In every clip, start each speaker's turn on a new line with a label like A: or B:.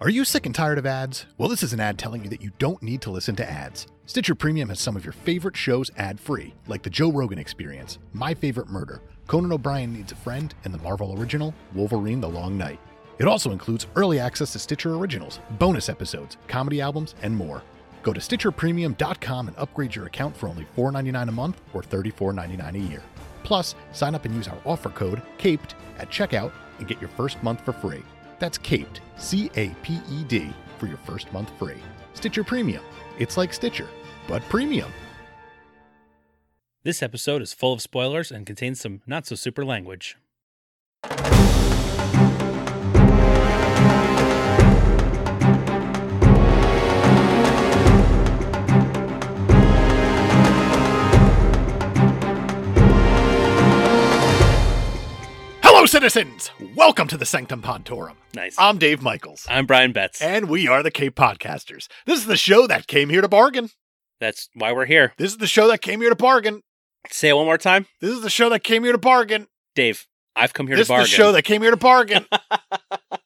A: Are you sick and tired of ads? Well, this is an ad telling you that you don't need to listen to ads. Stitcher Premium has some of your favorite shows ad free, like The Joe Rogan Experience, My Favorite Murder, Conan O'Brien Needs a Friend, and the Marvel original, Wolverine the Long Night. It also includes early access to Stitcher Originals, bonus episodes, comedy albums, and more. Go to StitcherPremium.com and upgrade your account for only $4.99 a month or $34.99 a year. Plus, sign up and use our offer code CAPED at checkout and get your first month for free. That's CAPED, C A P E D, for your first month free. Stitcher Premium. It's like Stitcher, but premium.
B: This episode is full of spoilers and contains some not so super language.
A: Hello, citizens! Welcome to the Sanctum Pontorum.
B: Nice.
A: I'm Dave Michaels,
B: I'm Brian Betts.
A: and we are the Cape Podcasters. This is the show that came here to bargain.
B: That's why we're here.
A: This is the show that came here to bargain.
B: Say it one more time.
A: This is the show that came here to bargain.
B: Dave, I've come here
A: this
B: to bargain.
A: is the show that came here to bargain.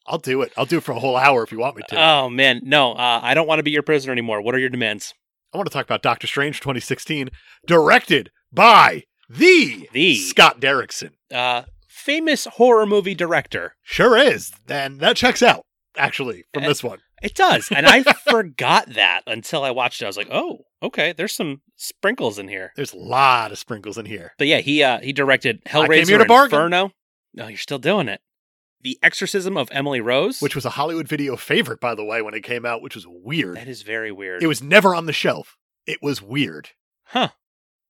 A: I'll do it. I'll do it for a whole hour if you want me to.
B: Oh, man. No, uh, I don't want to be your prisoner anymore. What are your demands?
A: I want to talk about Doctor Strange 2016, directed by the,
B: The-
A: Scott Derrickson.
B: Uh, famous horror movie director.
A: Sure is. And that checks out, actually,
B: Eh.
A: from this one.
B: It does. And I forgot that until I watched it. I was like, oh, okay, there's some sprinkles in here.
A: There's a lot of sprinkles in here.
B: But yeah, he uh, he directed
A: came
B: Hellraiser
A: here to bargain.
B: Inferno. No, you're still doing it. The Exorcism of Emily Rose.
A: Which was a Hollywood video favorite, by the way, when it came out, which was weird.
B: that is very weird.
A: It was never on the shelf. It was weird.
B: Huh.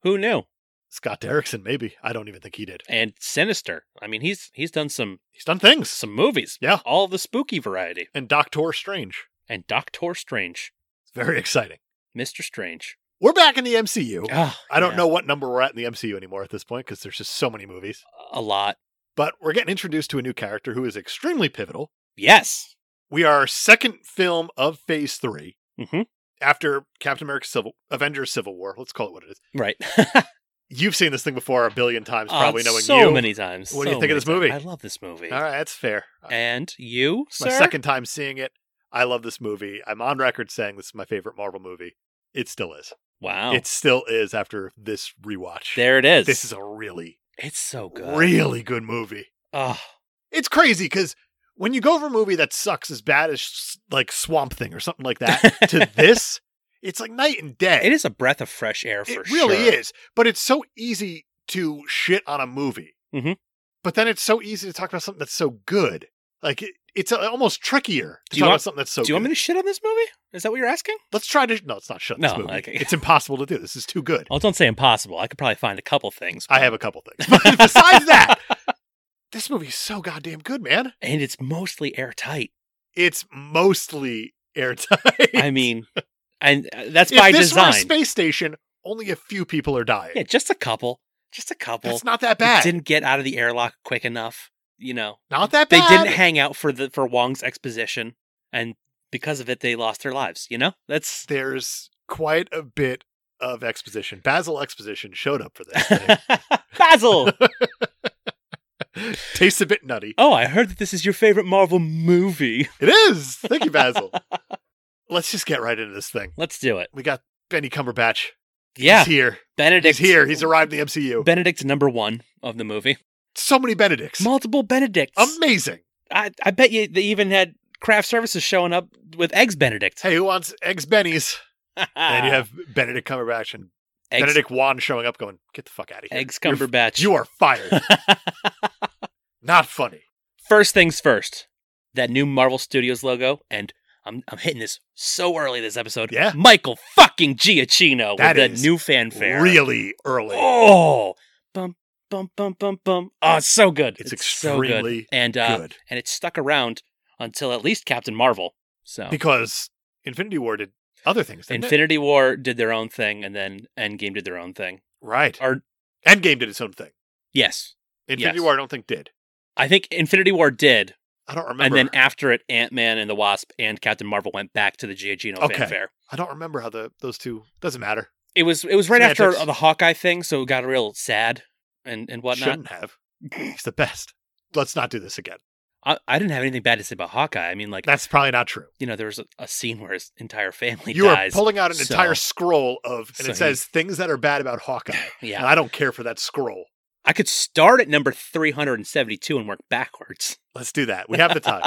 B: Who knew?
A: Scott Derrickson, maybe. I don't even think he did.
B: And Sinister. I mean, he's he's done some
A: He's done things.
B: some movies.
A: Yeah.
B: All the spooky variety.
A: And Doctor Strange.
B: And Doctor Strange.
A: It's very exciting.
B: Mr. Strange.
A: We're back in the MCU.
B: Ah,
A: I don't
B: yeah.
A: know what number we're at in the MCU anymore at this point because there's just so many movies.
B: A lot.
A: But we're getting introduced to a new character who is extremely pivotal.
B: Yes.
A: We are second film of Phase 3
B: hmm
A: after Captain America Civil Avengers Civil War. Let's call it what it is.
B: Right.
A: You've seen this thing before a billion times,
B: Uh,
A: probably knowing
B: so
A: you.
B: many times.
A: What do you
B: so
A: think of
B: many
A: this movie?
B: times. I love this movie.
A: All right, that's fair. Uh,
B: And you,
A: my
B: sir?
A: second time seeing it. I love this movie. I'm on record saying this is my favorite Marvel movie. It still is.
B: Wow.
A: It still is after this rewatch.
B: Oh. there it is.
A: This is a really,
B: it's so good.
A: really good movie.
B: Oh,
A: It's crazy because when you go over a movie that sucks as bad as s- like Swamp Thing or something like that to this, it's like night and day.
B: it is a breath of fresh air for
A: it really
B: sure.
A: is. But it's so easy to shit on a movie.
B: Mhm.
A: But then it's so easy to talk about something that's so good. Like it, it's uh, almost trickier to
B: Do you
A: talk
B: want-
A: about something that's so.
B: Do you want
A: good.
B: me to shit on this movie? Is that what you're asking?
A: Let's try to. No, it's not shut this
B: No,
A: movie.
B: okay.
A: It's impossible to do. This is too good.
B: Oh, don't say impossible. I could probably find a couple things.
A: I
B: but-
A: have a couple things. But besides that, this movie is so goddamn good, man.
B: and it's mostly airtight.
A: It's mostly airtight.
B: I mean, and uh, that's
A: if
B: by
A: this were a
B: design.
A: space station, only a few people are dying.
B: yeah, just a couple, just a couple.
A: It's not that
B: They
A: bad.
B: Didn't get out of the airlock quick enough. You know,
A: not that
B: they
A: bad.
B: didn't hang out for the for Wong's exposition, and because of it, they lost their lives. You know, that's
A: There's quite a bit of exposition. Basil exposition showed up for this. thing.
B: Basil.
A: Tastes a bit nutty.
B: oh, I heard that this is your favorite Marvel movie.
A: It is. Thank you, Basil. Let's just get right into this thing.
B: Let's do it.
A: We got Benny Cumberbatch.
B: Yeah,
A: He's here.
B: Benedict
A: He's here. He's arrived in the MCU.
B: Benedict number one of the movie.
A: so many Benedicts.
B: Multiple Benedicts.
A: Amazing.
B: I, I bet you they even had craft services showing up with eggs Benedict.
A: Hey, who wants eggs Bennies? and you have Benedict Cumberbatch and
B: Ah. eggs,
A: Benedict Wan showing up, going, "Get the fuck out of here,
B: eggs
A: You're-
B: Cumberbatch.
A: You are fired. Not funny.
B: first things first. That new Marvel Studios logo, and I'm I'm hitting this so early this episode.
A: Yeah.
B: Michael fucking Giacchino
A: That
B: with
A: is
B: the new fanfare.
A: Really early.
B: Oh, bum bum bum bum bum. Oh, it's so good.
A: It's
B: so good.
A: extremely
B: and uh,
A: good.
B: and it stuck around until at least Captain Marvel. So
A: Because Infinity War did other things. didn't it?
B: Oh. Infinity War did their own thing, and then Endgame did their own thing.
A: Right.
B: Or
A: Endgame did its own thing.
B: yes,
A: Infinity
B: Yes.
A: War, I don't think did.
B: I think Infinity War did,
A: I don't remember.
B: and then after it, Ant Man and the Wasp and Captain Marvel went back to the Giacchino
A: Okay.
B: fanfare.
A: I don't remember how the those two. Doesn't matter.
B: It was it was right after
A: Semantics.
B: the Hawkeye thing, so it got real sad and and whatnot.
A: Shouldn't have. He's the best. Let's not do this again.
B: I, I didn't have anything bad to say about Hawkeye. I mean, like
A: That's probably not true.
B: you know, there was a, a scene where his entire family
A: You are
B: dies.
A: pulling out an
B: so-
A: entire scroll of, and
B: so
A: it
B: he-
A: says things that are bad about Hawkeye. And
B: yeah,
A: I don't care for that scroll.
B: I could start at number three hundred and seventy-two and work backwards.
A: Let's do that. We have the time.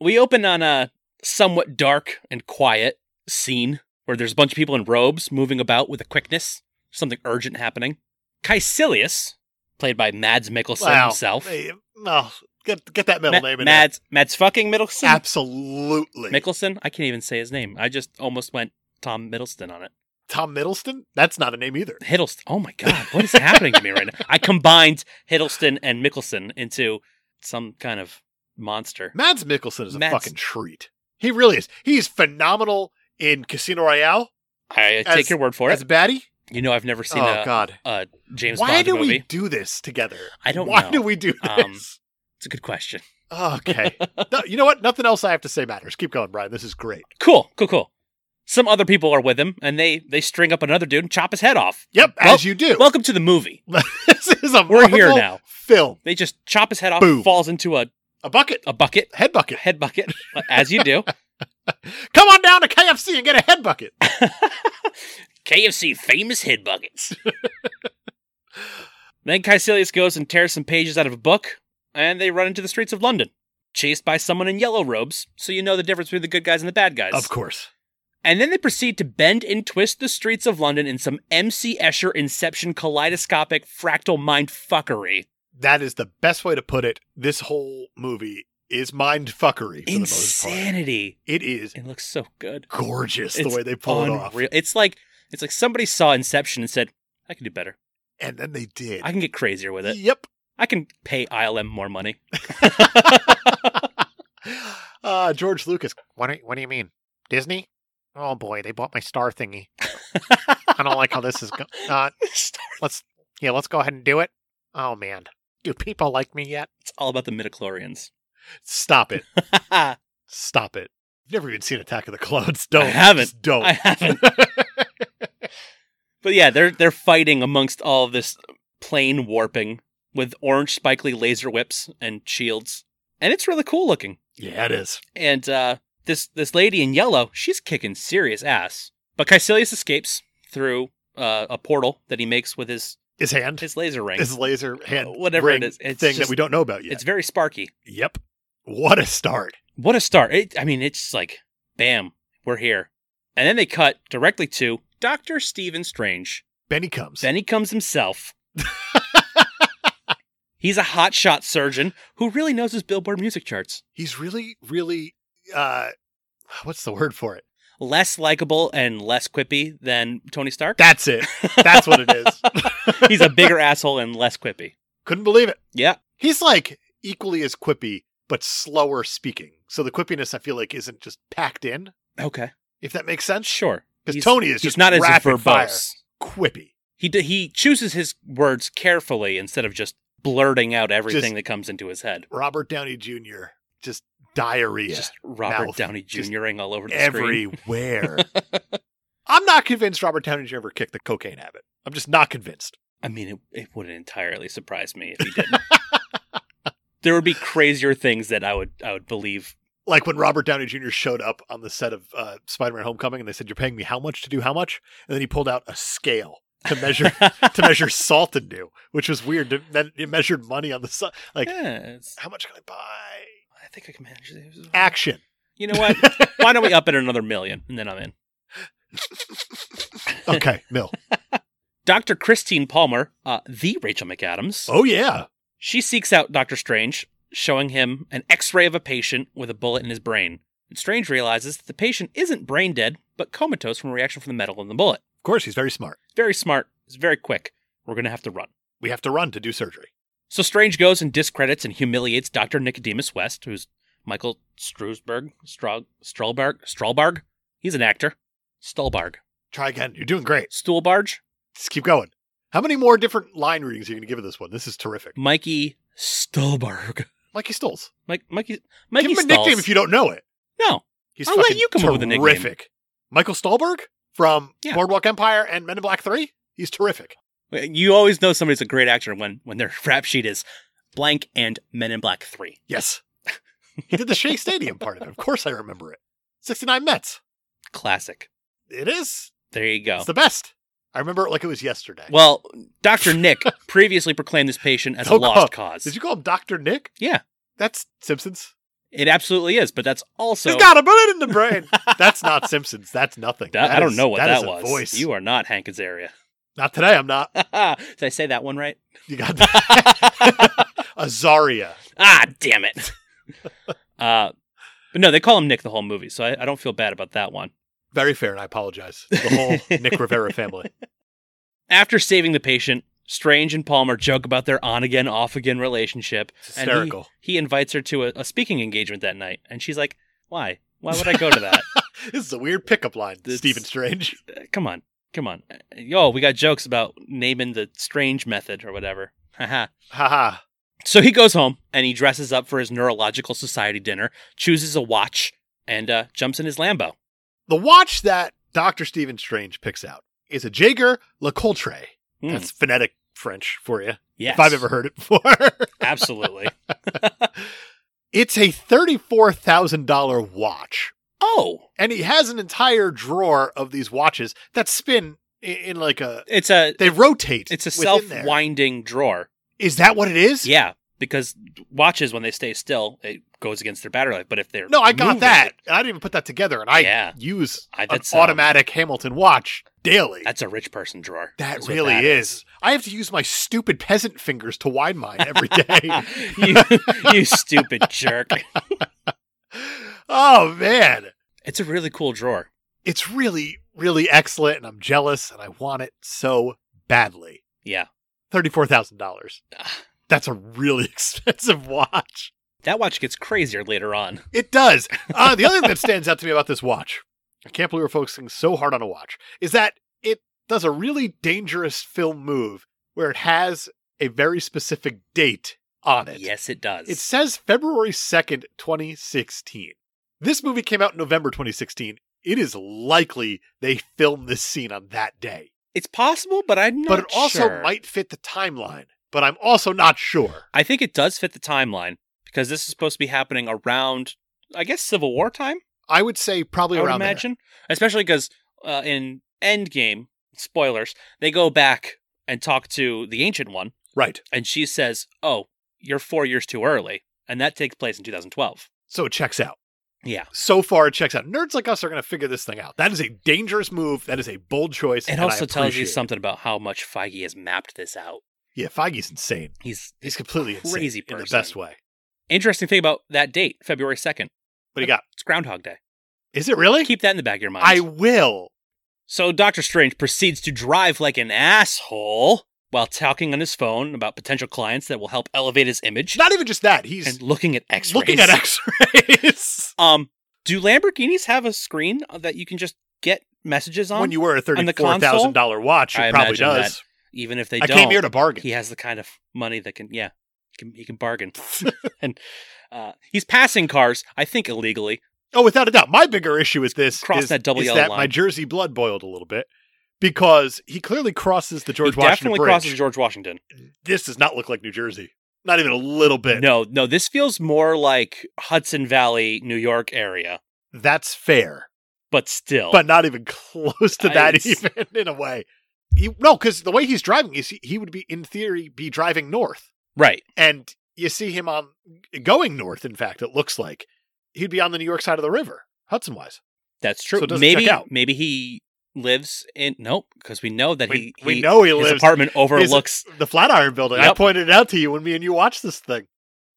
B: We open on a somewhat dark and quiet scene where there's a bunch of people in robes moving about with a quickness, something urgent happening. Caecilius, played by Mads Mikkelsen
A: Wow.
B: himself.
A: Hey, no, get get that middle
B: Ma-
A: name in there.
B: Mads Mads fucking Mikkelsen.
A: Absolutely.
B: Mickelson? I can't even say his name. I just almost went Tom Middleston on it.
A: Tom Middleston? That's not a name either.
B: Hiddleston. Oh my God. What is happening to me right now? I combined Hiddleston and Mickelson into some kind of monster.
A: Mads Mikkelsen is a
B: Mads-
A: fucking treat. He really is. He's phenomenal in Casino Royale
B: I
A: As-
B: take your word for
A: as
B: it.
A: a baddie.
B: You know, I've never seen
A: oh
B: a,
A: God!
B: a James
A: Why
B: Bond
A: do
B: movie.
A: we do this together?
B: I don't
A: Why
B: know.
A: do we do
B: Um,
A: this?
B: It's a good question.
A: okay. No, you know what? Nothing else I have to say matters. Keep going, Brian. This is great.
B: Cool, cool, cool. Some other people are with him, and they they string up another dude and chop his head off.
A: Yep,
B: Well-
A: as you do.
B: Welcome to the movie.
A: this is a
B: We're here
A: Marvel
B: now.
A: Film
B: They just chop his head off,
A: Boom.
B: falls into a,
A: a bucket,
B: a bucket,
A: head
B: a
A: bucket.
B: head bucket, as you do.
A: Come on down to KFC and get a head bucket.
B: KFC famous head buckets. then Caecilius goes and tears some pages out of a book, and they run into the streets of London, chased by someone in yellow robes, so you know the difference between the good guys and the bad guys.
A: Of course.
B: And then they proceed to bend and twist the streets of London in some MC Escher Inception kaleidoscopic fractal mind fuckery.
A: That is the best way to put it. This whole movie is mind fuckery for the most part.
B: Insanity.
A: It is
B: It looks so good.
A: gorgeous
B: It's
A: the way they pull it off.
B: Unreal. It's like it's like somebody saw Inception and said, I can do better.
A: And then they did.
B: I can get crazier with it.
A: Yep.
B: I can pay ILM more money.
A: uh, George Lucas. What do, what do you mean? Disney? Oh boy, they bought my star thingy. I don't like how this is going. Uh,
B: it's
A: let's yeah, let's go ahead and do it. Oh man, do people like me yet?
B: all about the midichlorians.
A: Stop it!
B: I
A: Stop it! You've never even seen Attack of the Clones. Don't.
B: haven't.
A: Just don't.
B: haven't. But yeah, they're they're fighting amongst all of this plane warping with orange spikely laser whips and shields. And it's really cool looking.
A: yeah, it is.
B: And uh, this this lady in yellow, she's kicking serious ass. But Caecilius escapes through uh, a portal that he makes with his
A: His hand, his,
B: his laser ring.
A: laser hand,
B: Whatever it
A: ring
B: is, it's
A: thing that
B: just-
A: we don't know about yet.
B: It's very sparky.
A: Yep. What a start.
B: What a start. It, I mean, it's like, bam, we're here. And then they cut directly to Dr. Stephen Strange.
A: Benny comes.
B: Then he comes himself. He's a hotshot surgeon who really knows his Billboard music charts.
A: He's really, really, uh, what's the word for it?
B: Less likable and less quippy than Tony Stark.
A: That's it. That's what it is.
B: He's a bigger asshole and less quippy.
A: Couldn't believe it.
B: Yeah.
A: He's like equally as quippy, but slower speaking. So the quippiness, I feel like, isn't just packed in,
B: Okay.
A: if that makes sense.
B: Sure.
A: Because
B: He's-
A: Tony is
B: he's
A: just
B: not as
A: rapid fire.
B: verbose.
A: Quippy.
B: He d- he chooses his words carefully instead of just blurting out everything
A: Just-
B: that comes into his head.
A: Robert Downey Jr., just diarrhea
B: Just Robert
A: mouth.
B: Downey
A: Just
B: Jr.ing all over the screen.
A: everywhere. I'm not convinced Robert Downey Jr. ever kicked the cocaine habit. I'm just not convinced.
B: I mean, it, it wouldn't entirely surprise me if he didn't. there would be crazier things that I would I would believe.
A: like when Robert Downey Jr. showed up on the set of uh, Spider-Man: Homecoming, and they said, "You're paying me how much to do how much?" And then he pulled out a scale to measure to measure salt and do, which was weird. To- Then it measured money on the side. Like,
B: Yeah, it's-
A: how much can I buy?
B: I think I can manage this.
A: Action.
B: You know what? Why don't we up it another million and then I'm in.
A: okay, Mill.
B: Dr. Christine Palmer, uh, the Rachel McAdams,
A: Oh yeah,
B: she seeks out Doctor Strange, showing him an X-ray of a patient with a bullet in his brain. And Strange realizes that the patient isn't brain dead, but comatose from a reaction from the metal in the bullet.
A: of course he's very smart.
B: Very smart. It's very quick. We're gonna have to run.
A: We have to run to do surgery.
B: So Strange goes and discredits and humiliates Dr. Nicodemus West, who's Michael Strusberg, Stra- Strahlbarg, Strahlbarg? He's an actor. Stolbarg.
A: Try again. You're doing great.
B: Stoolbarge?
A: Just keep going. How many more different line readings are you going to give this one? This is terrific.
B: Mikey Stolbarg.
A: Mikey Stoles.
B: Mike, Mikey, Mikey
A: give him a
B: Stolz.
A: nickname if you don't know it.
B: No.
A: He's
B: I'll let
A: fucking
B: you come
A: terrific.
B: up with a nickname.
A: Michael Stahlberg from
B: Yeah.
A: Boardwalk Empire and Men in Black Three. He's terrific.
B: You always know somebody's a great actor when, when their rap sheet is Blank and Men in Black 3.
A: Yes. He did the Shea Stadium part of it. Of course I remember it. 69 Mets.
B: Classic.
A: It is.
B: There you go.
A: It's the best. I remember it like it was yesterday.
B: Well, Dr. Nick previously proclaimed this patient as a
A: Oh, God.
B: lost cause.
A: Did you call him Dr. Nick?
B: Yeah.
A: That's Simpsons.
B: It absolutely is, but that's also.
A: He's got a bullet in the brain. That's not Simpsons. That's nothing.
B: That- I
A: That
B: don't
A: is-
B: know what that,
A: is a
B: was.
A: Voice.
B: You are not Hank Azaria.
A: Not today. I'm not.
B: Did I say that one right?
A: You got Azaria.
B: ah, damn it. Uh, but no, they call him Nick the whole movie, so I, I don't feel bad about that one.
A: Very fair, and I apologize. to The whole Nick Rivera family.
B: After saving the patient, Strange and Palmer joke about their on again, off again relationship.
A: It's
B: and he-
A: hysterical.
B: he invites her to a, a speaking engagement that night, and she's like, "Why? Why would I go to that?
A: This is a weird pickup line,
B: It's-
A: Stephen Strange.
B: Uh, come on, come on, Uh, yo, we got jokes about naming the strange method or whatever." Haha.
A: Haha.
B: so he goes home and he dresses up for his neurological society dinner, chooses a watch, and uh, jumps in his Lambo.
A: The watch that Dr. Stephen Strange picks out is a Jaeger LeCoultre.
B: Hmm,
A: That's phonetic French for you,
B: yes,
A: if I've ever heard it before.
B: absolutely.
A: it's a $34,000 watch.
B: Oh,
A: And he has an entire drawer of these watches that spin i- in like a.
B: it's a
A: They rotate.
B: it's a
A: within
B: self
A: there.
B: winding drawer.
A: Is that what it is?
B: Yeah, because watches when they stay still, it goes against their battery life. But if they're
A: No, I got
B: moving,
A: that. I didn't even put that together, and I
B: Yeah.
A: use
B: I-
A: an
B: that's, um,
A: automatic Hamilton watch daily.
B: That's a rich person drawer.
A: that
B: what
A: really
B: that
A: is. I have to use my stupid peasant fingers to wind mine every day.
B: you, you stupid jerk.
A: oh man,
B: It's a really cool drawer.
A: it's really, really excellent, and I'm jealous, and I want it so badly.
B: Yeah.
A: Thirty-four thousand dollars.
B: Ah,
A: That's a really expensive watch.
B: That watch gets crazier later on.
A: It does. Uh, the other thing that stands out to me about this watch, I can't believe we're focusing so hard on a watch, is that it does a really dangerous film move where it has a very specific date on it.
B: Yes, it does.
A: It says February 2nd, 2016. This movie came out in November 2016. It is likely they filmed this scene on that day.
B: it's possible, but I'm not
A: but it also
B: sure.
A: might fit the timeline, but I'm also not sure.
B: I think it does fit the timeline because this is supposed to be happening around, I guess, Civil War time.
A: I would say probably
B: I would
A: around there.
B: imagine, especially because uh, in Endgame spoilers, they go back and talk to the Ancient One,
A: Right.
B: and she says, "Oh, you're four years too early," and that takes place in 2012.
A: So it checks out.
B: Yeah,
A: so far it checks out. Nerds like us are going to figure this thing out. That is a dangerous move. That is a bold choice.
B: it
A: and I
B: also tells you
A: appreciate it.
B: something about how much Feige has mapped this out.
A: Yeah, Feige's insane.
B: He's
A: He's completely insane
B: crazy
A: in the
B: person.
A: best way.
B: Interesting thing about that date, February 2nd.
A: What do you got?
B: It's Groundhog Day.
A: Is it really?
B: Keep that in the back of your mind.
A: I will.
B: So Doctor Strange proceeds to drive like an asshole while talking on his phone about potential clients that will help elevate his image
A: Not even just that. He's
B: and looking at X-rays.
A: looking at X-rays.
B: Um, do Lamborghinis have a screen that you can just get messages on?
A: when you wear a
B: On the
A: thirty-four thousand dollar watch, it
B: I
A: probably
B: imagine
A: does.
B: Even if they
A: I
B: don't,
A: came here to bargain.
B: he has the kind of money that can, yeah, he can, he can bargain. and uh, he's passing cars, I think illegally.
A: Oh, without a doubt. My bigger issue with this
B: Cross
A: is,
B: that double
A: is
B: yellow
A: that
B: line.
A: my Jersey blood boiled a little bit because he clearly crosses the George
B: he
A: Washington
B: definitely
A: Bridge.
B: crosses George Washington.
A: this does not look like New Jersey. Not even a little bit.
B: No, no, this feels more like Hudson Valley, New York area,
A: That's fair.
B: but still.
A: but not even close to
B: I-
A: that
B: it's-
A: even in a way. You, no, because the way he's driving is he, he would be in theory be driving north,
B: right.
A: and you see him on going north. In fact, it looks like he'd be on the New York side of the river, Hudson wise.
B: That's true.
A: So it doesn't
B: maybe
A: check out.
B: maybe he lives in nope, because we know that
A: We,
B: he,
A: we
B: he-
A: know he
B: his
A: lives
B: apartment overlooks
A: the Flatiron Building. I
B: Yep.
A: pointed it out to you when me and you watched this thing.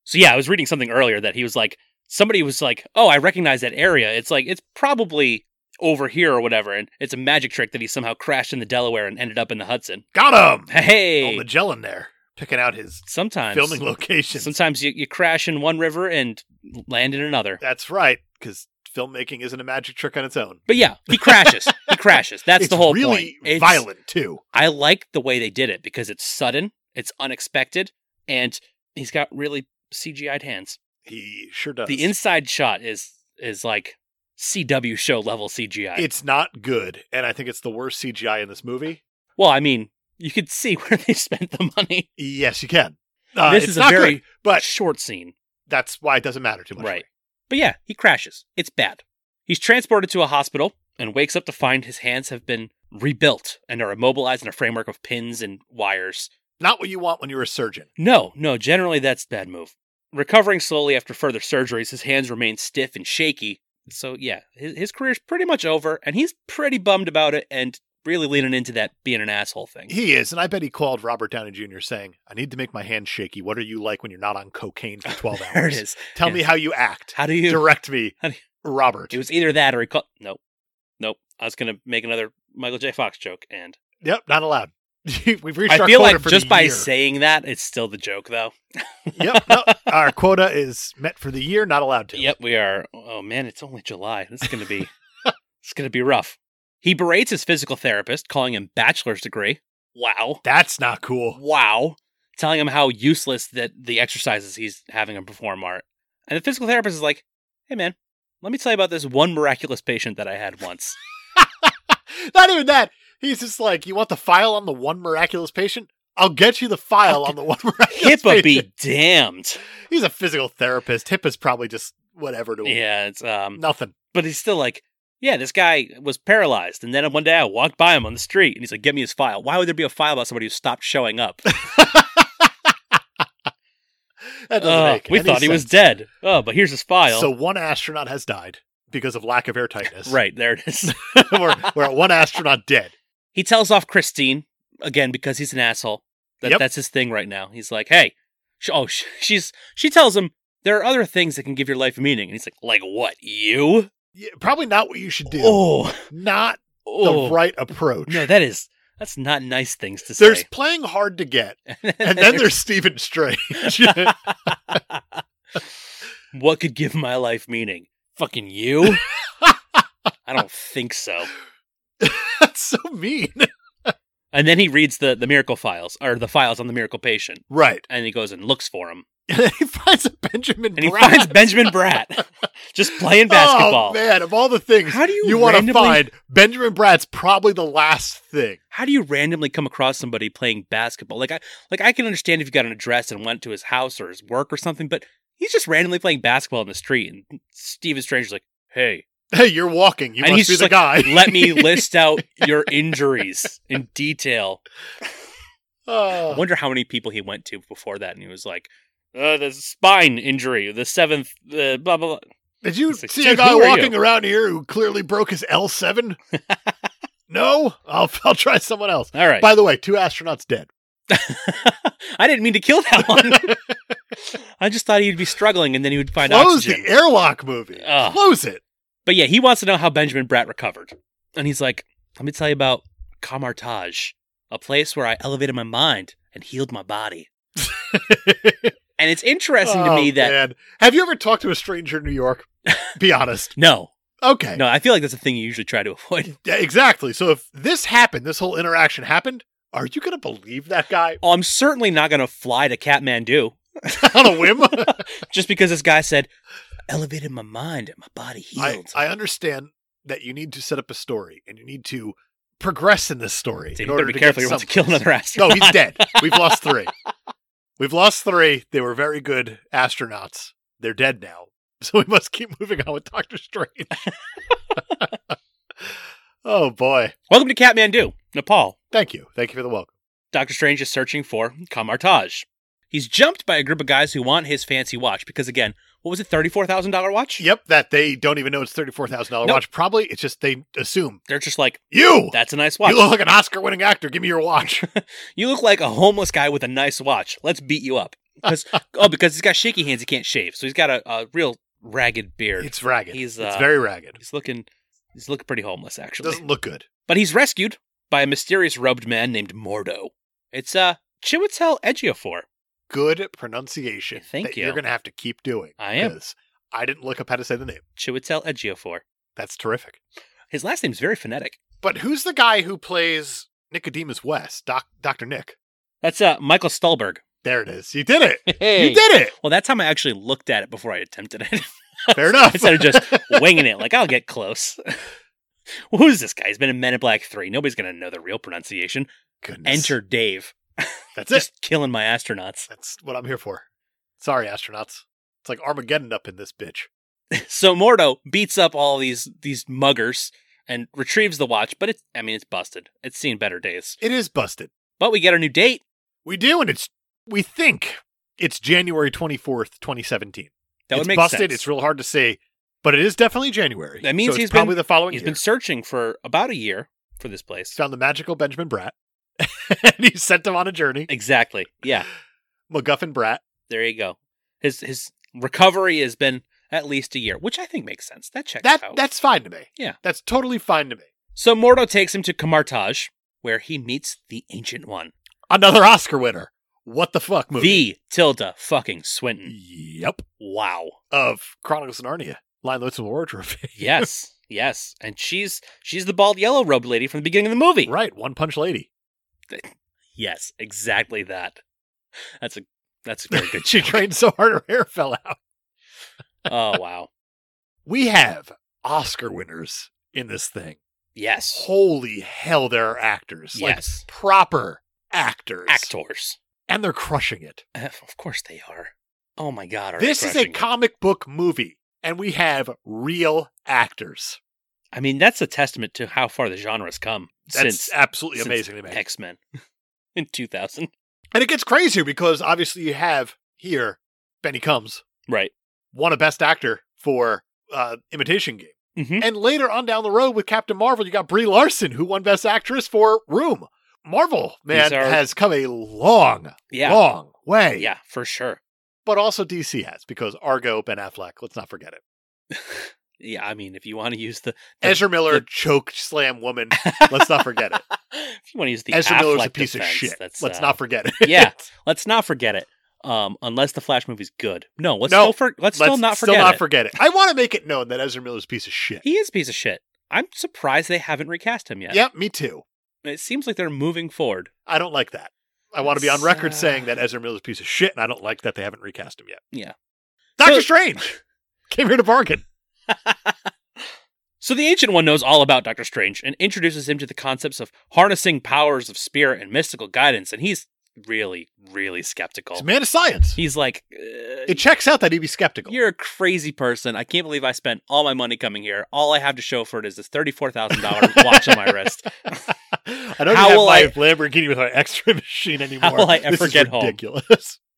B: So yeah, I was reading something earlier that he was like somebody was like, Oh, I recognize that area. It's like it's probably over here or whatever, and it's a magic trick that he somehow crashed in the Delaware and ended up in the Hudson.
A: Got him,
B: Hey
A: old Magellan there picking out his
B: sometimes
A: filming location.
B: sometimes you, you crash in one river and land in another.
A: That's right, because filmmaking isn't a magic trick on its own.
B: But yeah, he crashes. he crashes. That's
A: it's
B: the whole
A: really
B: point. It's-
A: violent too.
B: I like the way they did it because it's sudden, it's unexpected, and he's got really CGI'd hands.
A: He sure does.
B: The inside shot is is like CW show level CGI.
A: It's not good, and I think it's the worst CGI in this movie.
B: well, I mean, you could see where they spent the money.
A: Yes, you can. Uh,
B: This
A: it's
B: is a
A: not
B: very-
A: good, but
B: Short scene.
A: that's why it doesn't matter too much.
B: Right. But yeah, he crashes. It's bad. He's transported to a hospital and wakes up to find his hands have been rebuilt and are immobilized in a framework of pins and wires.
A: Not what you want when you're a surgeon.
B: No, no, generally that's a bad move. Recovering slowly after further surgeries, his hands remain stiff and shaky. So yeah, his, his career's pretty much over and he's pretty bummed about it and really leaning into that being an asshole thing.
A: He is, and I bet he called Robert Downey Jr. saying, "I need to make my hand shaky. What are you like when you're not on cocaine for 12 hours?
B: There it is.
A: Tell
B: Yeah.
A: me how you act.
B: How do you
A: Direct me,
B: How do
A: Robert."
B: It was either that or he called. Nope. Nope. I was going to make another Michael J. Fox joke. And
A: Yep, not allowed. We've reached
B: I
A: our
B: feel
A: quota
B: like
A: for
B: just
A: the
B: by
A: year.
B: saying that, it's still the joke, though.
A: yep, no, our quota is met for the year. Not allowed to.
B: Yep. We are. Oh, man. It's only July. This is going to be. it's going to be rough. He berates his physical therapist, calling him bachelor's degree. Wow.
A: that's not cool.
B: Wow. Telling him how useless that the exercises he's having him perform are. And the physical therapist is like, hey, man, let me tell you about this one miraculous patient that I had once.
A: Not even that. He's just like, you want the file on the one miraculous patient? I'll get you the file on the one miraculous patient.
B: HIPAA be damned.
A: He's a physical therapist. HIPAA's probably just whatever to him.
B: Yeah. It's, um,
A: Nothing.
B: but he's still like, yeah, this guy was paralyzed, and then one day I walked by him on the street, and he's like, "Get me his file." Why would there be a file about somebody who stopped showing up?
A: That doesn't
B: Ugh,
A: make
B: Uh, we
A: any
B: thought he was
A: sense.
B: dead. Oh, but here's his file.
A: So one astronaut has died because of lack of air tightness.
B: right there it is.
A: we're, we're at one astronaut dead.
B: he tells off Christine again because he's an asshole. That
A: Yep.
B: that's his thing right now. He's like, "Hey, sh- oh, sh- she's she tells him there are other things that can give your life meaning," and he's like, "Like what? You?
A: Yeah, probably not what you should do.
B: Oh,
A: Not the
B: oh,
A: right approach.
B: no, that is that's not nice things to
A: there's
B: say."
A: playing hard to get, and then there's Stephen Strange.
B: what could give my life meaning? Fucking you? I don't think so.
A: That's so mean.
B: And then he reads the, the miracle files, or the files on the miracle patient,
A: Right.
B: and he goes and looks for him.
A: And then he finds a Benjamin
B: And he
A: Bratt.
B: finds Benjamin Bratt just playing basketball.
A: Oh man, of all the things
B: How do you,
A: you want to
B: randomly-
A: find, Benjamin Bratt's probably the last thing.
B: How do you randomly come across somebody playing basketball? Like I like I can understand if you got an address and went to his house or his work or something, but he's just randomly playing basketball in the street and Steven Strange's like, "Hey,
A: Hey, you're walking. You
B: And
A: must
B: he's
A: be
B: just
A: the guy.
B: let me list out your injuries in detail." I
A: Oh.
B: wonder how many people he went to before that, and he was like, uh, "The spine injury, the seventh, uh, blah blah." blah.
A: Did you
B: He's like,
A: see a
B: "Dude,
A: guy
B: who are you?"
A: walking around here who clearly broke his L7? no? I'll, I'll try someone else.
B: All right,
A: By the way, two astronauts dead.
B: I didn't mean to kill that one. I just thought he'd be struggling, and then he would find
A: Close
B: oxygen.
A: the airlock movie.
B: Ugh.
A: Close it.
B: But yeah, he wants to know how Benjamin Bratt recovered, and he's like, "Let me tell you about Kamartage, a place where I elevated my mind and healed my body." and it's interesting to
A: Oh,
B: me that
A: man. Have you ever talked to a stranger in New York? Be honest.
B: no,
A: Okay.
B: no, I feel like that's a thing you usually try to avoid.
A: Yeah, exactly. So if this happened, this whole interaction happened, are you going to believe that guy
B: Oh, I'm certainly not going to fly to Kathmandu.
A: on a whim?
B: just because this guy said elevated my mind and my body
A: I,
B: healed.
A: I understand that you need to set up a story and you need to progress in this story.
B: Dude,
A: in
B: you
A: order
B: better be
A: to
B: careful.
A: get
B: You're about to
A: someplace.
B: kill another
A: No,
B: astronaut.
A: he's dead. We've lost three. We've lost three. They were very good astronauts. They're dead now. So we must keep moving on with Doctor Strange. oh, boy.
B: Welcome to Kathmandu, Nepal.
A: Thank you. Thank you for the welcome.
B: Doctor Strange is searching for Kamartaj. He's jumped by a group of guys who want his fancy watch because, again, what was it, $34,000 watch?
A: Yep, that they don't even know it's $34,000
B: No.
A: watch. Probably it's just they assume
B: They're just like,
A: you.
B: that's a nice watch.
A: You look like an Oscar winning actor. Give me your watch.
B: You look like a homeless guy with a nice watch. Let's beat you up. 'Cause- oh, because he's got shaky hands. He can't shave. So he's got a, a real ragged beard.
A: it's ragged.
B: He's,
A: it's
B: uh,
A: very ragged.
B: he's looking. He's looking pretty homeless, actually.
A: Doesn't look good.
B: But he's rescued by a mysterious robed man named Mordo. It's uh Chiwetel Ejiofor.
A: Good pronunciation.
B: Thank
A: that
B: you.
A: You're going to have to keep doing.
B: I am.
A: 'cause I didn't look up how to say the name.
B: Chiwetel Ejiofor.
A: That's terrific.
B: His last name's very phonetic.
A: But who's the guy who plays Nicodemus West? Doc, Dr. Nick.
B: That's uh Michael Stahlberg.
A: There it is. You did it.
B: Hey.
A: You did it.
B: Well, that time I actually looked at it before I attempted it.
A: Fair enough.
B: Instead of just winging it, like I'll get close. Who's this guy? He's been in Men in Black 3. Nobody's gonna know the real pronunciation.
A: Goodness.
B: Enter Dave.
A: That's it.
B: Just killing my astronauts.
A: That's what I'm here for. Sorry, astronauts. It's like Armageddon up in this bitch.
B: So Mordo beats up all these these muggers and retrieves the watch, but it's I mean it's busted. It's seen better days.
A: It is busted.
B: But we get our new date.
A: We do, and it's we think it's January 24th, 2017.
B: That
A: it's
B: would make
A: busted.
B: sense.
A: It's real hard to say, but it is definitely January.
B: That means
A: so it's
B: he's been-
A: probably the following
B: He's
A: year.
B: been searching for about a year for this
A: He's
B: place.
A: found the magical Benjamin Bratt, and he sent him on a journey.
B: Exactly. Yeah.
A: MacGuffin Bratt.
B: There you go. His his recovery has been at least a year, which I think makes sense. That checks
A: That
B: out.
A: that's fine to me.
B: Yeah.
A: that's totally fine to me.
B: So Mordo takes him to Kamartaj, where he meets the Ancient One,
A: Another Oscar winner. What the fuck movie?
B: the Tilda fucking Swinton.
A: Yep.
B: Wow.
A: Of Chronicles of Narnia, Lion Lutz and War Trophy.
B: Yes, yes, and she's she's the bald yellow robe lady from the beginning of the movie.
A: right, One Punch Lady.
B: Yes, exactly that. That's a that's a very good.
A: she trained so hard her hair fell out.
B: oh wow.
A: we have Oscar winners in this thing.
B: Yes.
A: Holy hell, there are actors. Like
B: yes.
A: proper actors.
B: Actors.
A: And they're crushing it.
B: Uh, Of course they are. Oh my god. Are they
A: this is a
B: crushing it.
A: comic book movie, and we have real actors.
B: I mean, that's a testament to how far the genre's come
A: That's
B: since
A: absolutely
B: since
A: amazing to me.
B: X Men in two thousand.
A: And it gets crazier because obviously you have here Benny Comes,
B: Right.
A: won a best actor for uh, Imitation Game.
B: hmm
A: And later on down the road with Captain Marvel, you got Brie Larson, who won Best Actress for Room. Marvel, man,
B: These are-
A: has come a long,
B: Yeah.
A: long way.
B: Yeah, for sure.
A: But also DC has, because Argo, Ben Affleck, let's not forget it.
B: Yeah, I mean, if you want to use the The-
A: Ezra Miller,
B: the-
A: choke slam woman. Let's not forget it.
B: if you want to use the
A: Ezra Miller's a
B: Affleck
A: piece of
B: defense,
A: shit.
B: That's,
A: let's
B: uh,
A: not forget it.
B: yeah, let's not forget it. Um, unless the Flash movie's good. No, let's
A: No,
B: still for, let's, still not forget it.
A: forget it. I want to make it known that Ezra Miller's a piece of shit.
B: he is a piece of shit. I'm surprised they haven't recast him yet.
A: Yep, me too.
B: It seems like they're moving forward.
A: I don't like that. I want to be on
B: It's,
A: record
B: uh,
A: saying that Ezra Miller's a piece of shit, and I don't like that they haven't recast him yet.
B: Yeah.
A: Doctor
B: So-
A: Strange came here to bargain.
B: So the Ancient One knows all about Doctor Strange and introduces him to the concepts of harnessing powers of spirit and mystical guidance, and he's really, really skeptical.
A: He's a man of science.
B: He's like, uh,
A: it checks out that he'd be skeptical.
B: You're a crazy person. I can't believe I spent all my money coming here. All I have to show for it is this $34,000 watch on my wrist.
A: I don't
B: How
A: even have
B: will
A: my
B: I-
A: Lamborghini with my X-ray machine anymore.
B: will I ever
A: this
B: get
A: is
B: home?
A: ridiculous.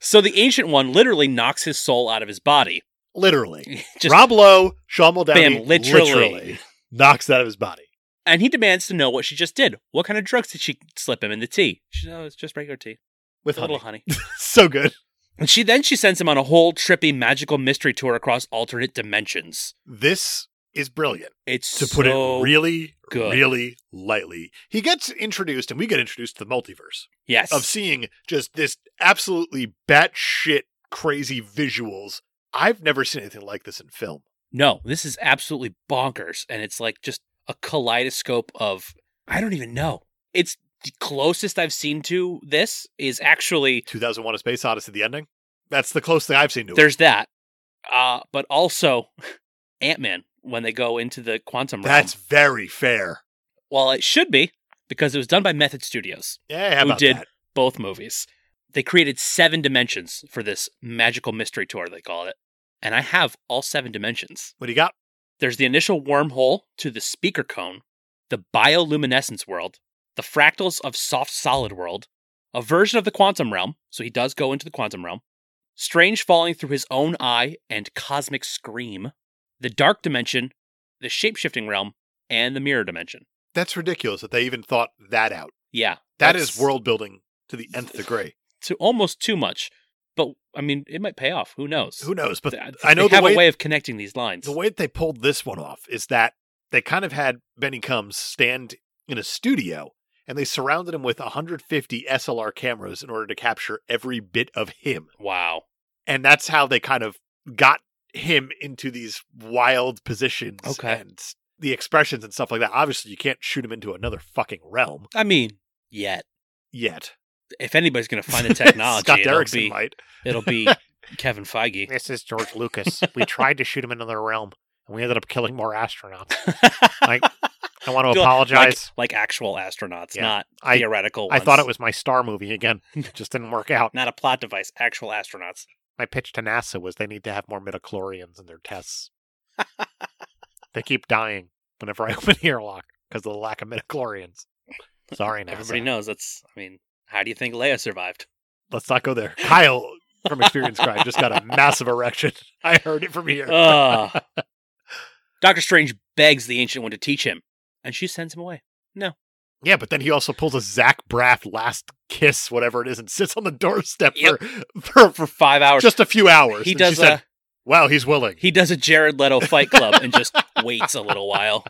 B: So the Ancient One literally knocks his soul out of his body.
A: Literally,
B: Just,
A: Rob Lowe, Sean Muldowney,
B: Bam, literally.
A: knocks it out of his body.
B: and he demands to know what she just did. What kind of drugs did she slip him in the tea? She no, it's just regular tea.
A: With
B: A little
A: honey.
B: honey.
A: so good.
B: and she then she sends him on a whole trippy magical mystery tour across alternate dimensions.
A: This is brilliant.
B: It's
A: To put
B: so-
A: it really,
B: good.
A: really lightly, he gets introduced, and we get introduced to the multiverse
B: yes.
A: of seeing just this absolutely batshit crazy visuals. I've never seen anything like this in film.
B: No, this is absolutely bonkers. And it's like just a kaleidoscope of, I don't even know. It's the closest I've seen to this is actually,
A: 2001: A Space Odyssey: The Ending. That's the closest thing I've seen to it.
B: there's that. Uh, but also Ant Man when they go into the quantum realm.
A: That's very fair.
B: Well, it should be because it was done by Method Studios,
A: Yeah, how
B: Who
A: about
B: did-
A: that?
B: both movies. They created seven dimensions for this magical mystery tour, they call it. And I have all seven dimensions.
A: What do you got?
B: There's the initial wormhole to the speaker cone, the bioluminescence world, the fractals of soft solid world, a version of the quantum realm, so he does go into the quantum realm, strange falling through his own eye and cosmic scream, the dark dimension, the shapeshifting realm, and the mirror dimension.
A: That's ridiculous that they even thought that out.
B: Yeah.
A: That
B: that's
A: is world building to the nth degree.
B: to almost too much. But I mean, it might pay off. Who knows?
A: Who knows? But
B: They-
A: I know
B: they
A: the
B: have
A: way,
B: a way of connecting these lines.
A: the way that they pulled this one off is that they kind of had Benny Combs stand in a studio and they surrounded him with 150 SLR cameras in order to capture every bit of him.
B: wow.
A: And that's how they kind of got him into these wild positions
B: Okay.
A: and the expressions and stuff like that. Obviously, you can't shoot him into another fucking realm
B: I mean, yet.
A: yet.
B: If anybody's going to find the technology,
A: Scott
B: it'll
A: Derrickson
B: be
A: might.
B: It'll be Kevin Feige.
A: This is George Lucas. we tried to shoot him in another realm, and we ended up killing more astronauts. I want to
B: Feel like-
A: apologize.
B: like, like actual astronauts,
A: Yeah.
B: not
A: I-
B: theoretical.
A: I thought it
B: ones.
A: was my star movie again. It just didn't work out.
B: not a plot device. Actual astronauts.
A: My pitch to NASA was they need to have more midichlorians in their tests. they keep dying whenever I open the airlock because of the lack of midichlorians. Sorry, NASA.
B: Everybody knows that's. I mean, how do you think Leia survived?
A: Let's not go there. Kyle from Experience Crime just got a massive erection. I heard it from here.
B: Uh, Ugh. Doctor Strange begs the Ancient One to teach him, and she sends him away.
A: Yeah, but then he also pulls a Zach Braff last kiss, whatever it is, and sits on the doorstep
B: Yep.
A: for, for
B: For five hours,
A: just a few hours.
B: he
A: And she
B: does a
A: said, wow, he's willing.
B: he does a Jared Leto Fight Club and just waits a little while.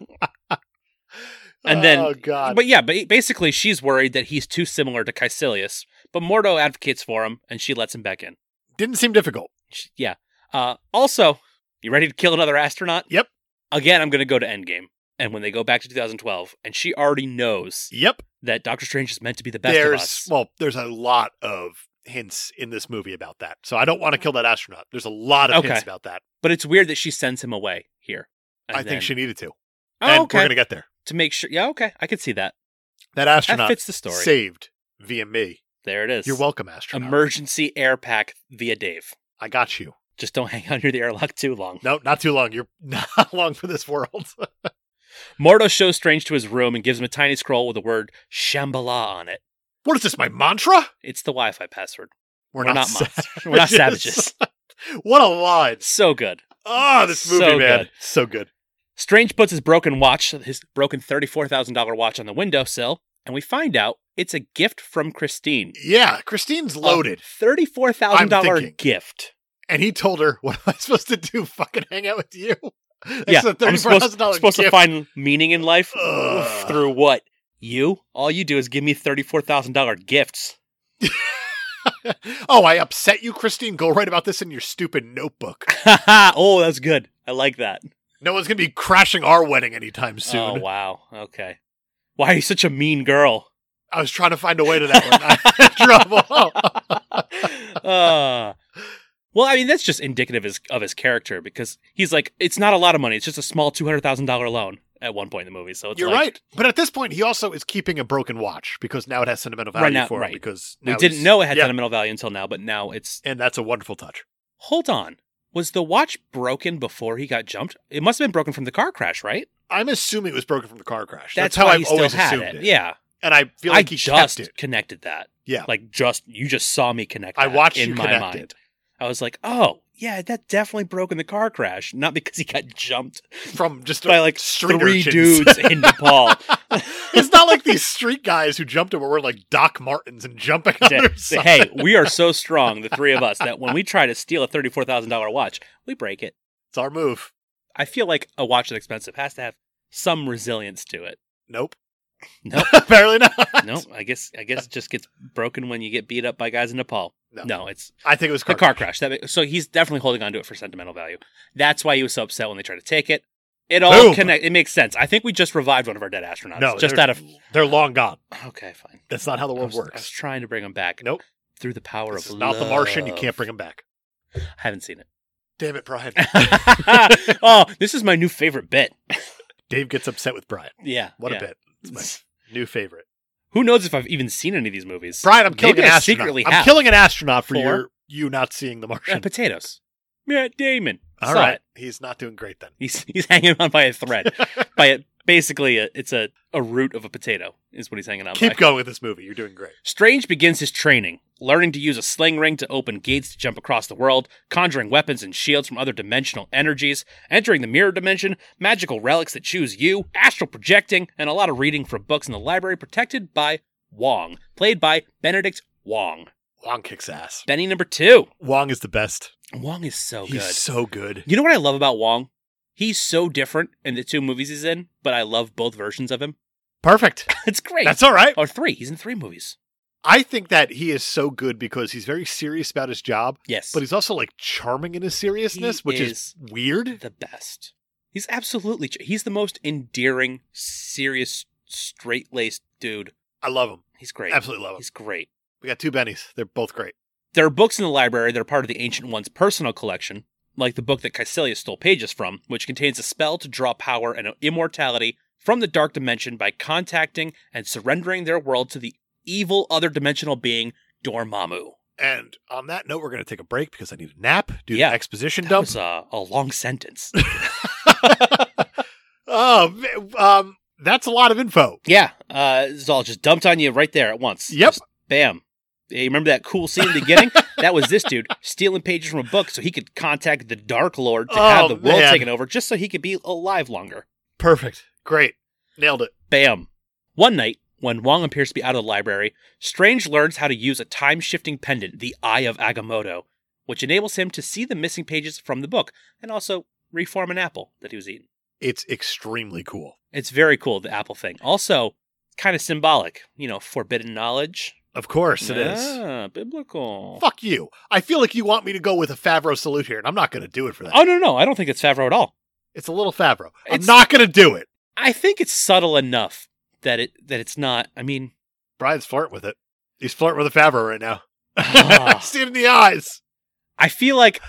B: and then-
A: oh god,
B: But yeah, ba- basically, she's worried that he's too similar to Caecilius, but Mordo advocates for him, and she lets him back in.
A: didn't seem difficult.
B: Sh- Yeah. Uh, also, you ready to kill another astronaut?
A: Yep.
B: Again, I'm going to go to Endgame. And when they go back to 2012, and she already knows
A: Yep,
B: that Doctor Strange is meant to be the best
A: there's
B: of us.
A: well, there's a lot of hints in this movie about that. So I don't want to kill that astronaut. There's a lot of
B: Mm-hmm. Okay.
A: hints about that.
B: But it's weird that she sends him away here. And
A: I
B: then-
A: think she needed to,
B: Oh,
A: and
B: okay.
A: we're gonna get there.
B: To make sure. Yeah, okay. I could see that.
A: That
B: That
A: astronaut
B: fits the story.
A: saved via me.
B: There it is.
A: You're welcome, astronaut.
B: Emergency air pack via Dave.
A: I got you.
B: Just don't hang out near the airlock too long.
A: No, not too long. You're not long for this world.
B: Mordo shows Strange to his room and gives him a tiny scroll with the word Shambhala on it.
A: what is this? My mantra?
B: It's the Wi Fi password.
A: We're,
B: not,
A: sa-
B: monsters. We're not savages.
A: what a line.
B: So good.
A: Ah, this movie,
B: So
A: man.
B: good.
A: So good.
B: Strange puts his broken watch, his broken $34,000 watch on the windowsill, and we find out it's a gift from Christine.
A: Yeah, Christine's loaded.
B: A $34,000
A: thinking.
B: gift.
A: and he told her, What am I supposed to do? Fucking hang out with you? That's
B: yeah,
A: a
B: I'm supposed,
A: $34,000
B: supposed to
A: Oh, gift.
B: find meaning in life
A: Ugh.
B: through what? You? All you do is give me $34,000 gifts.
A: oh, I upset you, Christine. Go write about this in your stupid notebook.
B: oh, that's good. I like that.
A: No one's going to be crashing our wedding anytime soon.
B: Oh, wow. Okay. Why are you such a mean girl?
A: I was trying to find a way to that one. I had trouble.
B: uh, well, I mean, that's just indicative is- of his character because he's like, it's not a lot of money. It's just a small $200,000 loan at one point in the movie. So it's
A: You're
B: like,
A: right. But at this point, he also is keeping a broken watch because now it has sentimental
B: Right
A: value
B: now-
A: for him
B: right.
A: because
B: We
A: now
B: didn't
A: he's-
B: know it had
A: yeah,
B: sentimental value until now, but now it's.
A: And that's a wonderful touch.
B: Hold on. Was the watch broken before he got jumped? It must have been broken from the car crash, right?
A: I'm assuming it was broken from the car crash.
B: That's,
A: That's, how
B: why
A: I've
B: he still
A: always
B: had
A: assumed
B: it.
A: it.
B: Yeah.
A: And I feel like
B: I
A: he
B: just
A: kept it.
B: connected that.
A: Yeah.
B: Like, just, you just saw me connect
A: I
B: that
A: watched
B: in
A: you
B: my
A: connect
B: mind.
A: it
B: I was like, oh, yeah, that definitely broke in the car crash. Not because he got jumped
A: from just
B: by like
A: street
B: three
A: urchins.
B: dudes in Nepal.
A: it's not like these street guys who jumped him were like Doc Martens and jumping on
B: Say-
A: their
B: say,
A: side.
B: hey, we are so strong, the three of us, that when we try to steal a thirty-four thousand dollar watch, we break it.
A: It's our move.
B: I feel like a watch that's expensive has to have some resilience to it.
A: Nope.
B: Nope.
A: Apparently not.
B: No, I guess I guess it just gets broken when you get beat up by guys in Nepal.
A: No.
B: No, it's
A: I think it was
B: the
A: car.
B: car crash. That ma- so he's definitely holding on to it for sentimental value. That's why he was so upset when they tried to take it. It all
A: Boom.
B: connect. It makes sense. I think we just revived one of our dead astronauts.
A: No,
B: just
A: they're-
B: out of
A: They're long gone.
B: okay, fine.
A: That's not how the
B: I
A: world
B: was, I was
A: works.
B: trying to bring him back.
A: Nope.
B: Through the power
A: This
B: of
A: is not the Martian. You
B: love.
A: can't bring him back.
B: I haven't seen it.
A: Damn it, Brian.
B: oh, this is my new favorite bit.
A: Dave gets upset with Brian.
B: Yeah.
A: What
B: yeah.
A: a bit. It's my new favorite.
B: Who knows if I've even seen any of these movies?
A: Brian, I'm killing
B: Maybe
A: an
B: I
A: astronaut.
B: secretly
A: I'm
B: have.
A: killing an astronaut for
B: Four.
A: your you not seeing the
B: Yeah,
A: Martian.
B: Uh, potatoes. Matt Damon.
A: All
B: Saw
A: right.
B: it.
A: He's not doing great then.
B: He's he's hanging on by a thread. by a, basically, a, it's a, a root of a potato is what he's hanging on by.
A: Keep going with this movie. You're doing great.
B: Strange begins his training, learning to use a sling ring to open gates to jump across the world, conjuring weapons and shields from other dimensional energies, entering the mirror dimension, magical relics that choose you, astral projecting, and a lot of reading from books in the library protected by Wong, played by Benedict Wong.
A: Wong kicks ass.
B: Benny number two.
A: Wong is the best.
B: Wong is so
A: He's
B: good.
A: so good.
B: You know what I love about Wong? He's so different in the two movies he's in, but I love both versions of him.
A: Perfect.
B: It's great.
A: That's all right.
B: or three. He's in three movies.
A: I think that he is so good because he's very serious about his job,
B: Yes.
A: but he's also like charming in his seriousness,
B: He
A: which is,
B: is-
A: weird.
B: the best. He's absolutely ch- he's the most endearing, serious, straight-laced dude.
A: I love him.
B: He's great.
A: Absolutely love him.
B: He's great.
A: We got two Bennies. They're both great.
B: There are books in the library that are part of the Ancient One's personal collection, like the book that Caecilius stole pages from, which contains a spell to draw power and immortality from the dark dimension by contacting and surrendering their world to the evil other dimensional being Dormammu.
A: And on that note, we're going to take a break because I need a nap, do
B: Yeah.
A: the exposition
B: That
A: dump.
B: was a, a long sentence.
A: oh, man, um, that's a lot of info.
B: yeah, uh, it's all just dumped on you right there at once.
A: Yep.
B: Just bam. Yeah, you remember that cool scene in the beginning? that was this dude stealing pages from a book so he could contact the Dark Lord to
A: Oh,
B: have the world
A: man.
B: taken over just so he could be alive longer.
A: Perfect. Great. Nailed it.
B: Bam. One night, when Wong appears to be out of the library, Strange learns how to use a time shifting pendant, the Eye of Agamotto, which enables him to see the missing pages from the book and also reform an apple that he was eating.
A: It's extremely cool.
B: It's very cool, the apple thing. Also, kind of symbolic, you know, forbidden knowledge.
A: Of course it is.
B: Ah, biblical.
A: Fuck you. I feel like you want me to go with a Favreau salute here, and I'm not going to do it for that.
B: Oh, no, no, I don't think it's Favreau at all.
A: It's a little Favreau. I'm
B: It's-
A: not going to do it.
B: I think it's subtle enough that it that it's not. I mean,
A: Brian's flirting with it. He's flirting with a Favreau right now.
B: Ah.
A: See it in the eyes.
B: I feel like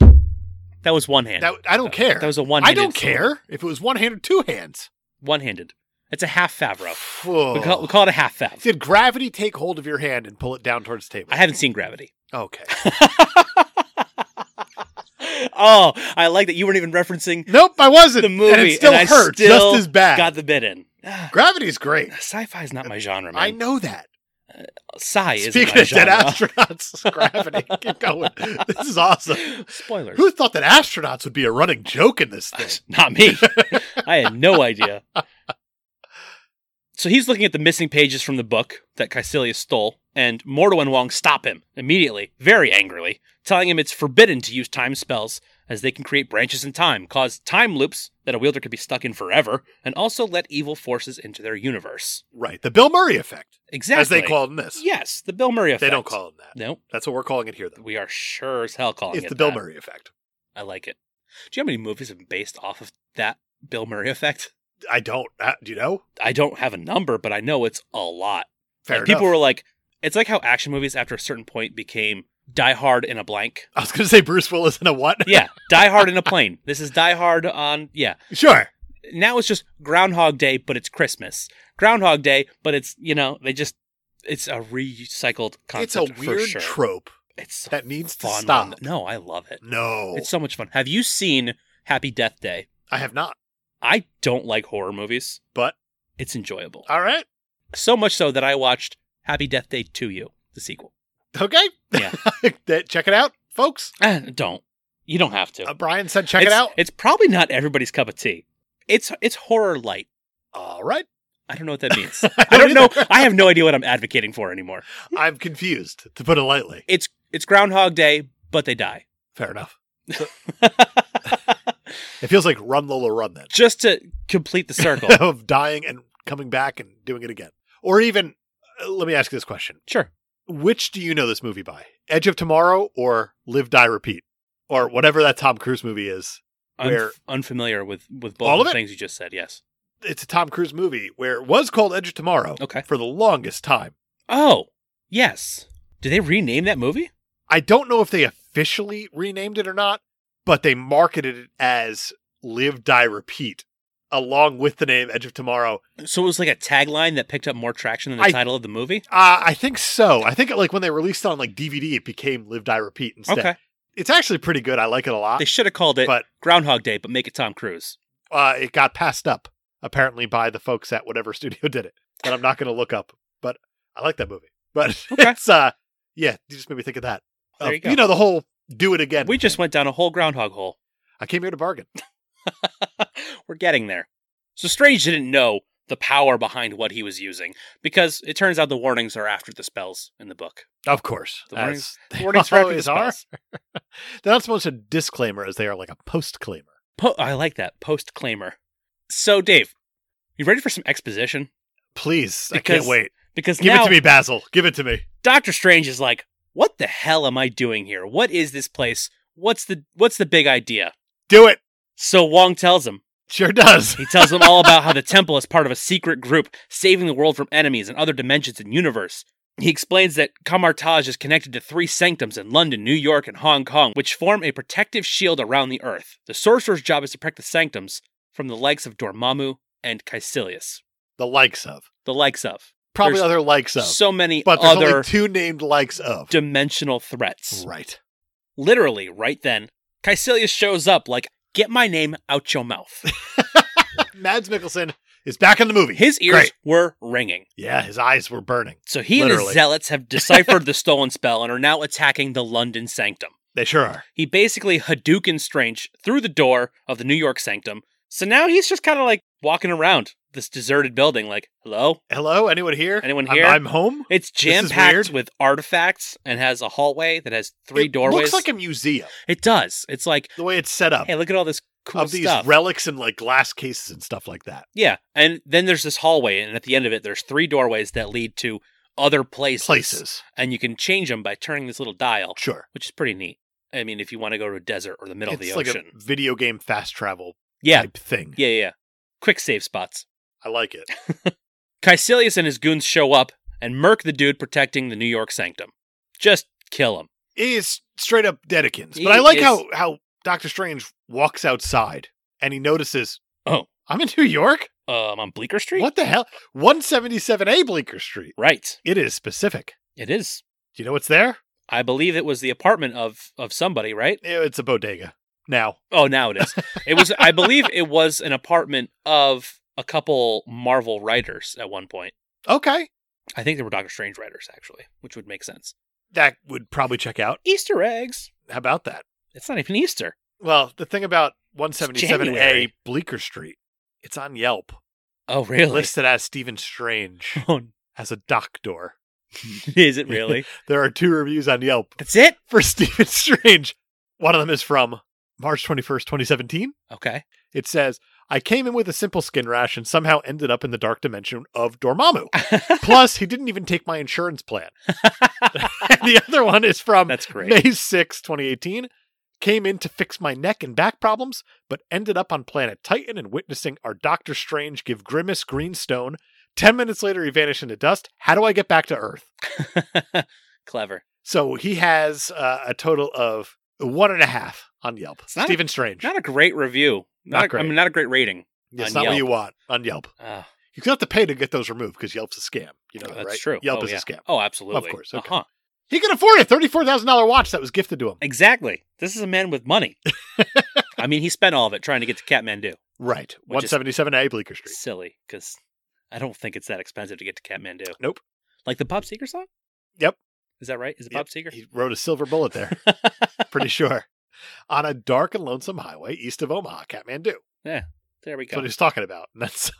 B: that was one hand.
A: That, I don't care.
B: That was a one.
A: I don't care if it was one hand or two hands.
B: one handed. It's a half Favreau.
A: Whoa.
B: We call, we call it a half Fav.
A: Oh. Did gravity take hold of your hand and pull it down towards the table?
B: I haven't seen Gravity.
A: Okay.
B: oh, I like that you weren't even referencing
A: nope, I wasn't.
B: the movie.
A: And it still
B: I
A: hurt
B: still
A: just as bad.
B: Got the bit in. Ah,
A: Gravity's great.
B: Sci-fi is not my genre, man.
A: I know that.
B: Sci is
A: Speaking
B: my
A: of dead
B: genre.
A: astronauts, gravity. Keep going. This is awesome.
B: Spoilers.
A: Who thought that astronauts would be a running joke in this thing?
B: Not me. I had no idea. So he's looking at the missing pages from the book that Caecilius stole, and Mordo and Wong stop him immediately, very angrily, telling him it's forbidden to use time spells, as they can create branches in time, cause time loops that a wielder could be stuck in forever, and also let evil forces into their universe.
A: Right. The Bill Murray effect,
B: Exactly.
A: as they call it in this.
B: Yes, the Bill Murray effect.
A: They don't call it that.
B: No,
A: That's what we're calling it here, though.
B: we are sure as hell calling
A: it's
B: it
A: the Bill
B: that.
A: Murray effect.
B: I like it. Do you know how many movies have been based off of that Bill Murray effect?
A: I don't. Uh, do you know?
B: I don't have a number, but I know it's a lot.
A: Fair
B: like, people
A: enough.
B: were like, it's like how action movies after a certain point became Die Hard in a blank.
A: I was going to say Bruce Willis in a what?
B: Yeah, Die Hard in a plane. This is Die Hard on, yeah.
A: sure.
B: Now it's just Groundhog Day, but it's Christmas. Groundhog Day, but it's, you know, they just, it's a recycled
A: It's
B: concept.
A: a
B: for
A: weird
B: sure.
A: trope
B: It's so
A: that needs to
B: fun.
A: stop.
B: No, I love it.
A: No,
B: It's so much fun. Have you seen Happy Death Day?
A: I have not.
B: I don't like horror movies,
A: But
B: it's enjoyable.
A: all right,
B: So much so that I watched Happy Death Day to You, the sequel.
A: okay.
B: Yeah.
A: That- check it out, folks.
B: Eh, don't. You don't have to.
A: Uh, Brian said, check it
B: It's-
A: out.
B: It's probably not everybody's cup of tea. It's it's horror light.
A: All right.
B: I don't know what that means. I don't know. I have no idea what I'm advocating for anymore.
A: I'm confused, to put it lightly.
B: It's it's Groundhog Day, but they die.
A: Fair enough. It feels like Run Lola Run then
B: Just to complete the circle.
A: of dying and coming back and doing it again. Or even, uh, let me ask you this question:
B: sure.
A: Which do you know this movie by? Edge of Tomorrow or Live Die Repeat or whatever that Tom Cruise movie is?
B: I'm
A: Where-
B: f- unfamiliar with with both
A: All
B: of
A: of
B: the
A: it?
B: things you just said. Yes.
A: It's a Tom Cruise movie where it was called Edge of Tomorrow
B: Okay.
A: for the longest time.
B: Oh yes. Did they rename that movie?
A: I don't know if they officially renamed it or not, but they marketed it as Live, Die, Repeat, along with the name Edge of Tomorrow.
B: So it was like a tagline that picked up more traction than the
A: I-
B: title of the movie.
A: Uh, I think so. I think like when they released it on like DVD, it became Live, Die, Repeat instead.
B: Okay.
A: It's actually pretty good. I like it a lot.
B: They should have called it
A: Uh, but-
B: Groundhog Day, but make it Tom Cruise.
A: Uh, it got passed up apparently by the folks at whatever studio did it that I'm not going to look up. But I like that movie. But
B: Okay.
A: it's uh, yeah, you just made me think of that.
B: There
A: Of,
B: you go.
A: know the whole do it again.
B: We just went down a whole groundhog hole.
A: I came here to bargain.
B: We're getting there. So Strange didn't know the power behind what he was using because it turns out the warnings are after the spells in the book.
A: Of course,
B: The warnings-
A: As
B: The
A: they
B: warnings are after the
A: always are.
B: spells.
A: They're not so much a disclaimer as they are like a postclaimer.
B: Po- I like that post claimer. So Dave, you ready for some exposition?
A: Please, I
B: Because
A: can't wait.
B: Because
A: Give
B: now
A: it to me, Basil. Give it to me.
B: Doctor Strange is like, "What the hell am I doing here? What is this place? What's the what's the big idea?"
A: Do it.
B: So Wong tells him.
A: Sure does.
B: He tells them all about how the temple is part of a secret group saving the world from enemies and other dimensions and universe. He explains that Kamartaj is connected to three sanctums in London, New York, and Hong Kong, which form a protective shield around the Earth. The sorcerer's job is to protect the sanctums from the likes of Dormammu, and Caecilius,
A: The likes of.
B: the likes of.
A: Probably
B: There's
A: other likes of.
B: So many
A: but there's
B: other
A: only two named likes of.
B: dimensional threats.
A: Right.
B: Literally, right then, Caecilius shows up like, get my name out your mouth.
A: Mads Mikkelsen is back in the movie.
B: His ears
A: Great.
B: were ringing.
A: Yeah, his eyes were burning.
B: So he and his
A: Literally.
B: zealots have deciphered the stolen spell and are now attacking the London Sanctum.
A: They sure are.
B: He basically Hadouken Strange through the door of the New York Sanctum. So now he's just kind of like walking around this deserted building, like, hello?
A: Hello, anyone here?
B: Anyone
A: I'm-
B: here?
A: I'm, home.
B: It's jam
A: is
B: packed
A: weird.
B: with artifacts and has a hallway that has three
A: it
B: doorways.
A: Looks like a museum.
B: it does. It's like,
A: The way it's set up
B: hey, look at all this cool
A: of these
B: stuff.
A: relics and like glass cases and stuff like that.
B: yeah. And then there's this hallway, and at the end of it, there's three doorways that lead to other places.
A: Places,
B: And you can change them by turning this little dial,
A: sure.
B: which is pretty neat. I mean, if you want to go to a desert or the middle of
A: it's
B: the
A: like
B: ocean.
A: a video game fast travel
B: yeah.
A: type thing.
B: Yeah, yeah, yeah. Quick save spots.
A: I like it.
B: Caecilius and his goons show up and murk the dude protecting the New York Sanctum. Just kill him.
A: It is straight up Dedekins,
B: He
A: but I like
B: is-
A: how how Doctor Strange walks outside and he notices.
B: Oh.
A: I'm in New York.
B: Um, on Bleecker Street?
A: What the hell? 177A Bleecker Street.
B: Right.
A: It is specific.
B: It is.
A: Do you know what's there?
B: I believe it was the apartment of of somebody, right?
A: Eh, It's a bodega. Now,
B: Oh, now it is. it was. I believe it was an apartment of a couple Marvel writers at one point.
A: okay,
B: I think they were Doctor Strange writers actually, which would make sense.
A: that would probably check out.
B: Easter eggs.
A: How about that?
B: It's not even Easter.
A: Well, the thing about
B: January.
A: 177A Bleecker Street, it's on Yelp,
B: Oh, really?
A: listed as Stephen Strange
B: Oh,
A: as a doctor.
B: is it really?
A: There are two reviews on Yelp
B: That's it.
A: for Stephen Strange. One of them is from March 21st, 2017.
B: Okay.
A: It says, I came in with a simple skin rash and somehow ended up in the dark dimension of Dormammu. Plus, he didn't even take my insurance plan. and the other one is from
B: That's great.
A: May 6, 2018. Came in to fix my neck and back problems, but ended up on planet Titan and witnessing our Doctor Strange give Grimace Greenstone. Ten minutes later, he vanished into dust. How do I get back to Earth?
B: Clever.
A: So he has uh, a total of one and a half on Yelp.
B: It's not-
A: Stephen Strange.
B: Not a great review. Not,
A: Not
B: a, I
A: great.
B: mean, not a great rating.
A: it's
B: on
A: not what
B: Yelp.
A: you want on Yelp.
B: Uh,
A: You have to pay to get those removed because Yelp's a scam. You know that,
B: that's
A: right?
B: true.
A: Yelp
B: oh,
A: is
B: yeah.
A: a scam.
B: Oh, absolutely.
A: Of course, okay.
B: Uh-huh.
A: He can afford a thirty-four thousand dollar watch that was gifted to him.
B: Exactly. This is a man with money. I mean, he spent all of it trying to get to Kathmandu.
A: Right. One
B: Which is-
A: seventy-seven A Bleecker Street.
B: Silly, because I don't think it's that expensive to get to Kathmandu.
A: Nope.
B: Like the Bob Seger song?
A: Yep.
B: Is that right? Is it
A: Yep.
B: Bob Seger?
A: He wrote a silver bullet there. Pretty sure. On a dark and lonesome highway east of Omaha, Kathmandu. That's
B: there we
A: what
B: go.
A: he was talking about. And that's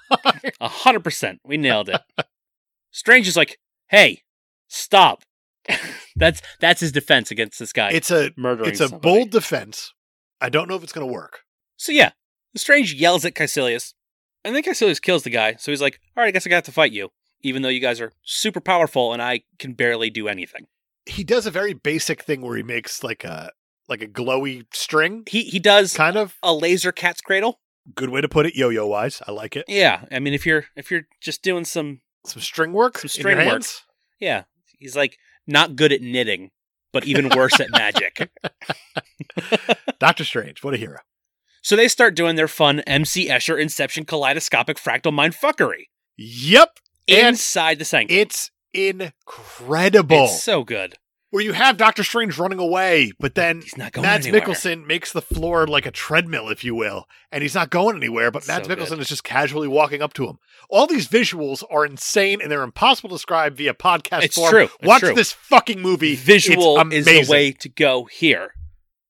B: A hundred percent. We nailed it. Strange is like, hey, stop. that's that's his defense against this guy
A: it's a
B: murdering.
A: it's a
B: somebody.
A: bold defense. I don't know if it's going to work.
B: So yeah, Strange yells at Caecilius, and then Caecilius kills the guy. So he's like, "All right, I guess I got to fight you, even though you guys are super powerful and I can barely do anything."
A: He does a very basic thing where he makes like a like a glowy string,
B: He he does
A: kind of
B: a laser cat's cradle.
A: good way to put it, yo-yo wise. I like it.
B: Yeah, I mean if you're if you're just doing some
A: Some string work,
B: Some
A: in
B: string
A: your
B: work.
A: hands.
B: yeah, he's like not good at knitting, but even worse at magic.
A: Doctor Strange, what a hero.
B: So they start doing their fun MC Escher Inception Kaleidoscopic Fractal Mind fuckery
A: Yep, And-
B: inside the sanctum.
A: it's incredible.
B: It's so good.
A: Where you have Doctor Strange running away, but then
B: He's not going
A: Mads
B: anywhere.
A: Mikkelsen makes the floor like a treadmill, if you will, and he's not going anywhere. But
B: So
A: Mads
B: good.
A: Mikkelsen is just casually walking up to him. All these visuals are insane and they're impossible to describe via podcast
B: It's
A: form.
B: true. It's
A: Watch
B: true.
A: this fucking movie.
B: visual
A: It's
B: is the
A: amazing.
B: way to go here.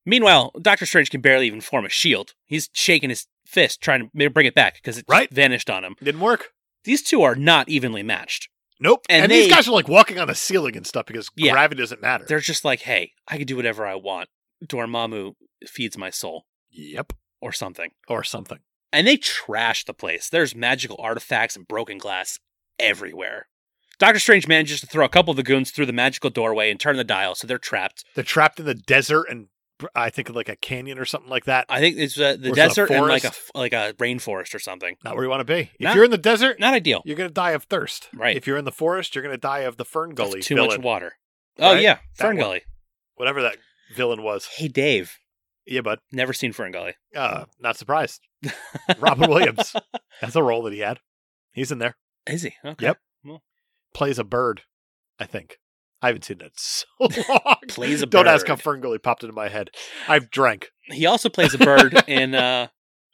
B: Meanwhile, Doctor Strange can barely even form a shield. He's shaking his fist trying to ma- bring it back because it just
A: Right.
B: vanished on him.
A: Didn't work.
B: These two are not evenly matched.
A: Nope.
B: And
A: And,
B: they-
A: these guys are like walking on the ceiling and stuff because
B: Yeah.
A: gravity doesn't matter.
B: They're just like, hey, I can do whatever I want. Dormammu feeds my soul
A: Yep.
B: or something.
A: Or something.
B: And they trash the place. There's magical artifacts and broken glass everywhere. Doctor Strange manages to throw a couple of the goons through the magical doorway and turn the dial, so they're trapped.
A: They're trapped in the desert and br- I think like a canyon or something like that.
B: I think it's uh, the
A: Or is it a
B: desert and like a
A: forest?
B: like a rainforest or something.
A: Not where you want to be.
B: Not-
A: if you're in the desert,
B: Not ideal.
A: you're going to die of thirst.
B: Right.
A: If you're in the forest, you're going to die of the fern
B: That's
A: gully
B: too
A: villain,
B: much water. Oh
A: right?
B: yeah,
A: That
B: Fern
A: one.
B: Gully.
A: whatever that villain was.
B: Hey Dave,
A: Yeah, bud.
B: Never seen Ferngully.
A: Uh, not surprised. Robin Williams. That's a role that he had. He's in there.
B: Is he? Okay.
A: Yep. Plays a bird, I think. I haven't seen that in so long.
B: Plays a
A: Don't ask how
B: bird.
A: Ferngully popped into my head. I've drank.
B: He also plays a bird in uh,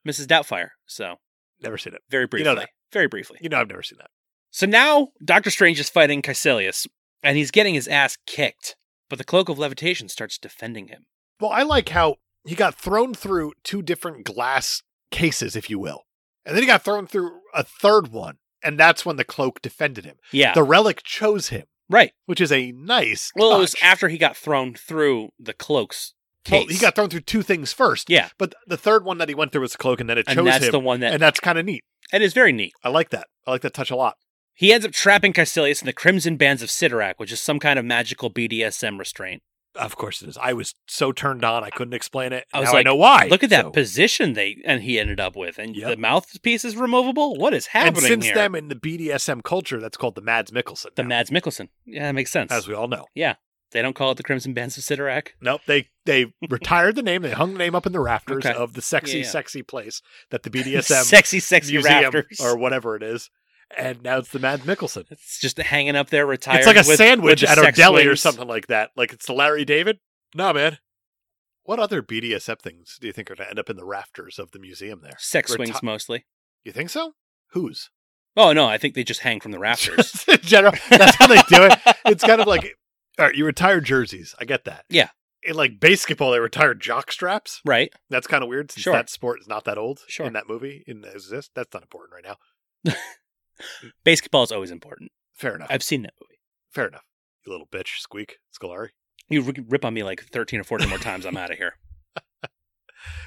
B: Mrs. Doubtfire. So
A: Never seen it.
B: very briefly.
A: know that.
B: Very briefly.
A: You know, I've never seen that.
B: So now Doctor Strange is fighting Caecilius, and he's getting his ass kicked. But the cloak of levitation starts defending him.
A: Well, I like how he got thrown through two different glass cases, if you will. And then he got thrown through a third one. And that's when the cloak defended him.
B: Yeah.
A: The relic chose him,
B: right.
A: which is a nice.
B: Well, it was
A: touch.
B: after he got thrown through the cloak's
A: Well,
B: case.
A: he got thrown through two things first.
B: Yeah.
A: But the third one that he went through was the cloak, and then it chose
B: and that's
A: him.
B: the one that
A: and that's kind of neat.
B: that is very neat.
A: I like that. I like that touch a lot.
B: He ends up trapping Caecilius in the Crimson Bands of Sidorak, which is some kind of magical BDSM restraint.
A: Of course it is. I was so turned on, I couldn't explain it.
B: I was
A: now I
B: like,
A: know why.
B: Look at that
A: So-
B: position they and he ended up with, and
A: Yep.
B: the mouthpiece is removable. What is happening
A: And since
B: here?
A: then, in the BDSM culture, that's called the Mads Mikkelsen.
B: the
A: now,
B: Mads Mikkelsen. Yeah, that makes sense.
A: as we all know.
B: they don't call it the Crimson Bands of Sidorak.
A: Nope they they retired the name. They hung the name up in the rafters
B: Okay.
A: of the sexy,
B: Yeah, yeah.
A: sexy place that the BDSM
B: sexy, sexy
A: museum
B: rafters.
A: or whatever it is, and now it's the Mads Mikkelsen.
B: it's just hanging up there, retired.
A: it's like a
B: with-
A: sandwich
B: with the
A: at our
B: sex
A: deli or
B: wings.
A: something like that. Like it's the Larry David. Nah, man. What other BDSM things do you think are going to end up in the rafters of the museum there?
B: Sex
A: Reti-
B: swings mostly.
A: You think so? Whose?
B: Oh no, I think they just hang from the rafters.
A: Just in general. That's how they do it. It's kind of like, all right, you retire jerseys. I get that.
B: Yeah.
A: In like basketball, they retire jock straps.
B: right.
A: That's kind of weird since
B: Sure.
A: that sport is not that old
B: Sure.
A: in that movie. In exist. That's not important right now.
B: Basketball is always important.
A: Fair enough.
B: I've seen that movie.
A: Fair enough. You little bitch, squeak, Scolari.
B: You r- rip on me like thirteen or fourteen more times, I'm out of here.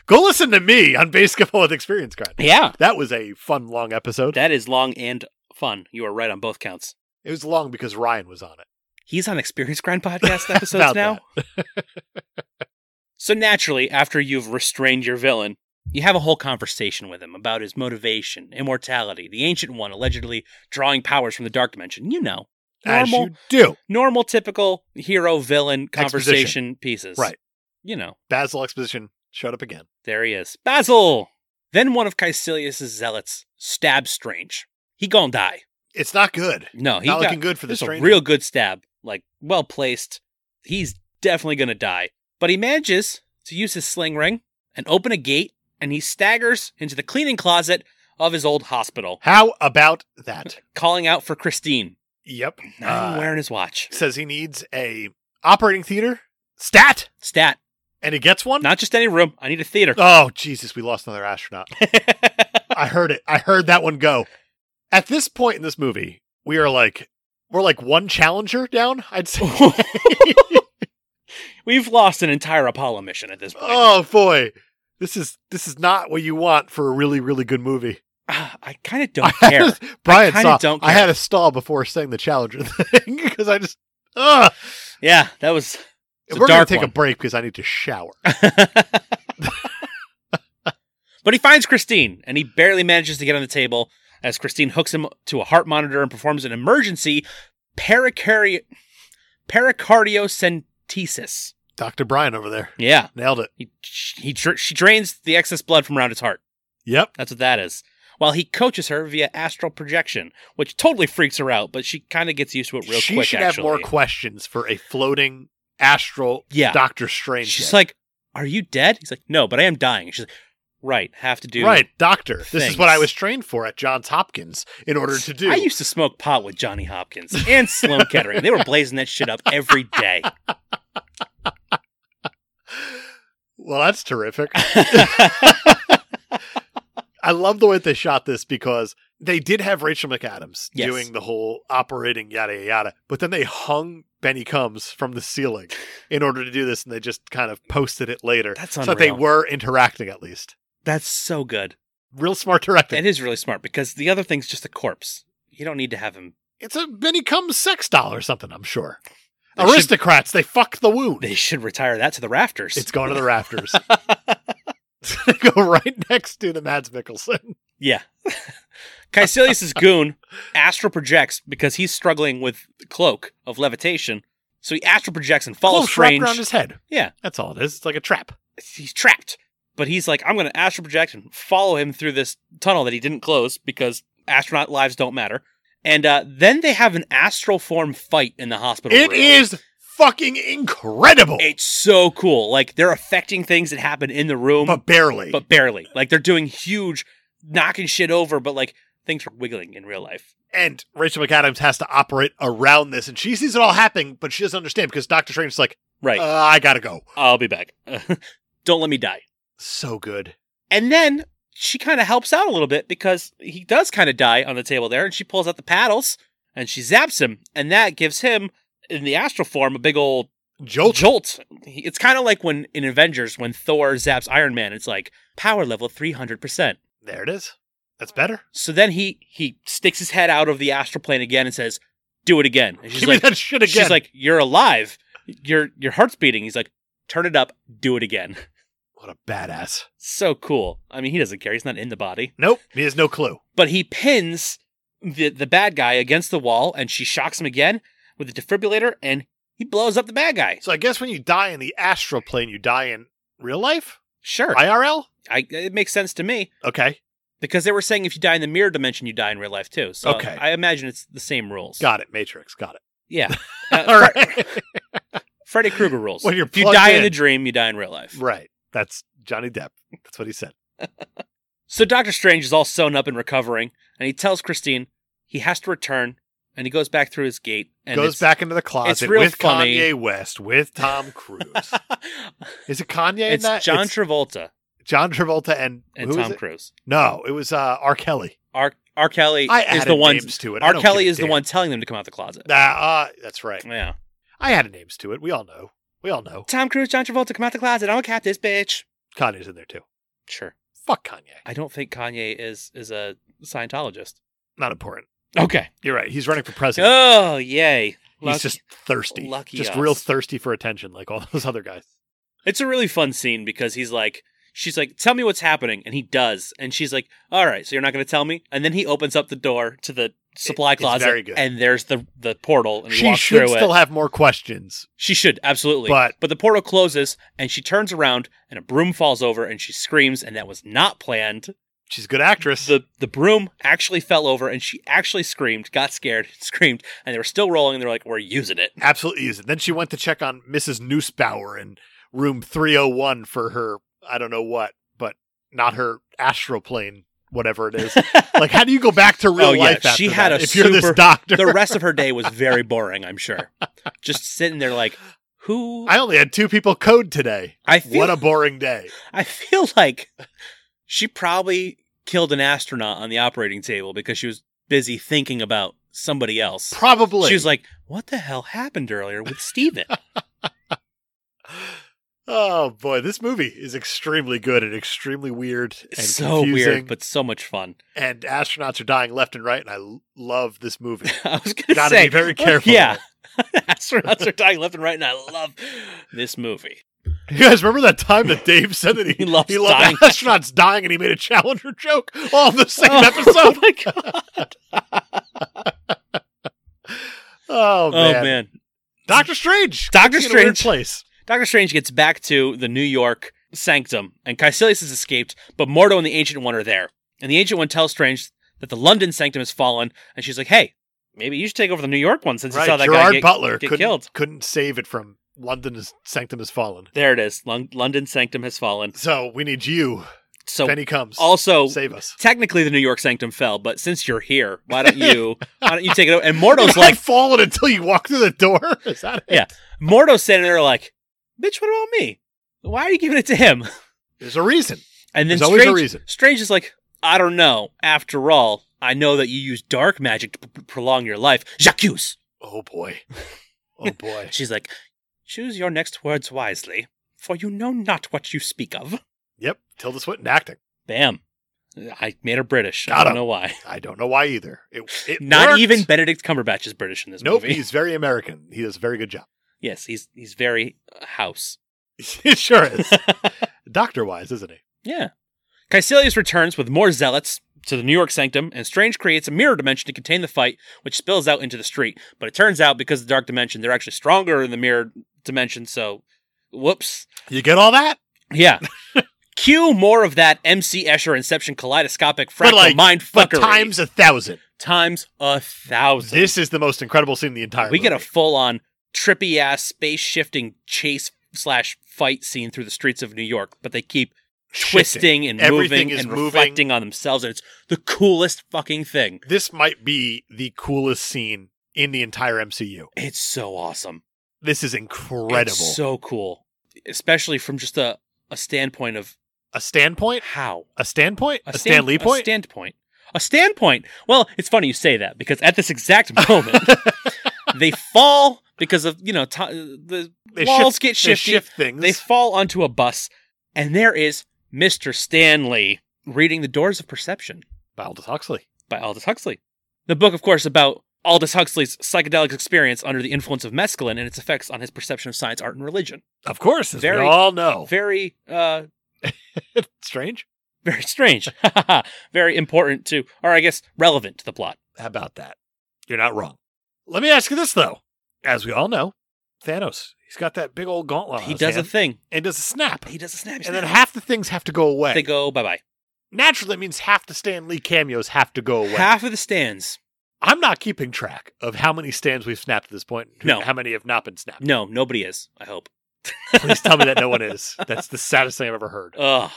A: Go listen to me on Basketball with Experience Grind.
B: Yeah,
A: That was a fun, long episode.
B: that is long and fun. You are right on both counts.
A: It was long because Ryan was on it.
B: He's on Experience Grind podcast episodes
A: About
B: now. so naturally, after you've restrained your villain, you have a whole conversation with him about his motivation, immortality, the ancient one allegedly drawing powers from the dark dimension. You know,
A: As
B: normal,
A: you do.
B: normal, typical hero villain
A: Exposition.
B: conversation pieces.
A: Right.
B: You know,
A: Basil Exposition showed up again.
B: there he is, Basil. Then one of Caecilius' zealots stabs Strange. He gonna die.
A: It's not good.
B: No, he
A: not
B: got,
A: looking good for the
B: This is a
A: stranger.
B: real good stab, like well placed. He's definitely going to die, but he manages to use his sling ring and open a gate, and he staggers into the cleaning closet of his old hospital,
A: How about that?
B: calling out for Christine,
A: yep.
B: not even
A: Uh,
B: wearing his watch.
A: says he needs a operating theater stat,
B: Stat,
A: and he gets one.
B: not just any room. I need a theater.
A: oh Jesus, we lost another astronaut. I heard it. I heard that one go. At this point in this movie, we are like we're like one challenger down. I'd say.
B: We've lost an entire Apollo mission at this point.
A: oh boy, this is this is not what you want for a really really good movie.
B: Ah, I kind of don't care.
A: Brian
B: kinda
A: saw.
B: don't
A: I had
B: care.
A: a stall before saying the challenger thing because I just. Ugh.
B: yeah, that was. It's a
A: We're gonna
B: dark
A: take
B: one.
A: a break because I need to shower.
B: but he finds Christine, and he barely manages to get on the table as Christine hooks him to a heart monitor and performs an emergency pericari- pericardiocentesis.
A: Doctor Brian over there
B: Yeah,
A: nailed it.
B: he, he dr- she drains the excess blood from around his heart.
A: Yep.
B: That's what that is. While he coaches her via astral projection, which totally freaks her out, but she kind of gets used to it real
A: she
B: quick.
A: should
B: actually,
A: have more questions for a floating astral
B: yeah.
A: Doctor Strange.
B: She's
A: thing.
B: like, "Are you dead?" He's like, "No, but I am dying." She's like, "Right, have to do
A: right, Doctor. This is what I
B: things.
A: was trained for at Johns Hopkins in order to do.
B: I used to smoke pot with Johnny Hopkins and Sloan Kettering. They were blazing that shit up every day.
A: well, that's terrific. I love the way that they shot this because they did have Rachel McAdams
B: Yes.
A: doing the whole operating yada yada, but then they hung Benny Combs from the ceiling in order to do this, and they just kind of posted it later.
B: That's
A: so that they
B: unreal.
A: were interacting at least.
B: That's so good.
A: Real smart directing.
B: That is really smart because the other thing's just a corpse. You don't need to have him.
A: It's a Benny Combs sex doll or something, I'm sure.
B: They
A: Aristocrats, they fuck the wound.
B: They should retire that to the rafters.
A: it's going to the rafters. It's gonna go right next to the Mads Mikkelsen.
B: yeah. Caecilius' goon astral projects because he's struggling with the cloak of levitation. So he astral projects and follows
A: Close wrapped
B: Strange.
A: around his head.
B: Yeah.
A: That's all it is. It's like a trap.
B: he's trapped. But he's like, I'm going to astral project and follow him through this tunnel that he didn't close because astronaut lives don't matter. And uh, then they have an astral form fight in the hospital.
A: It
B: room.
A: is fucking incredible,
B: It's so cool. Like they're affecting things that happen in the room,
A: but barely.
B: um, but barely. Like they're doing huge, knocking shit over, but like things are wiggling in real life.
A: and Rachel McAdams has to operate around this, and she sees it all happening, but she doesn't understand because Doctor Strange's like,
B: Right.
A: uh, I gotta go.
B: I'll be back. Don't let me die.
A: So good.
B: And then she kind of helps out a little bit because he does kind of die on the table there, and she pulls out the paddles and she zaps him, and that gives him in the astral form a big old
A: Jolt.
B: jolt. He- It's kind of like when in Avengers when Thor zaps Iron Man, it's like power level three hundred percent.
A: There it is. That's better.
B: So then he he sticks his head out of the astral plane again and says, "Do it again." And she's
A: Give
B: like,
A: me that shit again.
B: "She's like, you're alive. Your your heart's beating." He's like, "Turn it up. Do it again."
A: what a badass.
B: So cool. I mean, he doesn't care. He's not in the body.
A: Nope. He has no clue.
B: but he pins the the bad guy against the wall and she shocks him again with the defibrillator and he blows up the bad guy.
A: So I guess when you die in the astral plane, you die in real life?
B: Sure. I,
A: IRL?
B: it makes sense to me
A: Okay.
B: because they were saying if you die in the mirror dimension you die in real life too. So
A: Okay.
B: I imagine it's the same rules.
A: Got it. Matrix. Got it.
B: Yeah. Uh,
A: All right.
B: Freddy Krueger rules.
A: When you're
B: if you
A: plugged
B: die in.
A: in.
B: the dream you die in real life.
A: right. That's Johnny Depp. That's what he said.
B: So Doctor Strange is all sewn up and recovering and he tells Christine he has to return and he goes back through his gate and
A: Goes
B: it's-
A: back into the closet
B: real
A: with
B: funny.
A: Kanye West, with Tom Cruise. is it Kanye in that?
B: it's John
A: It's
B: Travolta
A: John Travolta and,
B: and
A: who is
B: Tom
A: it?
B: Cruise.
A: No, it was uh, R. Kelly.
B: R. R. Kelly
A: I
B: is
A: added
B: the one.
A: names to it. I
B: R.
A: don't
B: Kelly
A: give a
B: is the
A: damn.
B: one telling them to come out the closet.
A: Nah, uh, that's right.
B: Yeah.
A: I added names to it. We all know. We all know.
B: Tom Cruise, John Travolta, come out the closet. I'm gonna cap this bitch.
A: Kanye's in there too.
B: Sure.
A: Fuck Kanye.
B: I don't think Kanye is is a Scientologist.
A: Not important.
B: Okay.
A: You're right. He's running for president.
B: Oh yay! Lucky-
A: He's just thirsty.
B: lucky
A: just
B: us.
A: real thirsty for attention, like all those other guys.
B: It's a really fun scene because he's like, she's like, tell me what's happening, and he does, and she's like, all right, so you're not gonna tell me, and then he opens up the door to the supply
A: it's
B: closet,
A: very good.
B: and there's the the portal, and he
A: She
B: walks
A: should
B: through it.
A: still have more questions.
B: She should, absolutely.
A: But-
B: the portal closes and she turns around and a broom falls over and she screams and that was not planned.
A: She's a good actress.
B: The the broom actually fell over and she actually screamed, got scared, screamed, and they were still rolling and they're like, We're using it.
A: Absolutely is it. Then she went to check on Mrs. Neusbauer in room 301 for her, I don't know what, but not her astroplane, whatever it is. like, how do you go back to real
B: Oh, yeah.
A: life after
B: She had
A: that
B: a
A: if you're this
B: super-
A: doctor?
B: the rest of her day was very boring, I'm sure. Just sitting there like, who I,
A: I only had two people code today.
B: feel
A: What a boring day.
B: I feel like she probably killed an astronaut on the operating table because she was busy thinking about somebody else.
A: Probably.
B: She was like, What the hell happened earlier with Steven?
A: oh, boy, this movie is extremely good and extremely weird and
B: It's so
A: confusing,
B: weird, but so much fun.
A: and astronauts are dying left and right, and I l- love this movie.
B: I was gonna
A: Gotta
B: say,
A: be very
B: look,
A: careful.
B: Yeah, astronauts are dying left and right, and I love this movie.
A: You guys remember that time that Dave said that he,
B: He loves
A: loved
B: dying.
A: astronauts dying and he made a Challenger joke all in the same
B: Oh,
A: episode?
B: oh my god!
A: Oh
B: Oh
A: man.
B: man.
A: Doctor Strange.
B: Doctor
A: It's in a weird
B: Strange.
A: place.
B: Doctor Strange gets back to the New York sanctum, and Caecilius has escaped, but Mordo and the Ancient One are there. And the Ancient One tells Strange that the London sanctum has fallen, and she's like, "Hey, maybe you should take over the New York one since you saw
A: Right.
B: that
A: Gerard
B: guy get
A: Butler
B: get
A: couldn't,
B: killed."
A: couldn't save it from London's Sanctum has fallen.
B: There it is. Lon- London sanctum has fallen.
A: So we need you.
B: So
A: Penny comes.
B: also
A: save us.
B: technically the New York Sanctum fell, but since you're here, why don't you why don't you take it over? And
A: like
B: Mordo's like
A: fallen until you walk through the door. Is that it?
B: Yeah. Mordo's standing there like, bitch, what about me? Why are you giving it to him?
A: There's a reason.
B: And then
A: There's always a
B: Strange,
A: reason.
B: Strange is like, I don't know. After all, I know that you use dark magic to p- p- prolong your life. J'accuse.
A: Oh boy. Oh boy.
B: She's like, choose your next words wisely, for you know not what you speak of.
A: yep. Tilda Swinton acting.
B: Bam. I made her British.
A: Got
B: I don't
A: him.
B: know why.
A: I don't know why either. It, it
B: Not
A: worked.
B: even Benedict Cumberbatch is British in this
A: Nope.
B: movie.
A: He's very American. He does a very good job.
B: Yes, he's he's very uh, house.
A: it sure is. Doctor wise, isn't he?
B: Yeah. Caecilius returns with more zealots to the New York Sanctum, and Strange creates a mirror dimension to contain the fight, which spills out into the street. But it turns out because of the Dark Dimension, they're actually stronger in the mirror dimension, so whoops.
A: You get all that?
B: Yeah. Cue more of that MC Escher Inception kaleidoscopic fractal
A: like,
B: mind
A: But
B: fuckery
A: times a thousand.
B: times a thousand.
A: This is the most incredible scene in the entire
B: we get a
A: movie.
B: full on trippy ass space shifting chase slash fight scene through the streets of New York, but they keep
A: Shifting.
B: twisting and
A: Everything
B: moving
A: is
B: and
A: moving.
B: reflecting on themselves, and it's the coolest fucking thing.
A: This might be the coolest scene in the entire MCU.
B: It's so awesome.
A: This is incredible.
B: It's so cool. Especially from just a, a standpoint of
A: a standpoint?
B: how.
A: A standpoint? A,
B: stand-
A: Stan Lee point?
B: A standpoint. A standpoint. Well, it's funny you say that because at this exact moment they fall because of you know ti the
A: They
B: walls
A: shift-
B: get
A: they
B: shifty.
A: shift things.
B: They fall onto a bus, and there is Mr. Stanley reading The Doors of Perception
A: Aldous Huxley.
B: by Aldous Huxley. The book, of course, about Aldous Huxley's psychedelic experience under the influence of mescaline and its effects on his perception of science, art, and religion.
A: Of course, as
B: Very-
A: we all know.
B: Very, uh,
A: Strange?
B: very strange. very important to, or I guess relevant to the plot.
A: How about that? You're not wrong. Let me ask you this though. As we all know, Thanos, he's got that big old gauntlet. on
B: he
A: his
B: does
A: hand,
B: a thing.
A: and he does a snap.
B: He does a snap.
A: Oh, and then
B: snap.
A: half the things have to go away.
B: they go bye bye.
A: Naturally, that means half the Stan Lee cameos have to go away.
B: Half of the stands.
A: I'm not keeping track of how many stands we've snapped at this point. and
B: No.
A: How many have not been snapped.
B: No, nobody is. I hope.
A: Please tell me that no one is. That's the saddest thing I've ever heard.
B: Ugh.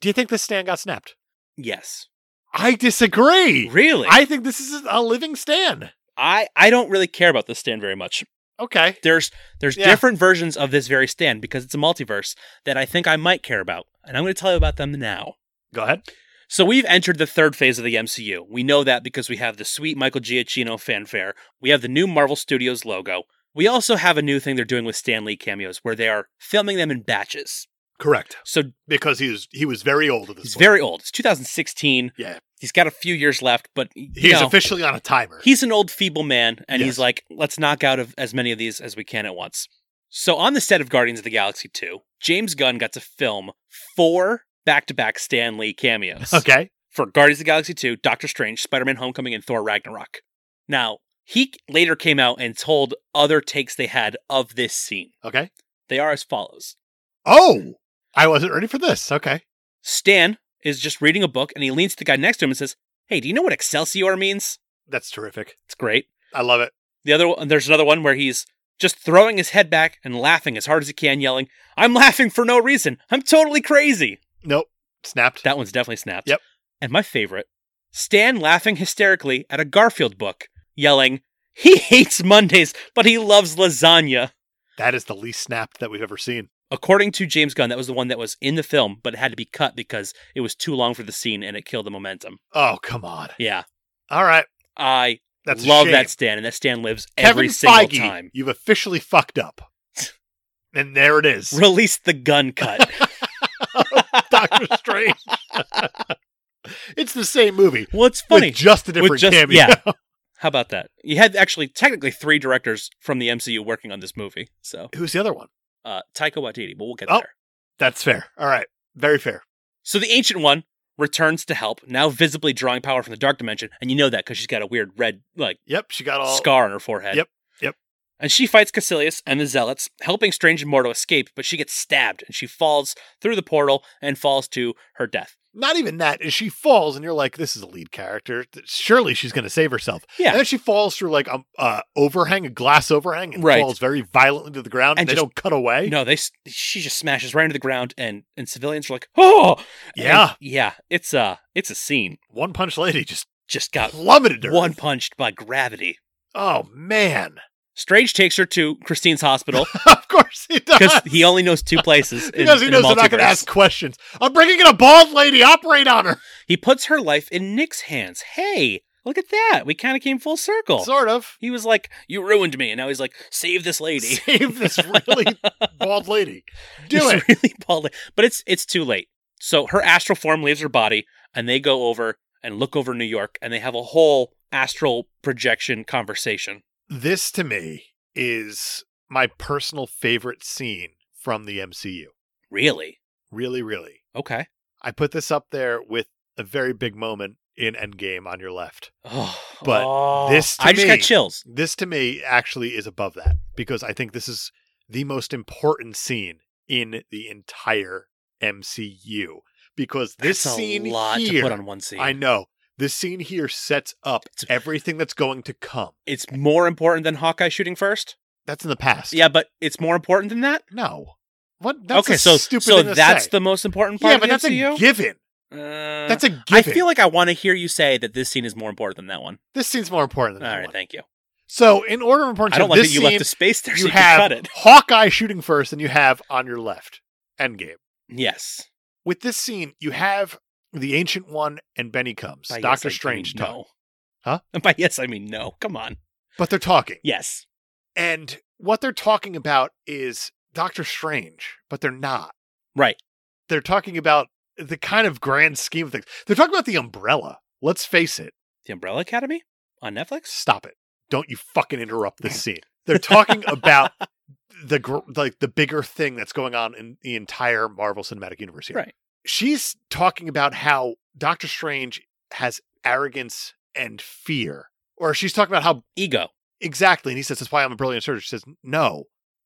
A: Do you think this stand got snapped?
B: Yes.
A: I disagree.
B: Really.
A: I think this is a living stand.
B: I I don't really care about this stand very much.
A: Okay.
B: There's there's
A: Yeah.
B: different versions of this very stand because it's a multiverse that I think I might care about, and I'm going to tell you about them now.
A: Go ahead.
B: So we've entered the third phase of the MCU. We know that because we have the sweet Michael Giacchino fanfare. We have the new Marvel Studios logo. We also have a new thing they're doing with Stan Lee cameos where they are filming them in batches.
A: Correct.
B: So
A: Because he was he was very old at this
B: he's
A: point.
B: very old. It's 2016.
A: yeah.
B: He's got a few years left, but you
A: He's
B: know,
A: officially on a timer.
B: He's an old feeble man, and
A: Yes.
B: he's like, let's knock out of as many of these as we can at once. So on the set of Guardians of the Galaxy 2, James Gunn got to film four back-to-back Stan Lee cameos
A: okay.
B: for Guardians of the Galaxy 2, Doctor Strange, Spider-Man Homecoming, and Thor Ragnarok. Now, he later came out and told other takes they had of this scene.
A: Okay.
B: They are as follows.
A: Oh, I wasn't ready for this. Okay.
B: Stan is just reading a book and he leans to the guy next to him and says, Hey, do you know what Excelsior means?
A: That's terrific.
B: It's great.
A: I love it.
B: The other one, there's another one where he's just throwing his head back and laughing as hard as he can, yelling, "I'm laughing for no reason. I'm totally crazy."
A: Nope. Snapped.
B: That one's definitely snapped.
A: Yep.
B: And my favorite, Stan laughing hysterically at a Garfield book, yelling, "He hates Mondays, but he loves lasagna."
A: that is the least snapped that we've ever seen.
B: According to James Gunn, that was the one that was in the film, but it had to be cut because it was too long for the scene and it killed the momentum.
A: Oh, come on.
B: Yeah,
A: All right.
B: I
A: That's a
B: love
A: shame.
B: that Stan, and that Stan lives
A: Kevin
B: every single
A: Feige,
B: time.
A: You've officially fucked up. and there it is.
B: Release the gun cut.
A: Doctor Strange. it's the same movie.
B: well, it's funny.
A: With just a different
B: With just-
A: cameo.
B: yeah. How about that? You had actually technically three directors from the MCU working on this movie. So
A: Who's the other one?
B: uh, Taika Waititi, but we'll get
A: Oh.
B: there.
A: That's fair. All right. Very fair.
B: So the Ancient One returns to help, now visibly drawing power from the Dark Dimension, and you know that because she's got a weird red like
A: Yep. She got all.
B: scar on her forehead.
A: Yep, yep.
B: And she fights Cassilius and the Zealots, helping Strange and Mordo escape, but she gets stabbed and she falls through the portal and falls to her death.
A: Not even that. And she falls, and you're like, this is a lead character. Surely she's going to save herself.
B: Yeah.
A: And then she falls through like a uh, overhang, a glass overhang, and
B: Right.
A: falls very violently to the ground.
B: And
A: And they
B: just-
A: don't cut away.
B: No, they s- she just smashes right into the ground, and and civilians are like, oh And
A: Yeah.
B: yeah. It's uh it's a scene.
A: One Punch Lady just
B: Just got
A: plummeted her.
B: one punched by gravity.
A: Oh, man.
B: Strange takes her to Christine's hospital
A: of course he does.
B: because he only knows two places. In,
A: Because he
B: in a
A: knows I'm not going
B: multiverse.
A: to ask questions. I'm bringing in a bald lady. Operate on her.
B: He puts her life in Nick's hands. Hey, look at that. We kind of came full circle.
A: Sort of.
B: he was like, "You ruined me," and now he's like, "Save this lady."
A: Save this really bald lady. Do
B: He's
A: it.
B: really bald. But it's it's too late. So her astral form leaves her body, and they go over and look over New York, and they have a whole astral projection conversation.
A: This to me is my personal favorite scene from the MCU.
B: Really?
A: Really, really.
B: Okay.
A: I put this up there with a very big moment in Endgame on your left.
B: Oh,
A: But
B: oh.
A: this to
B: I just
A: me-
B: got chills.
A: This to me actually is above that because I think this is the most important scene in the entire MCU because this
B: That's
A: scene
B: a lot
A: here,
B: to put on one scene.
A: I know this scene here sets up
B: It's-
A: everything that's going to come.
B: it's more important than Hawkeye shooting first.
A: That's in the past.
B: Yeah, but it's more important than that.
A: No. What? That's
B: okay,
A: a
B: so
A: stupid.
B: so
A: thing to
B: that's
A: say.
B: the most important part
A: yeah,
B: of
A: but
B: the
A: that's
B: MCU.
A: a given.
B: Uh,
A: That's a given.
B: I feel like I want to hear you say that this scene is more important than that one.
A: this scene's more important
B: All
A: than that
B: right,
A: one.
B: thank you.
A: So, in order of importance,
B: I don't
A: of
B: like
A: this
B: that you
A: scene,
B: left a space there so
A: you
B: you can
A: have
B: cut it.
A: Hawkeye shooting first, and you have on your left Endgame.
B: Yes.
A: With this scene, you have the Ancient One and Benny comes.
B: By yes, I
A: Doctor
B: mean
A: Strange talk,
B: no.
A: Huh?
B: By yes, I mean no. Come on.
A: but they're talking,
B: Yes.
A: and what they're talking about is Doctor Strange, but they're not.
B: Right.
A: They're talking about the kind of grand scheme of things. They're talking about the umbrella. Let's face it.
B: The Umbrella Academy on Netflix.
A: Stop it! Don't you fucking interrupt this scene. They're talking about the gr- like the bigger thing that's going on in the entire Marvel Cinematic Universe here.
B: Right.
A: She's talking about how Doctor Strange has arrogance and fear, or she's talking about how
B: Ego.
A: exactly. And he says, "That's why I'm a brilliant surgeon." She says, "No,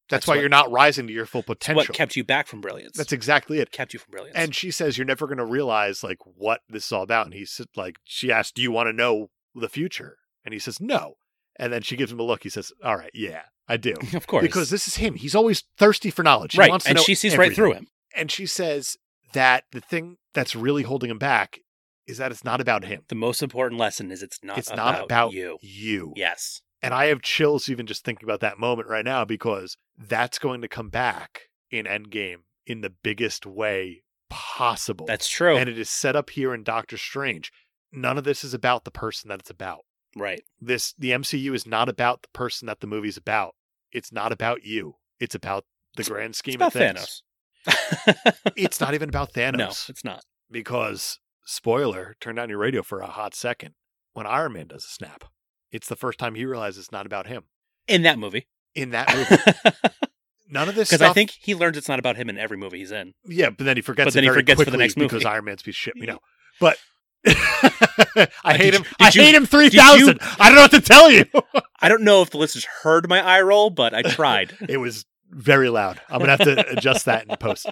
A: that's,
B: That's
A: why
B: what-
A: you're not rising to your full
B: It's
A: potential.
B: What kept you back from brilliance?
A: that's exactly it."
B: kept you from brilliance.
A: And she says, "You're never going to realize like what this is all about." And he said, "Like she asked, do you want to know the future?" And he says, "No." And then she gives him a look. He says, "All right, yeah, I do."
B: of course,
A: Because this is him. He's always thirsty for knowledge. He
B: right,
A: wants to
B: and
A: know
B: she sees right
A: everything.
B: through him.
A: And she says that the thing that's really holding him back is that it's not about him.
B: The most important lesson is it's not.
A: it's
B: about
A: not about
B: you.
A: you.
B: Yes.
A: And I have chills even just thinking about that moment right now because that's going to come back in Endgame in the biggest way possible.
B: That's true.
A: And it is set up here in Doctor Strange. None of this is about the person that it's about.
B: right.
A: This the MCU is not about the person that the movie's about. It's not about you. It's about the grand scheme
B: It's about
A: of things.
B: Thanos.
A: It's not even about Thanos.
B: no, it's not.
A: Because spoiler, turn down your radio for a hot second. When Iron Man does a snap, it's the first time he realizes it's not about him.
B: In that movie,
A: In that movie.
B: because
A: None of this
B: I
A: stuff.
B: think he learns it's not about him in every movie he's in.
A: yeah, but then he forgets.
B: But then
A: it
B: he
A: very
B: forgets for the
A: quickly
B: next movie.
A: because Iron Man's piece of shit. We know, but I hate
B: did
A: him.
B: you-
A: I
B: did you-
A: hate him three
B: did you-
A: thousand. I don't know what to tell you.
B: I don't know if the listeners heard my eye roll, but I tried.
A: it was very loud. I'm gonna have to adjust that in post.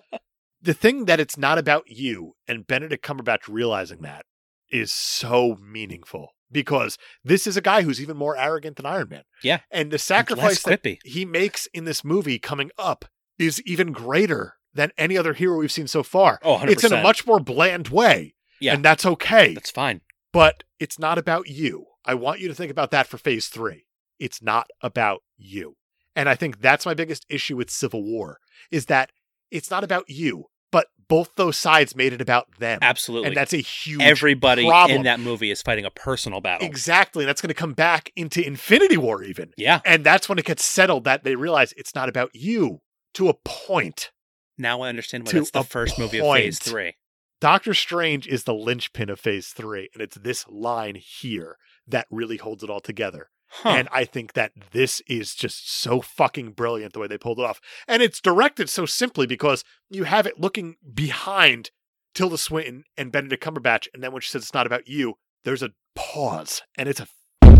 A: The thing that it's not about you and Benedict Cumberbatch realizing that is so meaningful because this is a guy who's even more arrogant than Iron Man.
B: Yeah.
A: and the
B: Less
A: sacrifice that
B: quippy.
A: he makes in this movie coming up is even greater than any other hero we've seen so far.
B: Oh, 100%.
A: It's in a much more bland way.
B: Yeah.
A: And that's okay.
B: That's fine.
A: but it's not about you. I want you to think about that for phase three. It's not about you. And I think that's my biggest issue with Civil War is that it's not about you, but both those sides made it about them.
B: Absolutely.
A: And that's a huge
B: Everybody
A: problem.
B: in that movie is fighting a personal battle.
A: Exactly. And that's going to come back into Infinity War, even.
B: Yeah.
A: And that's when it gets settled that they realize it's not about you to a point.
B: Now I understand why
A: To
B: that's the
A: a
B: first movie of
A: point.
B: Phase Three.
A: Doctor Strange is the linchpin of phase three, and it's this line here that really holds it all together.
B: Huh.
A: And I think that this is just so fucking brilliant the way they pulled it off. And it's directed so simply because you have it looking behind Tilda Swinton and Benedict Cumberbatch, and then when she says it's not about you, there's a pause, and it's a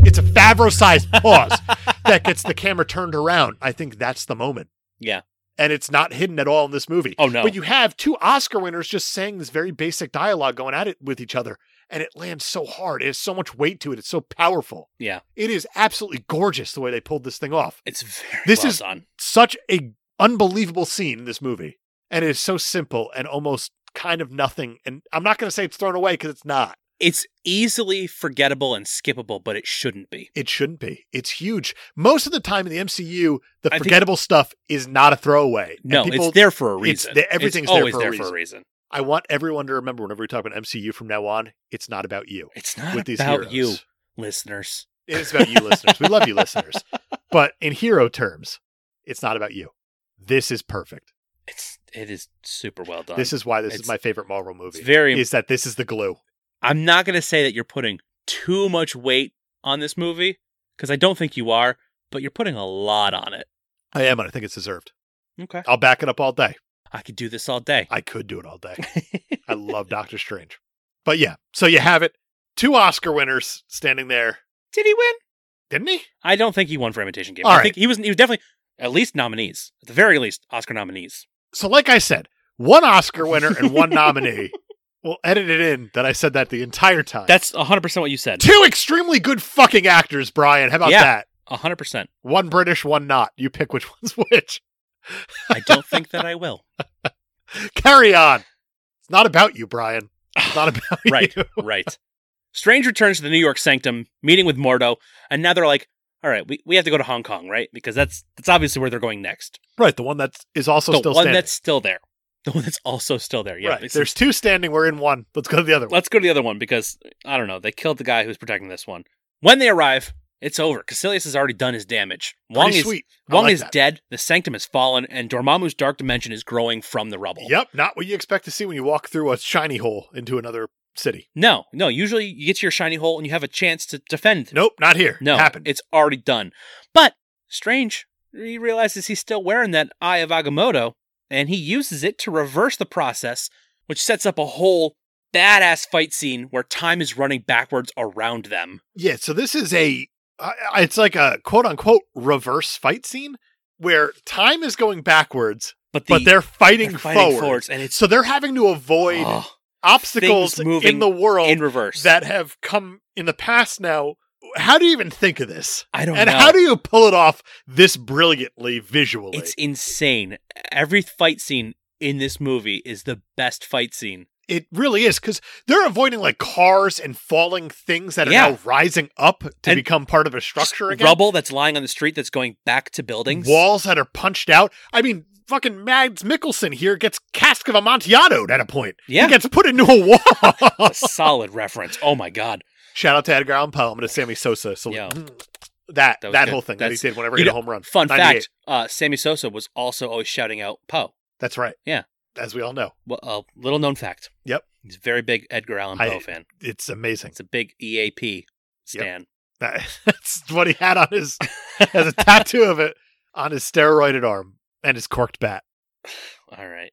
A: it's a Favreau-sized pause that gets the camera turned around. I think that's the moment.
B: Yeah.
A: And it's not hidden at all in this movie.
B: oh no.
A: But you have two Oscar winners just saying this very basic dialogue going at it with each other, and it lands so hard. It has so much weight to it. It's so powerful.
B: Yeah.
A: It is absolutely gorgeous the way they pulled this thing off.
B: it's very
A: This
B: well
A: is-
B: done.
A: Such a unbelievable scene in this movie. And it is so simple and almost kind of nothing. And I'm not gonna say it's thrown away because it's not.
B: It's easily forgettable and skippable, but it shouldn't be.
A: It shouldn't be. It's huge. Most of the time in the MCU, the
B: I think-
A: forgettable stuff is not a throwaway. And
B: No,
A: people-
B: it's there for a
A: it's
B: reason.
A: there- everything's there
B: always
A: for a
B: there for a reason.
A: I want everyone to remember whenever we talk about MCU from now on, it's not about you.
B: It's not
A: with these
B: about
A: heroes.
B: you, listeners.
A: It is about you, listeners. We love you, listeners. But in hero terms, it's not about you. This is perfect.
B: It's it is super well done.
A: This is why this is
B: It's-
A: my favorite Marvel movie.
B: it's very.
A: is that this is the glue?
B: I'm not gonna say that you're putting too much weight on this movie because I don't think you are, but you're putting a lot on it.
A: I am, and I think it's deserved.
B: Okay,
A: I'll back it up all day.
B: I could do this all day.
A: I could do it all day. I love Doctor Strange. But yeah, so you have it. Two Oscar winners standing there,
B: Did he win?
A: didn't he?
B: I don't think he won for Imitation Game.
A: All
B: I
A: right.
B: think he was he was definitely at least nominees, at the very least Oscar nominees.
A: So, like I said, one Oscar winner and one nominee. We'll edit it in that I said that the entire time.
B: That's 100% what you said.
A: two extremely good fucking actors, Brian. How about
B: Yeah.
A: that?
B: 100%.
A: One British, one not. You pick which one's which.
B: I don't think that I will.
A: Carry on. It's not about you, Brian. It's not about
B: Right.
A: you.
B: right. Strange returns to the New York Sanctum, meeting with Mordo, and now they're like, all right, we, we have to go to Hong Kong, right? Because that's that's obviously where they're going next.
A: Right. The one that is also
B: the
A: still
B: one
A: standing.
B: that's still there. The one that's also still there. Yeah.
A: right.
B: it's-
A: There's two standing. We're in one. Let's go to the other one.
B: Let's go to the other one because I don't know. They killed the guy who's protecting this one. When they arrive, it's over. Cassilius has already done his damage. Wong
A: Pretty
B: is
A: sweet. I
B: Wong
A: like
B: is
A: that.
B: dead. The sanctum has fallen, and Dormammu's dark dimension is growing from the rubble.
A: Yep. Not what you expect to see when you walk through a shiny hole into another city.
B: No, no. Usually, you get to your shiny hole and you have a chance to defend.
A: Nope. Not here.
B: no,
A: Happened.
B: it's already done. But strange, he realizes he's still wearing that Eye of Agamotto, and he uses it to reverse the process, which sets up a whole badass fight scene where time is running backwards around them.
A: Yeah, so this is a I- I- it's like a quote unquote reverse fight scene where time is going backwards,
B: But the,
A: but they're fighting,
B: they're fighting
A: forward.
B: forwards, and it's
A: So they're having to avoid
B: ugh,
A: obstacles
B: things moving
A: in the world
B: in reverse.
A: that have come in the past now. How do you even think of this?
B: I don't
A: and
B: know.
A: how do you pull it off this brilliantly visually?
B: it's insane. Every fight scene in this movie is the best fight scene.
A: it really is because they're avoiding like cars and falling things that are
B: Yeah.
A: now rising up to
B: And
A: become part of a structure again.
B: Rubble that's lying on the street that's going back to buildings.
A: walls that are punched out. I mean, fucking Mads Mikkelsen here gets cask of amontillado at a point.
B: Yeah.
A: He gets put into a wall.
B: A solid reference. Oh my god.
A: Shout out to Edgar Allan Poe. I'm going to Sammy Sosa. So
B: Yo.
A: that
B: That was
A: that,
B: good.
A: whole thing
B: That's-
A: that he did whenever he
B: you
A: hit a
B: know-
A: home run.
B: Fun
A: 98.
B: fact: uh, Sammy Sosa was also always shouting out Poe.
A: That's right.
B: Yeah.
A: As we all know,
B: Well, a little known fact.
A: Yep.
B: He's a very big Edgar Allan Poe
A: I-
B: fan.
A: it's amazing.
B: It's a big EAP stan.
A: That- That's what he had on his has a tattoo of it on his steroided arm and his corked bat.
B: All right.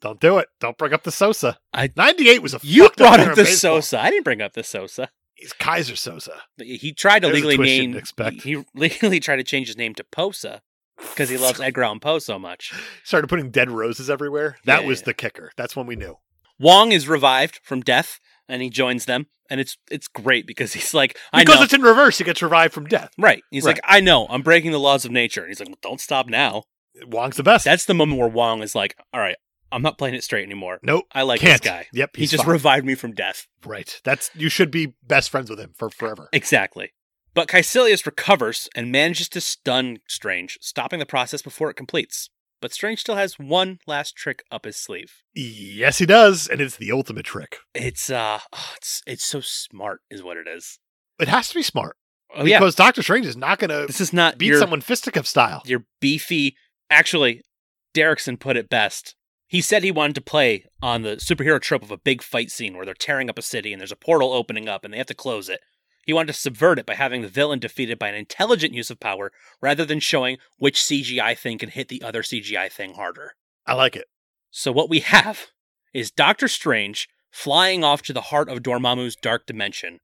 A: Don't do it. Don't bring up the Sosa.
B: I-
A: 98 was a
B: You
A: fucked
B: brought
A: year
B: up
A: in
B: the
A: baseball.
B: Sosa. I didn't bring up the Sosa.
A: He's Kaiser Sosa.
B: He tried to
A: There's a
B: legally
A: twist you didn't
B: name.
A: expect.
B: He, he legally tried to change his name to Posa because he loves Edgar Allan Poe so much.
A: started putting dead roses everywhere. That
B: Yeah,
A: was
B: yeah.
A: the kicker. That's when we knew.
B: Wong is revived from death, and he joins them, and it's it's great because he's like, I
A: Because
B: know,
A: it's in reverse, he gets revived from death.
B: right? He's
A: Right.
B: like, I know, I'm breaking the laws of nature, and he's like, well, don't stop now.
A: Wong's the best.
B: That's the moment where Wong is like, all right, I'm not playing it straight anymore.
A: nope.
B: I like
A: can't.
B: this guy.
A: Yep.
B: He
A: He's
B: just
A: fine.
B: revived me from death.
A: right. That's you should be best friends with him for forever.
B: Exactly. But Caecilius recovers and manages to stun Strange, stopping the process before it completes. But Strange still has one last trick up his sleeve.
A: Yes, he does, and it's the ultimate trick.
B: It's uh, oh, it's it's so smart, is what it is.
A: It has to be smart
B: Oh yeah,
A: because Doctor Strange is not going to
B: this is not
A: beat
B: your
A: someone fisticuff style.
B: your beefy. Actually, Derrickson put it best. He said he wanted to play on the superhero trope of a big fight scene where they're tearing up a city and there's a portal opening up and they have to close it. He wanted to subvert it by having the villain defeated by an intelligent use of power rather than showing which CGI thing can hit the other CGI thing harder.
A: I like it.
B: So what we have is Doctor Strange flying off to the heart of Dormammu's dark dimension.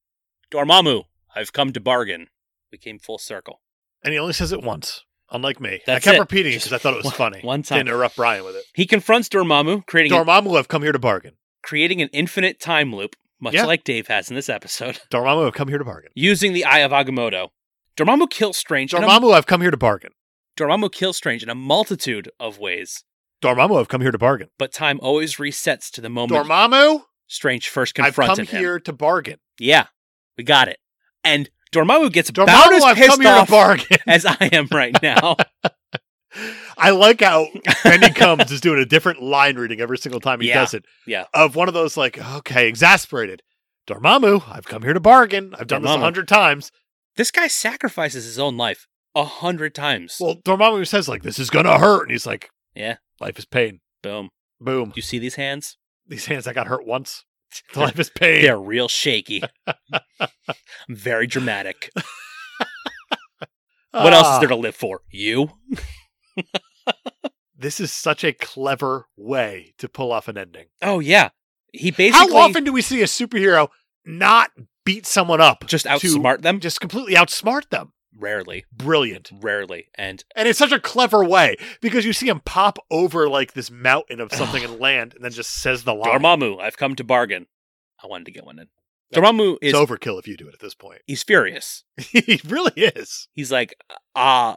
B: Dormammu, I've come to bargain. We came full circle.
A: And he only says it once, unlike me.
B: That's
A: I kept
B: it.
A: repeating it
B: Just
A: because I thought it was
B: one-
A: funny.
B: one
A: To
B: time.
A: interrupt Brian with it.
B: He confronts Dormammu, creating an
A: Dormammu, I've come here to bargain.
B: creating an infinite time loop, much
A: Yeah.
B: like Dave has in this episode,
A: Dormammu, I've come here to bargain.
B: using the Eye of Agamotto. Dormammu kills Strange. in a-
A: Dormammu, I've come here to bargain.
B: Dormammu kills Strange in a multitude of ways,
A: Dormammu, I've come here to bargain.
B: but time always resets to the moment
A: Dormammu,
B: Strange first
A: I've come
B: confronted him.
A: here to bargain.
B: Yeah, we got it. And Dormammu gets about
A: Dormammu,
B: as
A: I've come
B: pissed
A: here to
B: off
A: bargain.
B: as I am right now.
A: I like how Benny Combs is doing a different line reading every single time he
B: Yeah,
A: does it.
B: yeah.
A: Of one of those like, okay, exasperated. Dormammu, I've come here to bargain. I've done this a
B: Dormammu.
A: hundred times.
B: this guy sacrifices his own life a hundred times.
A: Well, Dormammu says like, this is gonna hurt, and he's like,
B: Yeah.
A: life is pain.
B: Boom.
A: Boom.
B: You see these hands?
A: These hands that got hurt once. Life is pain.
B: They're real shaky. Very dramatic. What else is
A: Ah,
B: there to live for? You?
A: This is such a clever way to pull off an ending.
B: Oh yeah, he basically
A: How often do we see a superhero not beat someone up,
B: just
A: to-
B: outsmart them.
A: just completely outsmart them?
B: Rarely,
A: Brilliant.
B: rarely. And
A: And it's such a clever way because you see him pop over like this mountain of something and land and then just says the line.
B: Dormammu, I've come to bargain. I wanted to get one in. Dormammu is
A: It's overkill if you do it at this point.
B: he's furious.
A: he really is.
B: He's like, ah.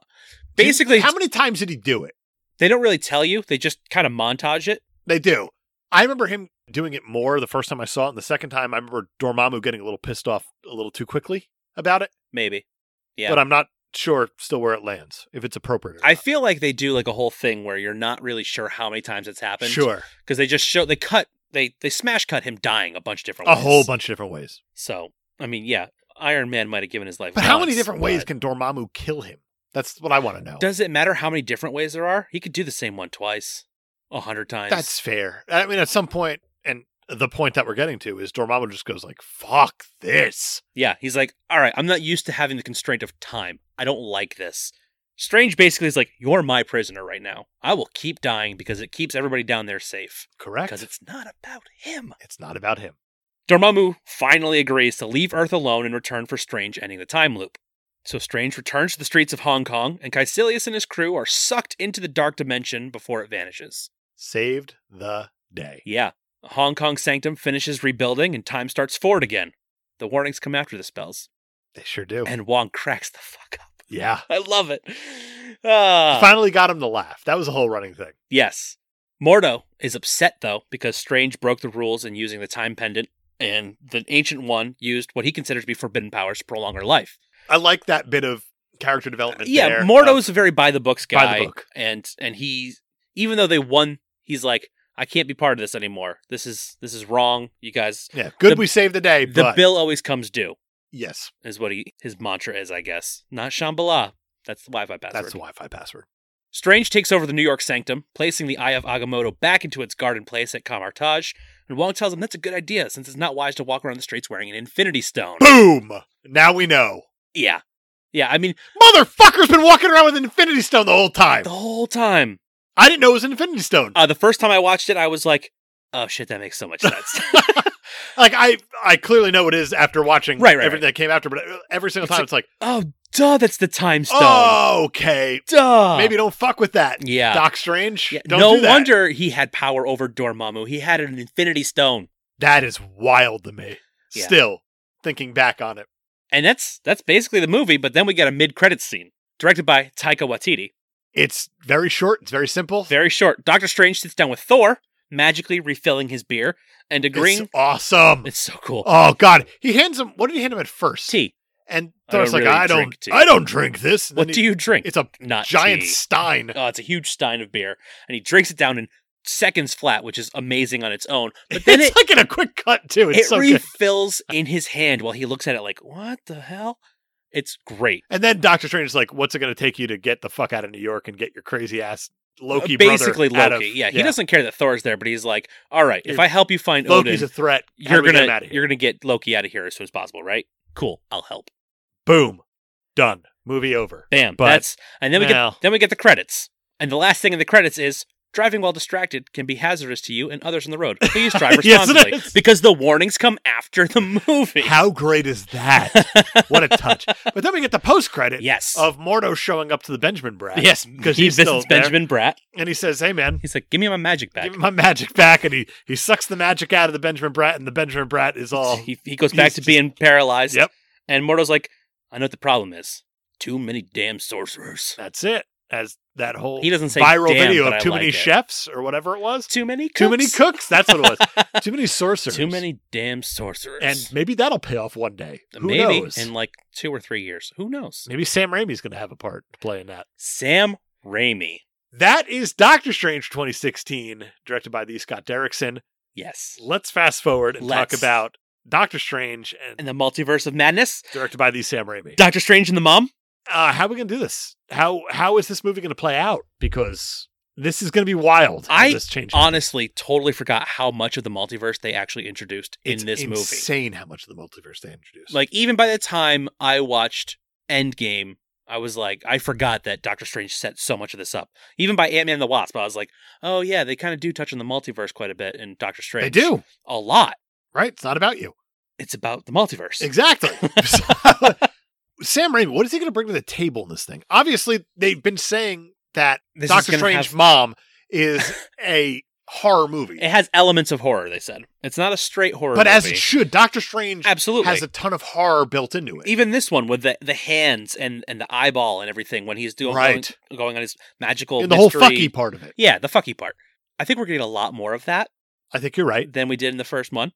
B: basically,
A: how many times did he do it?
B: they don't really tell you. They just kind of montage it.
A: They do. I remember him doing it more the first time I saw it, and the second time I remember Dormammu getting a little pissed off a little too quickly about it.
B: Maybe. Yeah.
A: But I'm not sure still where it lands if it's appropriate. Or
B: I
A: not.
B: feel like they do like a whole thing where you're not really sure how many times it's happened.
A: sure
B: Because they just show they cut they they smash cut him dying a bunch of different
A: a
B: ways.
A: whole bunch of different ways.
B: So I mean, yeah, Iron Man might have given his life.
A: But how many
B: once,
A: different ways
B: but
A: can Dormammu kill him? That's what I want to know.
B: Does it matter how many different ways there are? He could do the same one twice, a hundred times.
A: That's fair. I mean, at some point, and the point that we're getting to is Dormammu just goes like, "Fuck this."
B: yeah. He's like, all right, I'm not used to having the constraint of time. I don't like this. Strange basically is like, you're my prisoner right now. I will keep dying because it keeps everybody down there safe.
A: Correct.
B: Because it's not about him.
A: it's not about him.
B: Dormammu finally agrees to leave Earth alone in return for Strange ending the time loop. So Strange returns to the streets of Hong Kong, and Caecilius and his crew are sucked into the dark dimension before it vanishes.
A: Saved the day.
B: Yeah, Hong Kong Sanctum finishes rebuilding, and time starts forward again. The warnings come after the spells,
A: They sure do.
B: and Wong cracks the fuck up.
A: yeah.
B: I love it. Ah.
A: Finally got him to laugh. That was a whole running thing.
B: Yes. Mordo is upset though because Strange broke the rules in using the time pendant, and the Ancient One used what he considers to be forbidden powers to prolong her life.
A: I like that bit of character development.
B: yeah,
A: there.
B: Mordo
A: of-
B: is a very by the books guy,
A: By the book.
B: and and he even though they won, he's like, I can't be part of this anymore. This is this is wrong. You guys,
A: yeah, good.
B: the-
A: we saved the day,
B: the
A: but
B: bill always comes due,
A: yes,
B: is what he his mantra is, I guess. Not Shambhala. That's the Wi-Fi password.
A: that's the Wi-Fi password.
B: Strange takes over the New York Sanctum, placing the Eye of Agamotto back into its garden place at Kamartaj, and Wong tells him that's a good idea since it's not wise to walk around the streets wearing an Infinity Stone.
A: Boom. Now we know.
B: yeah, yeah. I mean,
A: Motherfucker's been walking around with an Infinity Stone the whole time.
B: the whole time.
A: I didn't know it was an Infinity Stone.
B: Uh, the first time I watched it, I was like, "Oh shit, that makes so much sense."
A: like I, I clearly know it is after watching
B: Right, right,
A: everything that came after. But every single
B: It's
A: time,
B: like-
A: it's like,
B: oh, duh, that's the time stone.
A: oh, okay,
B: duh.
A: maybe don't fuck with that,
B: Yeah.
A: Doc Strange.
B: Yeah,
A: Don't
B: no
A: do that.
B: wonder he had power over Dormammu. He had an infinity stone.
A: that is wild to me.
B: Yeah.
A: Still thinking back on it,
B: And that's that's basically the movie, but then we get a mid-credits scene directed by Taika Waititi.
A: it's very short. It's very simple.
B: Very short. Doctor Strange sits down with Thor, magically refilling his beer and agreeing
A: It's awesome.
B: it's so cool.
A: Oh God, he hands him. What did he hand him at first?
B: tea.
A: And
B: I don't
A: Thor's like,
B: really
A: I don't,
B: drink tea.
A: I don't drink this. And
B: What
A: then
B: do
A: he-
B: you drink?
A: It's a
B: Not
A: giant
B: tea.
A: stein.
B: oh, it's a huge stein of beer, and he drinks it down in seconds flat, which is amazing on its own. But then
A: it's
B: it,
A: like in a quick cut too. It's
B: it
A: so good.
B: refills in his hand while he looks at it like, "What the hell?" It's great.
A: And then Doctor Strange is like, "What's it going to take you to get the fuck out of New York and get your crazy ass Loki?" brother
B: Uh, Basically,
A: out
B: Loki.
A: of-
B: yeah, he doesn't care that Thor's there, but he's like, "All right, if
A: You're-
B: I help you find
A: Loki's
B: Odin,
A: a threat. How
B: you're
A: do we get
B: gonna
A: him out of here?
B: you're gonna get Loki out of here as soon as possible, right? Cool, I'll help.
A: boom, done. Movie over.
B: Bam.
A: But-
B: that's and then we
A: Well.
B: get then we get the credits, and the last thing in the credits is. Driving while distracted can be hazardous to you and others on the road. Please drive
A: Yes, it
B: responsibly
A: is.
B: because the warnings come after the movie.
A: How great is that? what a touch! But then we get the post credit
B: Yes.
A: of Mordo showing up to the Benjamin Brat.
B: yes,
A: because
B: he
A: he's still
B: visits
A: there.
B: Benjamin Bratt.
A: and he says, "Hey, man,
B: He's like, "Give me my magic back."
A: give me my magic back." And he he sucks the magic out of the Benjamin Brat, and the Benjamin Brat is all
B: he, he goes back
A: he's
B: to
A: just-
B: being paralyzed.
A: Yep.
B: And Mordo's like, I know what the problem is. Too many damn sorcerers.
A: "That's it." As that whole
B: He doesn't say
A: viral
B: damn,
A: video
B: but I
A: of too
B: like
A: many
B: it.
A: chefs or whatever it was.
B: Too many. Cooks.
A: Too many cooks. That's what it was. Too many sorcerers.
B: Too many damn sorcerers.
A: And maybe that'll pay off one day. Who
B: maybe
A: knows?
B: in like two or three years. Who knows?
A: maybe Sam Raimi's going to have a part to play in that.
B: Sam Raimi.
A: That is Doctor Strange 2016, directed by the Scott Derrickson.
B: Yes.
A: Let's fast forward and
B: Let's.
A: talk about Doctor Strange and
B: And the multiverse of madness.
A: directed by the Sam Raimi.
B: Doctor Strange and the mom.
A: Uh, how are we going to do this? How how is this movie going to play out? Because this is going to be wild. how
B: I
A: this changes.
B: Honestly, totally forgot how much of the multiverse they actually introduced in
A: It's
B: this movie.
A: insane how much of the multiverse they introduced.
B: Like even by the time I watched Endgame, I was like, I forgot that Doctor Strange set so much of this up. Even by Ant Man and the Wasp, I was like, oh yeah, they kind of do touch on the multiverse quite a bit in Doctor Strange.
A: they do
B: a lot.
A: right. It's not about you.
B: It's about the multiverse.
A: Exactly. Sam Raimi, what is he going to bring to the table in this thing? Obviously, they've been saying that
B: This is
A: Doctor
B: gonna
A: Strange
B: have-
A: Mom is a horror movie.
B: It has elements of horror. They said it's not a straight horror,
A: But as
B: movie.
A: it should, Doctor Strange
B: absolutely
A: has a ton of horror built into it.
B: even this one with the, the hands and, and the eyeball and everything when he's doing
A: Right.
B: going, going on his magical
A: in the whole
B: mystery-
A: fucky part of it.
B: yeah the fucky part. I think we're getting a lot more of that
A: I think you're right,
B: than we did in the first one.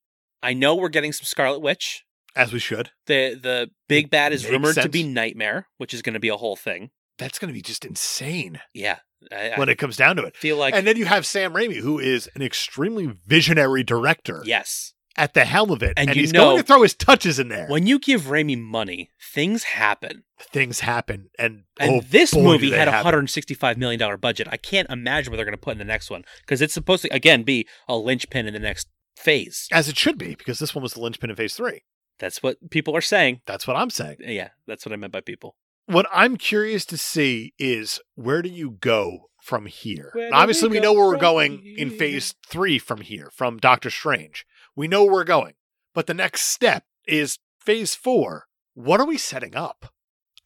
B: I know we're getting some Scarlet Witch.
A: as we should.
B: The the big bad is
A: Makes
B: rumored to
A: sense.
B: be Nightmare, which is going to be a whole thing.
A: That's going to be just insane
B: Yeah, I, I
A: when it comes down to it.
B: feel like
A: and then you have Sam Raimi, who is an extremely visionary director
B: yes,
A: at the helm of it.
B: And
A: And,
B: you
A: he's
B: know-
A: going to throw his touches in there.
B: when you give Raimi money, things happen.
A: Things happen. And,
B: And
A: oh,
B: this
A: boy, do
B: movie
A: they
B: had a
A: happen.
B: hundred and sixty-five million dollar budget. I can't imagine what they're going to put in the next one because it's supposed to again be a linchpin in the next phase.
A: As it should be, because this one was the linchpin in phase three.
B: That's what people are saying.
A: That's what I'm saying.
B: Yeah, that's what I meant by people.
A: What I'm curious to see is where do you go from here?
B: Where
A: And
B: do we
A: obviously, we,
B: go
A: know where we're
B: from
A: going in
B: here?
A: phase three from here, from Doctor Strange. We know where we're going. But the next step is phase four. What are we setting up?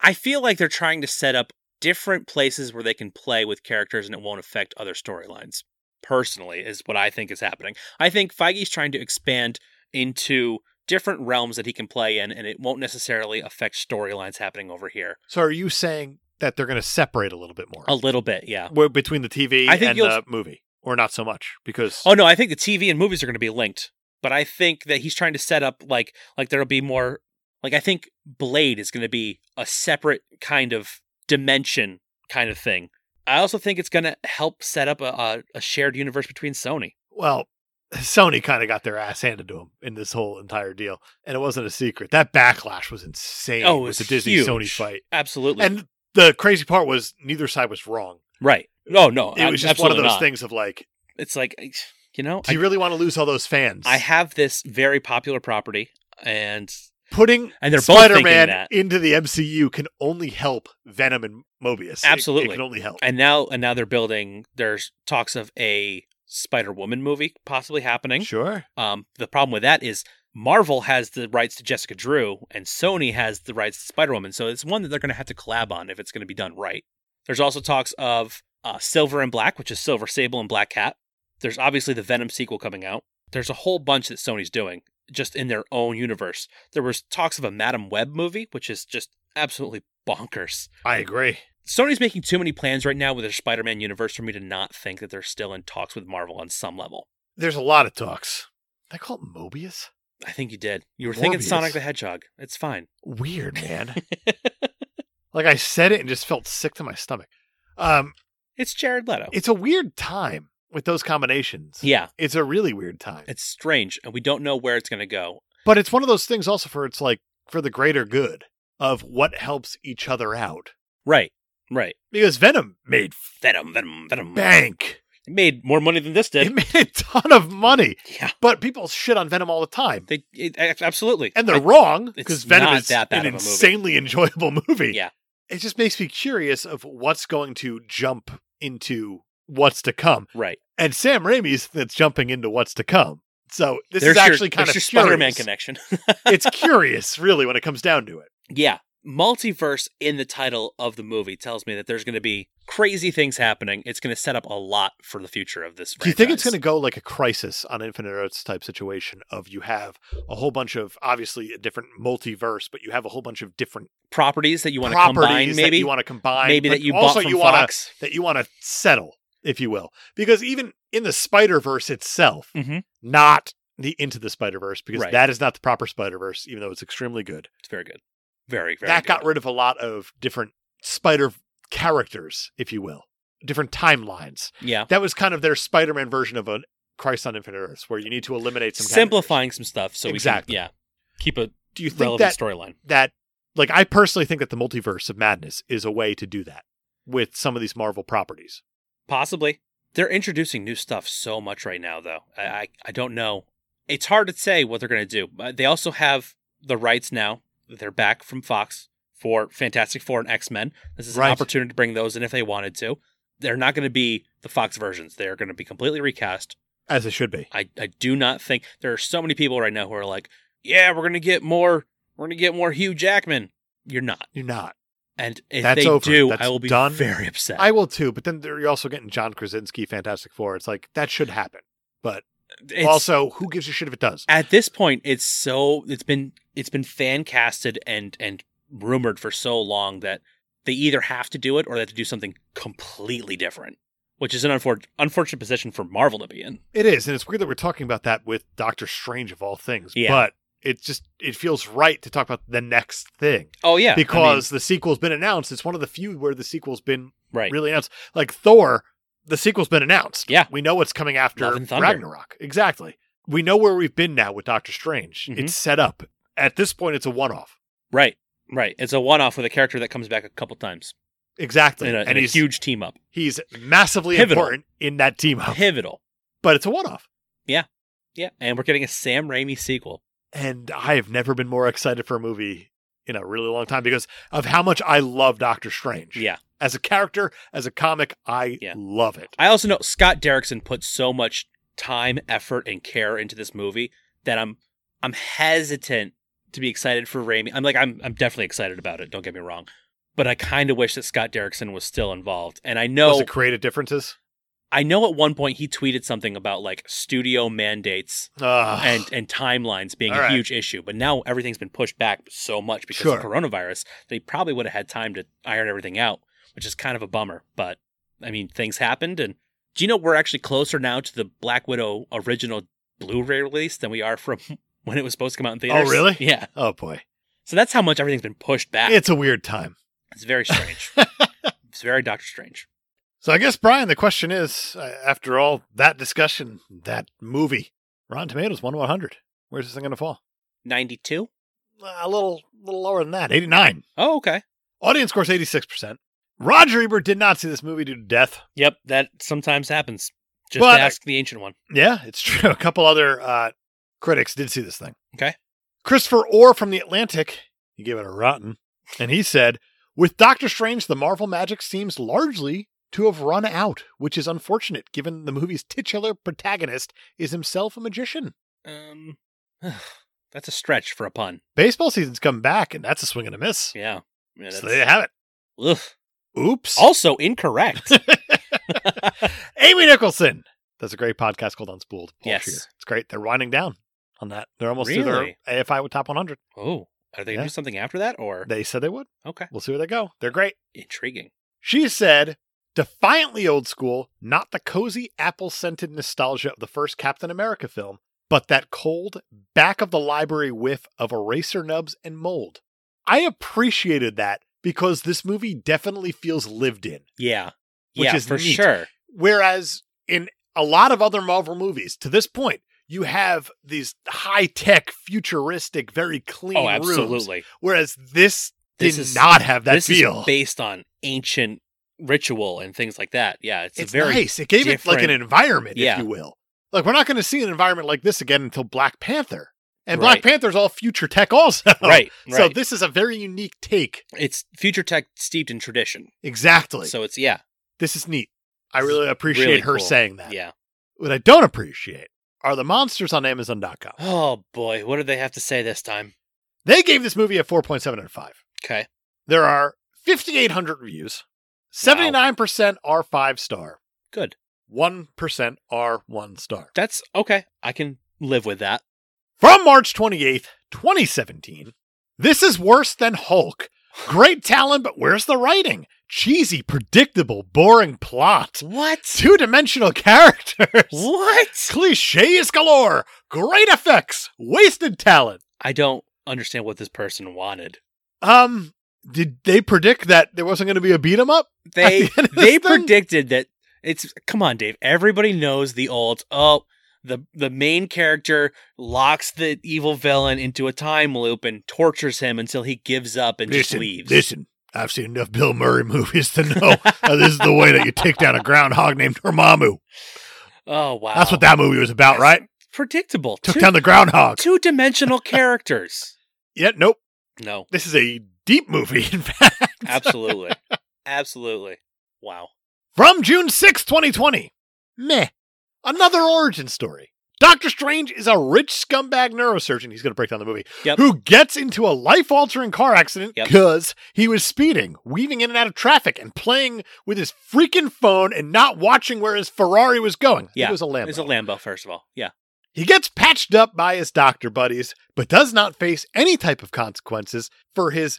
B: I feel like they're trying to set up different places where they can play with characters and it won't affect other storylines. Personally, is what I think is happening. I think Feige's trying to expand into different realms that he can play in, and it won't necessarily affect storylines happening over here.
A: So are you saying that they're going to separate a little bit more
B: A little bit, yeah.
A: We're between the TV
B: I think
A: and
B: you'll-
A: the movie? Or not so much because
B: Oh no, I think the TV and movies are going to be linked, but I think that he's trying to set up like like there'll be more like I think Blade is going to be a separate kind of dimension kind of thing. I also think it's going to help set up a, a, a shared universe between Sony.
A: well, Sony kind of got their ass handed to them in this whole entire deal, and it wasn't a secret. That backlash was insane.
B: Oh, it
A: with
B: was
A: the Disney
B: huge.
A: Sony fight,
B: Absolutely,
A: and the crazy part was neither side was wrong.
B: right? No, no,
A: It was just one of those things of like,
B: It's like eh, you know,
A: do you really want to lose all those fans?
B: I, I have this very popular property, and
A: Putting
B: and they're both thinking
A: Spider-Man
B: that.
A: into the MCU can only help Venom and Mobius. It- it,
B: Absolutely.
A: can only help.
B: and now and now they're building. There's talks of a Spider Woman movie possibly happening.
A: Sure,
B: Um, the problem with that is Marvel has the rights to Jessica Drew, and Sony has the rights to Spider Woman. So it's one that they're going to have to collab on if it's going to be done right. There's also talks of uh, Silver and Black, which is Silver Sable and Black Cat. There's obviously the Venom sequel coming out. There's a whole bunch that Sony's doing just in their own universe. There was talks of a Madam Web movie, which is just absolutely bonkers.
A: I agree.
B: Sony's making too many plans right now with their Spider-Man universe for me to not think that they're still in talks with Marvel on some level.
A: There's a lot of talks. They call it Mobius.
B: I think you did. You were thinking
A: Morbius.
B: Sonic the Hedgehog. It's fine.
A: weird, man. like I said it and just felt sick to my stomach. Um,
B: It's Jared Leto.
A: it's a weird time with those combinations.
B: yeah,
A: It's a really weird time.
B: it's strange, and we don't know where it's going to go.
A: but it's one of those things also for it's like for the greater good of what helps each other out.
B: Right, right.
A: Because Venom made
B: Venom, Venom, Venom.
A: bank.
B: It made more money than this
A: It
B: did.
A: made a ton of money.
B: yeah,
A: But people shit on Venom all the time.
B: they it, a- absolutely.
A: And they're
B: I-
A: wrong
B: it's
A: because Venom
B: not
A: is
B: that bad
A: an
B: of a movie.
A: insanely enjoyable movie.
B: Yeah.
A: It just makes me curious of what's going to jump into what's to come.
B: right.
A: and Sam Raimi's that's jumping into what's to come. So this
B: There's
A: is actually
B: your,
A: kind
B: there's
A: of
B: your Spider-Man
A: curious.
B: connection.
A: it's curious, really, when it comes down to it.
B: yeah, multiverse in the title of the movie tells me that there's going to be crazy things happening. It's going to set up a lot for the future of this.
A: Do you think it's going
B: franchise.
A: to go like a crisis on Infinite Earths type situation of you have a whole bunch of obviously a different multiverse, but you have a whole bunch of different
B: properties that you want to
A: properties
B: combine?
A: that
B: Maybe
A: you want to combine,
B: maybe
A: but
B: that you
A: also
B: bought from
A: you want to
B: Fox.
A: that you want to settle, if you will, because even in the Spider Verse itself,
B: Mhm.
A: not the Into the Spider Verse, because
B: Right.
A: that is not the proper Spider Verse, even though it's extremely good.
B: It's very good. Very very.
A: that
B: good.
A: got rid of a lot of different spider characters, if you will, different timelines.
B: yeah.
A: That was kind of their Spider-Man version of a Christ on Infinite Earths, where you need to eliminate some. characters.
B: simplifying some stuff so
A: Exactly.
B: we can yeah keep a
A: Do you think
B: relevant
A: that
B: storyline.
A: that like I personally think that the multiverse of madness is a way to do that with some of these Marvel properties?
B: Possibly they're introducing new stuff so much right now though. I I, I don't know. It's hard to say what they're going to do. But They also have the rights now. They're back from Fox for Fantastic Four and X Men. This is
A: Right.
B: an opportunity to bring those in if they wanted to. They're not going to be the Fox versions. They're going to be completely recast.
A: As it should be.
B: I, I do not think there are so many people right now who are like, yeah, we're gonna get more, we're gonna get more Hugh Jackman. You're not.
A: You're not.
B: And if
A: That's
B: they
A: over.
B: do,
A: That's
B: I will be
A: done.
B: very upset.
A: I will too, but then there- you're also getting John Krasinski, Fantastic Four. It's like that should happen, but
B: It's-
A: also who gives a shit if it does?
B: at this point, it's so it's been it's been fan casted and and rumored for so long that they either have to do it or they have to do something completely different, which is an unfor- unfortunate position for Marvel to be in.
A: It is, and it's weird that we're talking about that with Doctor Strange of all things.
B: Yeah.
A: But it just it feels right to talk about the next thing
B: Oh yeah, I mean,
A: because the sequel's been announced. It's one of the few where the sequel's been
B: right.
A: really announced. Like Thor, the sequel's been announced.
B: Yeah.
A: we know what's coming after
B: Love and Thunder.
A: Ragnarok. Exactly. We know where we've been now with Doctor Strange.
B: Mhm.
A: It's set up. At this point, it's a one-off.
B: Right, right. It's a one-off with a character that comes back a couple times
A: Exactly,
B: in a,
A: and
B: in a
A: he's
B: huge team up,
A: he's massively
B: Pivotal.
A: important in that team up.
B: pivotal.
A: But it's a one-off,
B: Yeah, and we're getting a Sam Raimi sequel.
A: and I have never been more excited for a movie in a really long time because of how much I love Doctor Strange.
B: Yeah,
A: as a character, as a comic, I
B: Yeah.
A: love it.
B: I also know Scott Derrickson put so much time, effort, and care into this movie that I'm I'm hesitant to be excited for Raimi. I'm like I'm I'm definitely excited about it. Don't get me wrong, but I kind of wish that Scott Derrickson was still involved. And I
A: Does
B: know
A: it creative differences?
B: I know at one point he tweeted something about like studio mandates
A: Uh,
B: and and timelines being
A: All
B: a
A: right.
B: huge issue. But now everything's been pushed back so much because of
A: Sure.
B: coronavirus. They probably would have had time to iron everything out, which is kind of a bummer. But I mean, things happened, and do you know we're actually closer now to the Black Widow original Blu-ray release than we are from when it was supposed to come out in theaters?
A: really?
B: Yeah.
A: oh boy,
B: So that's how much everything's been pushed back. It's,
A: it's a weird time.
B: very strange. it's very Doctor Strange.
A: So I guess Brian, the question is: uh, after all that discussion, that movie, Rotten Tomatoes one to one hundred. Where's this thing going to fall?
B: Ninety-two.
A: Uh, a little, little lower than that, eighty nine.
B: Oh, okay.
A: Audience scores eighty six percent. Roger Ebert did not see this movie due to death.
B: Yep, that sometimes happens. Just
A: But-
B: ask the ancient one.
A: Yeah, it's true. A couple other uh, critics did see this thing.
B: Okay.
A: Christopher Orr from The Atlantic, he gave it a rotten, and he said, With Doctor Strange, the Marvel magic seems largely to have run out, which is unfortunate given the movie's titular protagonist is himself a magician.
B: Um, that's a stretch for a pun.
A: Baseball season's come back, and that's a swing and a miss.
B: Yeah. Yeah,
A: so
B: that's-
A: there you have it.
B: ugh.
A: Oops.
B: Also incorrect.
A: Amy Nicholson. That's a great podcast called Unspooled. Paul
B: Yes.
A: Scheer. It's great. They're winding down on that. They're almost through
B: Really?
A: their AFI top 100.
B: oh, are they gonna
A: Yeah.
B: do something after that or?
A: They said they would.
B: Okay,
A: We'll see where they go. They're great.
B: intriguing.
A: She said, defiantly old school, not the cozy apple scented nostalgia of the first Captain America film, but that cold, back of the library whiff of eraser nubs and mold. I appreciated that because this movie definitely feels lived in.
B: Yeah,
A: Which
B: yeah,
A: is
B: for
A: neat.
B: sure.
A: Whereas in a lot of other Marvel movies to this point, you have these high tech, futuristic, very clean
B: Oh,
A: rooms.
B: absolutely.
A: Whereas this,
B: This
A: did
B: is-
A: not have that
B: this
A: feel.
B: is based on ancient ritual and things like that. Yeah, it's,
A: it's
B: a very
A: nice. It gave it like an
B: different-
A: environment,
B: Yeah.
A: if you will. Like we're not going to see an environment like this again until Black Panther, and
B: Right.
A: Black Panther's all future tech, also.
B: right, right.
A: Oh, So this is a very unique take.
B: it's future tech steeped in tradition.
A: Exactly.
B: So it's yeah,
A: this is neat. I
B: This is
A: really appreciate
B: really
A: her
B: cool.
A: saying that.
B: yeah.
A: What I don't appreciate are the monsters on Amazon.com.
B: Oh boy, what do they have to say this time?
A: They gave this movie a 4.7 out of 5.
B: Okay,
A: There are 5,800 reviews. 79% are five star.
B: good.
A: 1% are one star.
B: That's okay. I can live with that.
A: From March 28th, 2017. This is worse than Hulk. Great talent, but where's the writing? Cheesy, predictable, boring plot.
B: What?
A: Two dimensional characters.
B: What?
A: Cliches galore. Great effects. Wasted talent.
B: I don't understand what this person wanted.
A: Um, did they predict that there wasn't going to be a beat 'em up?
B: they
A: At the end of this
B: they
A: thing?
B: predicted that it's come on dave everybody knows the old oh the the main character locks the evil villain into a time loop and tortures him until he gives up and just leaves
A: Listen, I've seen enough Bill Murray movies to know how this is the way that you take down a groundhog named Dormammu.
B: oh wow
A: That's what that movie was about, right?
B: predictable
A: Took
B: two,
A: down the groundhog.
B: two-dimensional characters
A: Yeah, nope.
B: no
A: This is a deep movie, in fact.
B: absolutely absolutely wow
A: From June sixth, 2020. Meh. Another origin story. Doctor Strange is a rich scumbag neurosurgeon. He's going to break down the movie.
B: Yep.
A: Who gets into a life altering car accident
B: Yep.
A: because he was speeding, weaving in and out of traffic, and playing with his freaking phone and not watching where his Ferrari was going. I think
B: Yeah.
A: It was a Lambo.
B: It's a Lambo, first of all. Yeah.
A: He gets patched up by his doctor buddies, but does not face any type of consequences for his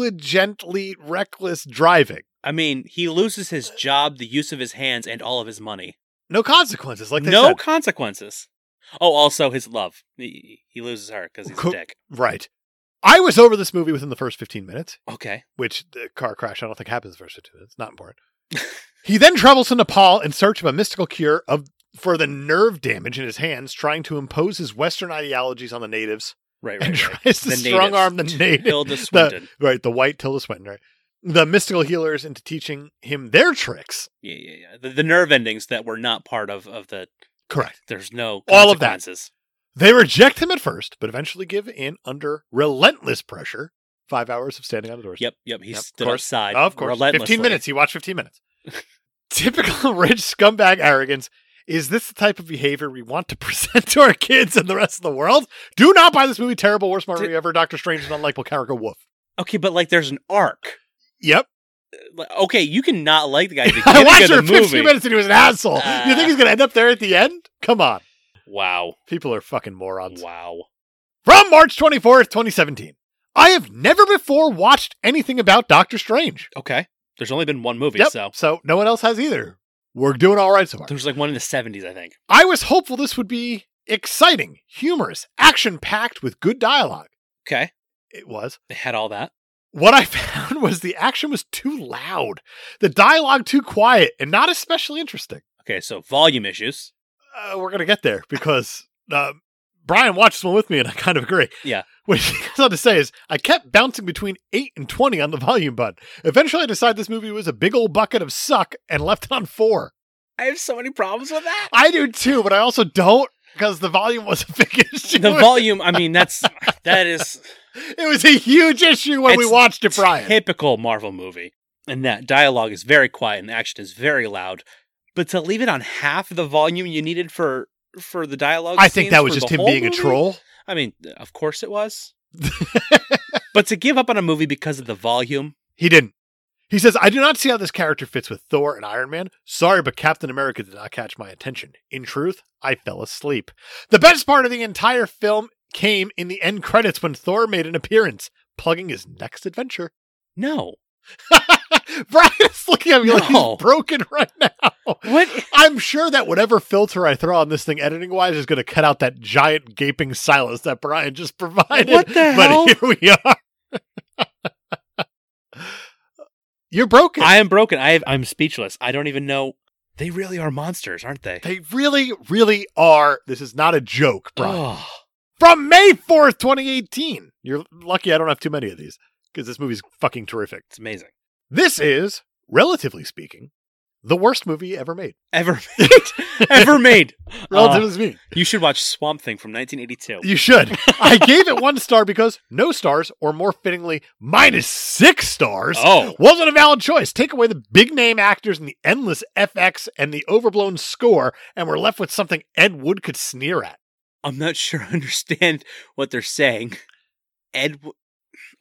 A: negligently reckless driving.
B: I mean, he loses his job, the use of his hands, and all of his money.
A: No consequences, like they
B: no
A: said.
B: consequences. Oh, also his love. He, he loses her because he's
A: Co-
B: a dick.
A: Right. I was over this movie within the first 15 minutes,
B: Okay.
A: which the car crash I don't think happens in the first 15 minutes. Not important. he then travels to Nepal in search of a mystical cure of for the nerve damage in his hands, trying to impose his Western ideologies on the natives
B: Right,
A: and
B: right, right.
A: tries to
B: The
A: strong
B: natives.
A: arm the natives.
B: Hilda Swinton.
A: Right, the white Tilda Swinton, right? The mystical healers into teaching him their tricks.
B: Yeah, yeah, yeah. The, the nerve endings that were not part of, of the.
A: Correct.
B: There's no
A: All of that.
B: consequences.
A: They reject him at first, but eventually give in under relentless pressure. Five hours of standing on the doorstep.
B: Yep, yep. He
A: Yep, of
B: stood
A: course.
B: outside.
A: Of course. 15 minutes. He watched 15 minutes. Typical rich scumbag arrogance. Is this the type of behavior we want to present to our kids and the rest of the world? Do not buy this movie. Terrible, worst movie
B: Did-
A: ever. Doctor Strange is unlikable character. Wolf.
B: Okay, but like there's an arc.
A: Yep.
B: Like, Okay, you can not like the guy at the
A: I
B: beginning
A: watched
B: of
A: her
B: the movie.
A: 15 minutes and he was an asshole. you
B: Ah.
A: think he's going to end up there at the end? Come on.
B: Wow.
A: People are fucking morons.
B: Wow.
A: From March 24th, 2017. I have never before watched anything about Doctor Strange.
B: Okay. There's only been one movie,
A: Yep.
B: so
A: no one else has either. We're doing all right so far.
B: there's like one in the 70s, I think.
A: I was hopeful this would be exciting, humorous, action packed with good dialogue.
B: Okay.
A: It was.
B: They had all that.
A: What I found was the action was too loud, the dialogue too quiet, and not especially interesting.
B: Okay, so volume issues.
A: uh, we're gonna get there because uh, Brian watched this one with me, and I kind of agree.
B: Yeah.
A: What he goes on to say is, I kept bouncing between eight and twenty on the volume button. Eventually, I decided this movie was a big old bucket of suck and left it on four.
B: I have so many problems with that.
A: I do too, but I also don't because the volume was a big issue.
B: The volume, I mean, that's that is
A: it was a huge issue when we
B: It's
A: watched it, Brian.
B: typical Marvel movie. And that dialogue is very quiet and action is very loud. But to leave it on half the volume you needed for for the dialogue,
A: I think
B: scenes
A: that was
B: for
A: just
B: the
A: him
B: whole
A: being a
B: movie?
A: troll.
B: I mean, of course it was. but to give up on a movie because of the volume,
A: He didn't. He says, I do not see how this character fits with Thor and Iron Man. Sorry, but Captain America did not catch my attention. In truth, I fell asleep. The best part of the entire film came in the end credits when Thor made an appearance, plugging his next adventure.
B: no.
A: Brian is looking at me like
B: No.
A: he's broken right now.
B: What?
A: I'm sure that whatever filter I throw on this thing editing wise is going to cut out that giant gaping silence that Brian just provided.
B: What the hell?
A: But here we are. You're broken.
B: I am broken. I have, I'm speechless. I don't even know. They really are monsters, aren't they?
A: They really, really are. This is not a joke, Brian.
B: Ugh.
A: From May 4th, 2018. You're lucky I don't have too many of these because this movie's fucking terrific.
B: it's amazing.
A: This is, relatively speaking, the worst movie ever made.
B: Ever made. Ever made.
A: Relatively speaking.
B: You should watch Swamp Thing from 1982.
A: You should. I gave it one star because no stars, or more fittingly, minus six stars.
B: Oh.
A: Wasn't a valid choice. Take away the big name actors and the endless FX and the overblown score, and we're left with something Ed Wood could sneer at.
B: I'm not sure I understand what they're saying. Ed. W-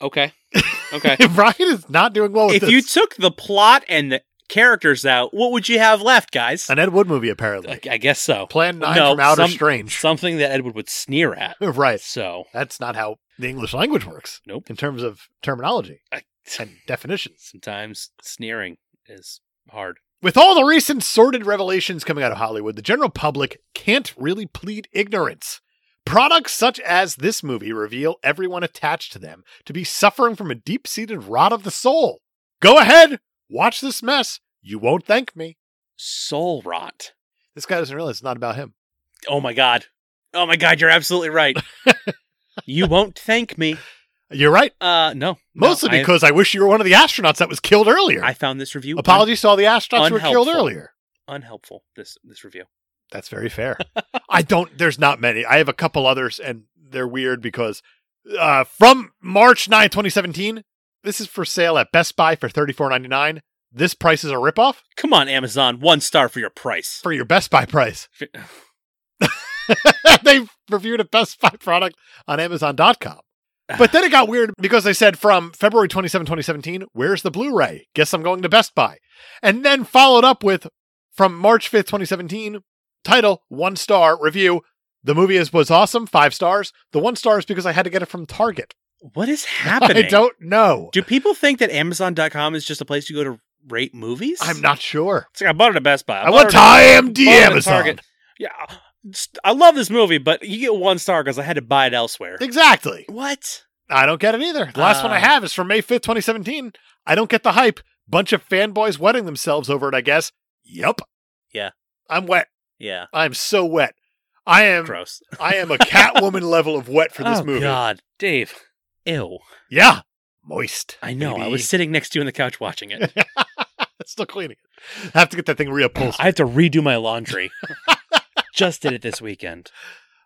B: Okay. Okay.
A: Brian is not doing well with
B: if
A: this.
B: you took the plot and the characters out, what would you have left, guys?
A: An Ed Wood movie, apparently.
B: I, I guess so.
A: Plan 9
B: No,
A: from Outer
B: some-
A: Strange.
B: Something that Edward would sneer at.
A: right.
B: So,
A: That's not how the English language works.
B: Nope.
A: In terms of terminology
B: I,
A: and definitions.
B: sometimes sneering is hard.
A: With all the recent sordid revelations coming out of Hollywood, the general public can't really plead ignorance. Products such as this movie reveal everyone attached to them to be suffering from a deep seated rot of the soul. Go ahead, watch this mess. You won't thank me.
B: Soul rot.
A: This guy doesn't realize it's not about him.
B: Oh my god. Oh my god, you're absolutely right. you won't thank me.
A: You're right.
B: Uh no. No,
A: Mostly
B: I-
A: because I, wish you were one of the astronauts that was killed earlier.
B: I, found this review un-
A: Apologies to all the astronauts who were killed
B: Unhelpful.
A: earlier.
B: unhelpful this this review.
A: That's very fair. I don't. There's not many. I have a couple others, and they're weird because uh, from March 9, 2017, this is for sale at Best Buy for thirty four ninety nine. This price is a ripoff
B: Come on Amazon, one star for your price.
A: for your Best Buy price. they reviewed a Best Buy product on Amazon.com. But then it got weird because they said from February 27, 2017, where's the Blu ray? Guess I'm going to Best Buy. And then followed up with from March 5th, 2017, title, one star review. The movie is, was awesome, five stars. The one star is because I had to get it from Target.
B: What is happening?
A: I don't know.
B: Do people think that Amazon.com is just a place you go to rate movies?
A: I'm not sure.
B: It's like I bought it at Best Buy.
A: I want
B: bought it
A: IMDb
B: at- bought it at
A: Amazon.
B: Target. Yeah, it's- I love this movie, but you get one star because I had to buy it elsewhere.
A: Exactly.
B: What?
A: I don't get it either. The last one I
B: Ah.
A: have is from May 5th, 2017. I don't get the hype. Bunch of fanboys wetting themselves over it, I guess. Yup.
B: Yeah.
A: I'm wet.
B: Yeah,
A: I'm so wet. I am
B: gross.
A: I am a Catwoman level of wet Um, for this
B: oh
A: movie.
B: God, Dave. Ew.
A: Yeah. Moist.
B: I know. I
A: baby.
B: was sitting next to you on the couch watching it.
A: still cleaning it. I have to get that thing reupholstered.
B: I have to redo my laundry. Just did it this weekend.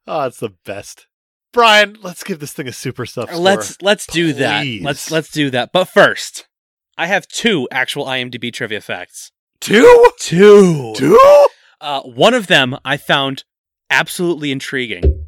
A: oh, it's the best. Brian, let's give this thing a super stuff. score.
B: Uh, Let's let's do that.
A: Please.
B: Let's let's do that. But first, I have two actual IMDb trivia facts.
A: two?
B: Two.
A: Two?
B: Uh, one of them I found absolutely intriguing.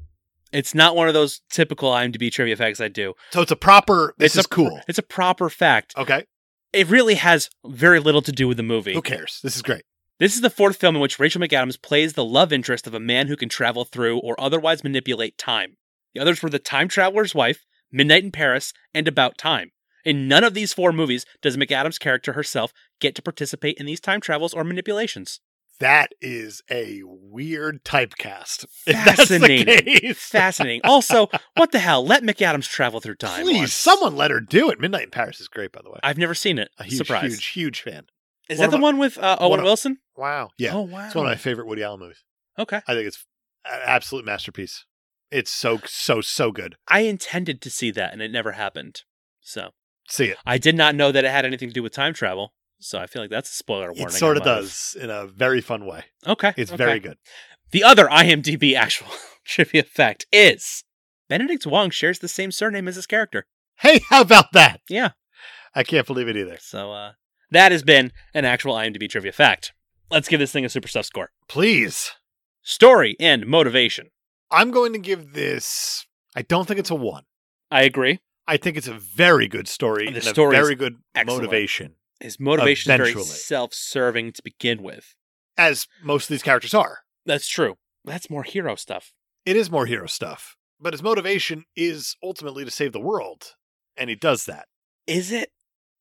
B: It's not one of those typical IMDb trivia facts I do.
A: So it's a proper this
B: It's
A: is
B: a-
A: cool.
B: It's a proper fact.
A: Okay.
B: It really has very little to do with the movie.
A: Who cares? This is great.
B: This is the fourth film in which Rachel McAdams plays the love interest of a man who can travel through or otherwise manipulate time. The others were The Time Traveler's Wife, Midnight in Paris, and About Time. In none of these four movies does McAdams' character herself get to participate in these time travels or manipulations.
A: That is a weird typecast. If that's the
B: Fascinating.
A: case.
B: Fascinating. also, what the hell? Let McAdams travel through time.
A: Please,
B: once.
A: someone let her do it. Midnight in Paris is great, by the way.
B: I've never seen it.
A: A huge,
B: Surprise.
A: huge, huge fan.
B: Is
A: one
B: that the
A: of my-
B: one with uh,
A: one
B: Owen
A: of-
B: Wilson?
A: Wow. Yeah.
B: Oh wow.
A: It's one of my favorite Woody Allen movies.
B: okay.
A: I think it's an absolute masterpiece. It's so, so, so good.
B: I intended to see that and it never happened. So
A: See it.
B: I did not know that it had anything to do with time travel, so I feel like that's a spoiler warning.
A: it sort
B: I
A: of
B: might have-
A: does in a very fun way.
B: Okay,
A: It's
B: okay.
A: very good.
B: The other IMDb actual trivia fact is Benedict Wong shares the same surname as his character.
A: Hey, how about that?
B: Yeah.
A: I can't believe it either.
B: So uh, that has been an actual IMDb trivia fact. Let's give this thing a super stuff score.
A: Please.
B: Story and motivation.
A: I'm going to give this, I don't think it's a one.
B: I agree.
A: I think it's a very good story.
B: The
A: and
B: story
A: a
B: is
A: very good
B: excellent.
A: motivation,
B: His motivation is very
A: Eventually.
B: self-serving to begin with.
A: as most of these characters are.
B: That's true. That's more hero stuff.
A: It is more hero stuff, but his motivation is ultimately to save the world, and he does that.
B: Is it?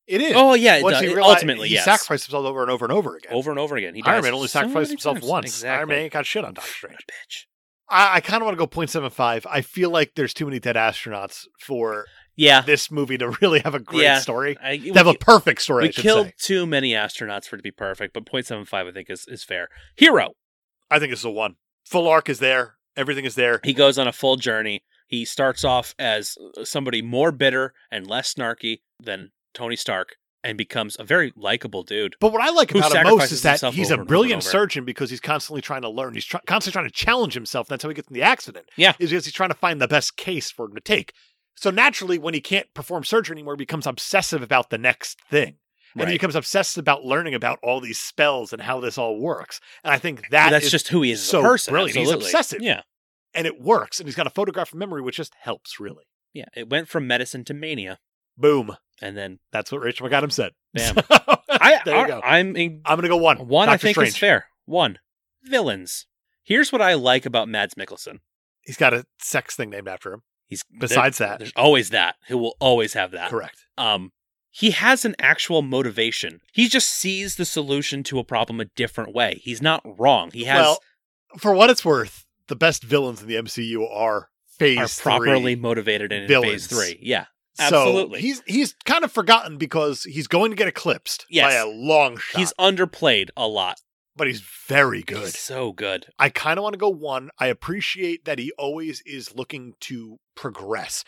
A: It Oh, is.
B: Oh yeah, it
A: Once
B: does.
A: he
B: It-
A: realized-
B: ultimately,
A: he
B: yes.
A: sacrificed himself over and over and over again.
B: over and over again. He
A: Iron
B: dies
A: Man only
B: so many
A: sacrificed himself
B: times.
A: once.
B: Exactly.
A: Iron Man ain't got shit on Doctor Strange.
B: Bitch.
A: I, I kind of want to go 0.75. I feel like there's too many dead astronauts for
B: Yeah.
A: this movie to really have a great
B: Yeah.
A: story.
B: I, we,
A: To have a perfect story,
B: we
A: I should
B: killed
A: say.
B: too many astronauts for it to be perfect, but 0.75 I think is, is fair. Hero.
A: I think it's the one. Full arc is there. Everything is there.
B: He goes on a full journey. He starts off as uh, somebody more bitter and less snarky than Tony Stark and becomes a very likable dude.
A: But what I like
B: Who
A: about him most
B: sacrifices
A: is that
B: himself
A: he's
B: over
A: a
B: and over and
A: brilliant
B: over.
A: surgeon because he's constantly trying to learn. He's tr- constantly trying to challenge himself. That's how he gets in the accident.
B: Yeah.
A: Is because he's trying to find the best case for him to take. So naturally, when he can't perform surgery anymore, he becomes obsessive about the next thing. And
B: Right.
A: he becomes obsessed about learning about all these spells and how this all works. And I think
B: But
A: that
B: That's
A: is-
B: just who he is as
A: so
B: a person.
A: brilliant. He's
B: absolutely.
A: obsessive.
B: Yeah.
A: and it works. And he's got a photograph memory, which just helps really.
B: Yeah. It went from medicine to mania.
A: Boom.
B: And then
A: That's what Rachel McAdams said.
B: Bam.
A: So-
B: I,
A: there you
B: I-
A: go.
B: I'm in
A: I'm gonna go one.
B: One I
A: Doctor
B: think
A: Strange.
B: is fair. One villains. Here's what I like about Mads Mikkelsen.
A: He's got a sex thing named after him.
B: He's
A: Besides
B: there-
A: that.
B: there's always that. Who will always have that.
A: Correct.
B: Um, he has an actual motivation. He just sees the solution to a problem a different way. He's not wrong. He has
A: Well, for what it's worth, the best villains in the MCU are Phase
B: are
A: three.
B: properly motivated and in
A: villains.
B: phase three. Yeah,
A: So
B: absolutely.
A: he's he's kind of forgotten because he's going to get eclipsed
B: Yes.
A: by a long shot.
B: he's underplayed a lot.
A: but he's very
B: He's
A: good.
B: so good.
A: I kind of want to go one. I appreciate that he always is looking to progress,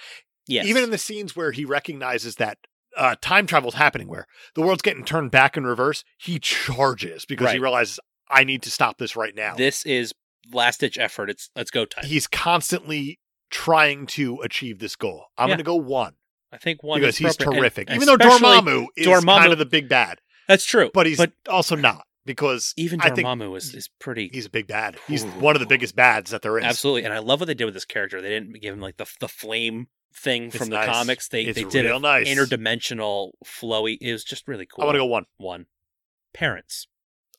B: Yes,
A: even in the scenes where he recognizes that. Uh, time travel's happening where the world's getting turned back in reverse. He charges because he
B: Right.
A: realizes I need to stop this right now.
B: this is last ditch effort. It's let's go time.
A: He's constantly trying to achieve this goal. I'm
B: Yeah.
A: going to go one.
B: I think one
A: because
B: is
A: he's
B: appropriate, and-
A: terrific.
B: and
A: Even though
B: especially-
A: Dormammu is
B: Dormammu-
A: kind of the big bad,
B: that's true,
A: but he's
B: but
A: also not. because
B: Even
A: I think
B: Dormammu is, is pretty
A: he's a big bad. He's
B: Ooh.
A: one of the biggest bads that there is.
B: Absolutely, and I love what they did with this character. They didn't give him like the the flame thing
A: It's
B: from the
A: nice.
B: comics. They
A: It's
B: they did
A: real
B: an
A: nice.
B: interdimensional flowy. It was just really cool.
A: I want to go one
B: one. Parents.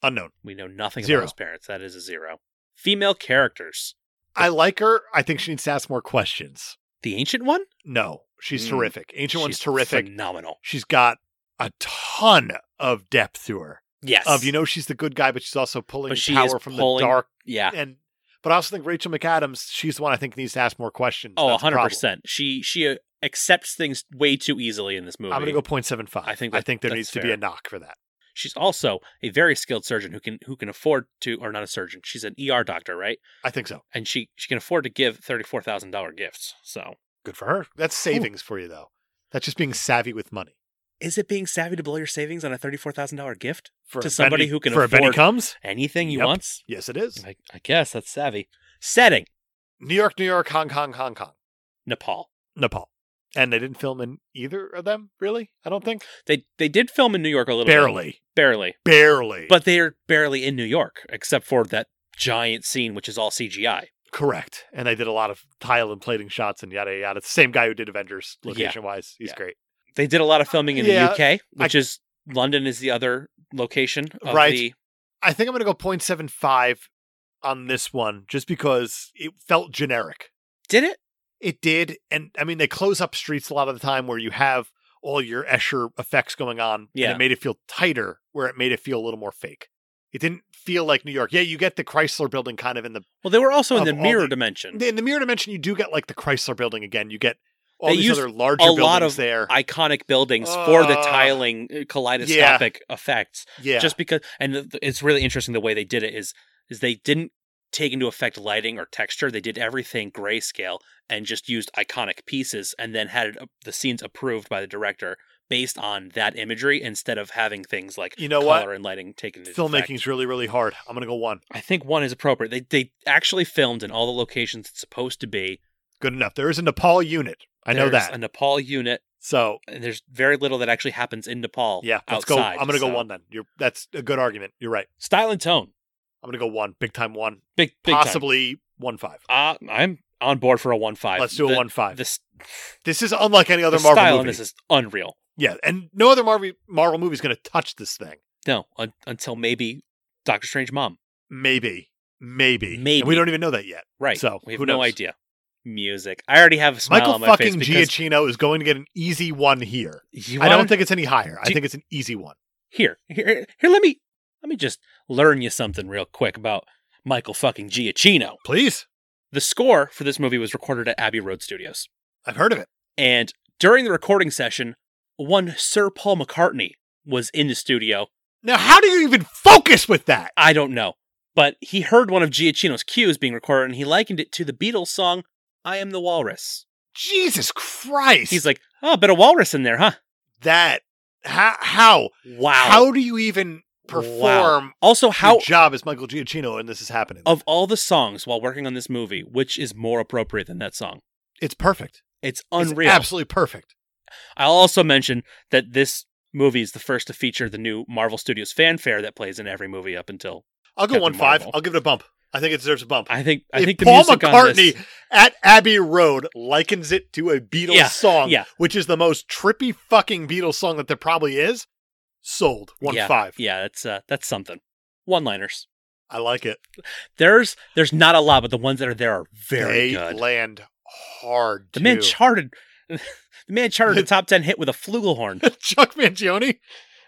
A: unknown.
B: We know nothing
A: Zero.
B: about his parents. That is a zero. Female characters.
A: I like her. I think she needs to ask more questions.
B: The ancient one.
A: No, she's
B: Mm.
A: terrific. Ancient one's
B: She's
A: terrific.
B: Phenomenal.
A: she's got a ton of depth to her.
B: Yes.
A: Of you know, she's the good guy, but she's also pulling
B: But she
A: power
B: is
A: from
B: pulling-
A: the dark.
B: Yeah.
A: And but I also think Rachel McAdams, she's the one I think needs to ask more questions.
B: Oh,
A: That's the
B: hundred
A: problem.
B: percent. She she uh, accepts things way too easily in this movie.
A: I'm gonna go 0.75.
B: I think
A: I
B: that-
A: think there
B: that's
A: needs to be
B: fair.
A: a knock for that.
B: She's also a very skilled surgeon who can who can afford to, or not a surgeon. She's an ER doctor, right?
A: I think so.
B: and she she can afford to give thirty four thousand dollar gifts. So
A: Good for her. That's savings for you though. That's just being savvy with money.
B: is it being savvy to blow your savings on a thirty four thousand dollar gift?
A: For
B: To
A: a
B: somebody
A: Benny-
B: who can
A: for a Benny
B: afford-
A: comes?
B: Anything you
A: Yep.
B: want?
A: Yes, it is.
B: I, I guess that's savvy. Setting
A: New York, New York, Hong Kong, Hong Kong,
B: Nepal.
A: Nepal. And they didn't film in either of them, really? I don't think.
B: They they did film in New York a little bit,
A: Barely.
B: barely,
A: Barely.
B: but they are barely in New York except for that giant scene, which is all CGI.
A: Correct. And they did a lot of tile and plating shots and yada yada yada. It's the same guy who did Avengers
B: Yeah.
A: location wise. He's
B: Yeah.
A: great.
B: They did a lot of filming in
A: Uh, Yeah,
B: the UK, which is London is the other location of
A: Right.
B: the
A: I think I'm gonna go 0.75 on this one just because it felt generic.
B: did it.
A: It did, and I mean they close up streets a lot of the time where you have all your Escher effects going on. And
B: Yeah.
A: it made it feel tighter where it made it feel a little more fake. It didn't feel like New York. Yeah, you get the Chrysler building kind of in the
B: Well, they were also in
A: Of all
B: the mirror
A: the-
B: dimension.
A: in the mirror dimension, you do get like the Chrysler building again. You get all
B: They
A: these
B: used
A: other larger
B: a
A: buildings
B: lot of
A: there.
B: iconic buildings for the
A: Uh,
B: tiling uh, kaleidoscopic effects.
A: yeah,
B: Just because, and th- th- it's really interesting the way they did it is is they didn't take into effect lighting or texture. They did everything grayscale and just used iconic pieces, and then had it, uh, the scenes approved by the director based on that imagery instead of having things like
A: you know
B: color
A: what?
B: and lighting taken into effect.
A: Filmmaking's really really hard. I'm gonna go one.
B: I think one is appropriate. They they actually filmed in all the locations it's supposed to be.
A: Good enough. There is a Nepal unit. I know
B: There's
A: that.
B: a Nepal unit.
A: so
B: and there's very little that actually happens in Nepal.
A: yeah, let's go.
B: outside,
A: I'm gonna
B: so-
A: go one then. You're that's a good argument. You're right.
B: Style and tone,
A: I'm gonna go one. Big time one.
B: big, big possibly.
A: possibly one five.
B: Uh, I'm on board for a one five.
A: Let's do a one five.
B: This
A: This is unlike any other
B: the
A: Uh, Marvel
B: style in
A: movie.
B: this is unreal.
A: yeah, and no other Marvel Marvel movie is gonna touch this thing.
B: No, un- until maybe Doctor Strange Mom.
A: Maybe, maybe, And
B: Maybe.
A: we don't even know that yet.
B: Right.
A: So,
B: we have
A: who
B: no
A: knows?
B: idea. Music. I already have a smile
A: Michael
B: on my
A: fucking
B: face because
A: Giacchino is going to get an easy one here.
B: you
A: I don't
B: wanna-
A: think it's any higher. I
B: Do-
A: think it's an easy one.
B: here, here, here. Let me let me just learn you something real quick about Michael fucking Giacchino.
A: Please.
B: The score for this movie was recorded at Abbey Road Studios.
A: I've heard of it.
B: And during the recording session, one Sir Paul McCartney was in the studio.
A: Now, how do you even focus with that?
B: I don't know, but he heard one of Giacchino's cues being recorded and he likened it to the Beatles song, I Am the Walrus.
A: Jesus Christ.
B: He's like, oh, a bit of walrus in there, huh?
A: that. How? How,
B: Wow.
A: how do you even perform
B: also,
A: how,
B: how,
A: your job as Michael Giacchino and this is happening?
B: of all the songs while working on this movie, which is more appropriate than that song?
A: it's perfect.
B: It's
A: It's
B: unreal.
A: absolutely perfect.
B: I'll also mention that this movie is the first to feature the new Marvel Studios fanfare that plays in every movie up until.
A: I'll go
B: Captain
A: one five.
B: Marvel.
A: I'll give it a bump. I think it deserves a bump.
B: I think I
A: If
B: think the
A: Paul
B: music on
A: McCartney
B: this,
A: at Abbey Road likens it to a Beatles
B: Yeah,
A: song,
B: yeah.
A: which is the most trippy fucking Beatles song that there probably is. Sold one five.
B: Yeah, that's uh, that's something. One liners.
A: I like it.
B: There's there's not a lot, but the ones that are there are very
A: they
B: good.
A: land hard.
B: the man
A: too.
B: charted the man charted a top ten hit with a flugelhorn.
A: Chuck Mangione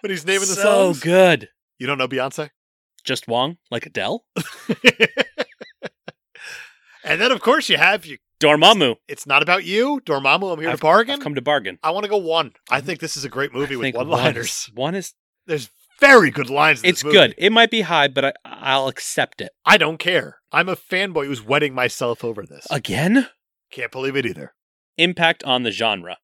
A: when he's naming the
B: so
A: songs.
B: good.
A: You don't know Beyonce?
B: Just Wong, like Adele.
A: and then of course you have you.
B: Dormammu.
A: It's not about you, Dormammu. I'm here to bargain.
B: I've come to bargain.
A: I want to go one. I think this is a great movie
B: I
A: with
B: think
A: one
B: one
A: liners.
B: is- One is
A: There's very good lines. In
B: it's
A: this movie.
B: good. It might be high, but I, I'll accept it.
A: I don't care. I'm a fanboy who's wetting myself over this.
B: Again,
A: Can't believe it either.
B: impact on the genre.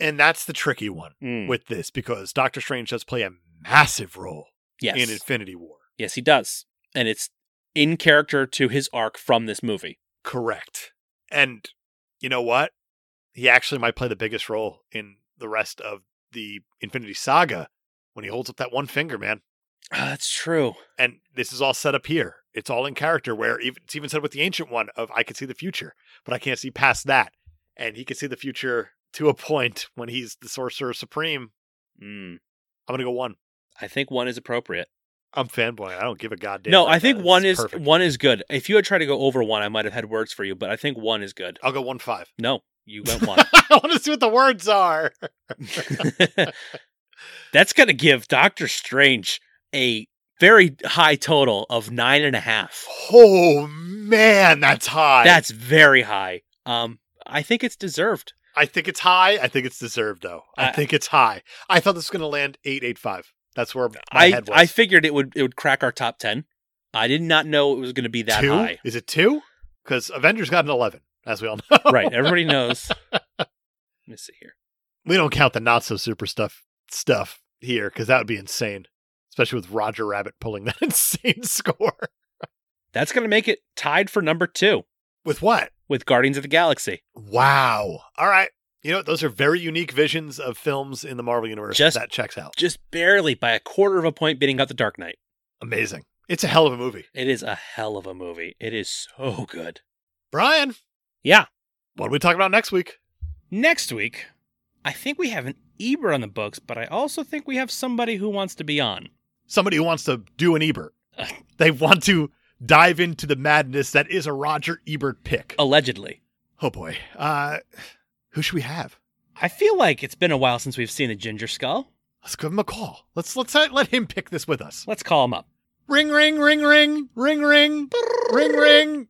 A: And that's the tricky one
B: Mm,
A: with this because Doctor Strange does play a massive role
B: yes,
A: in Infinity War.
B: yes, he does, and it's in character to his arc from this movie.
A: Correct. And you know what? He actually might play the biggest role in the rest of the Infinity Saga when he holds up that one finger, man.
B: Ah, that's true.
A: And this is all set up here. It's all in character where even, it's even said with the ancient one of I can see the future, but I can't see past that. And he can see the future to a point when he's the sorcerer supreme.
B: Mm,
A: I'm gonna go one.
B: I think one is appropriate.
A: I'm fanboying. I don't give a goddamn.
B: no,
A: about
B: I think
A: that.
B: one
A: It's
B: is
A: perfect.
B: one is good. If you had tried to go over one, I might have had words for you, but I think one is good.
A: I'll go one five.
B: No, you went one.
A: I want to see what the words are.
B: That's gonna give Doctor Strange a very high total of nine and a half.
A: Oh man, that's high.
B: That's very high. Um, I think it's deserved.
A: I think it's high. I think it's deserved though. I,
B: I-
A: think it's high. I thought this was gonna land eight eight five. That's where my
B: I
A: head was.
B: I figured it would it would crack our top ten. I did not know it was going to be that
A: two?
B: high.
A: Is it two? Because Avengers got an eleven, as we all know.
B: right, everybody knows. Let me see here.
A: we don't count the not so super stuff stuff here because that would be insane, especially with Roger Rabbit pulling that insane score.
B: That's going to make it tied for number two
A: With what?
B: with Guardians of the Galaxy.
A: Wow. All right. You know, those are very unique visions of films in the Marvel universe.
B: Just-
A: that checks out.
B: Just barely by a quarter of a point beating out the Dark Knight.
A: Amazing. It's a hell of a movie.
B: It is a hell of a movie. It is so good.
A: Brian,
B: Yeah.
A: what are we talking about next week?
B: Next week, I think we have an Eber on the books, but I also think we have somebody who wants to be on.
A: Somebody who wants to do an Ebert. they want to dive into the madness that is a Roger Ebert pick. Oh,
B: Allegedly.
A: boy. Uh, who should we have?
B: I feel like it's been a while since we've seen a Ginger Skull.
A: Let's give him a call. Let's let's let him pick this with us.
B: Let's call him up.
A: Ring, ring, ring, ring, ring, ring, ring, ring.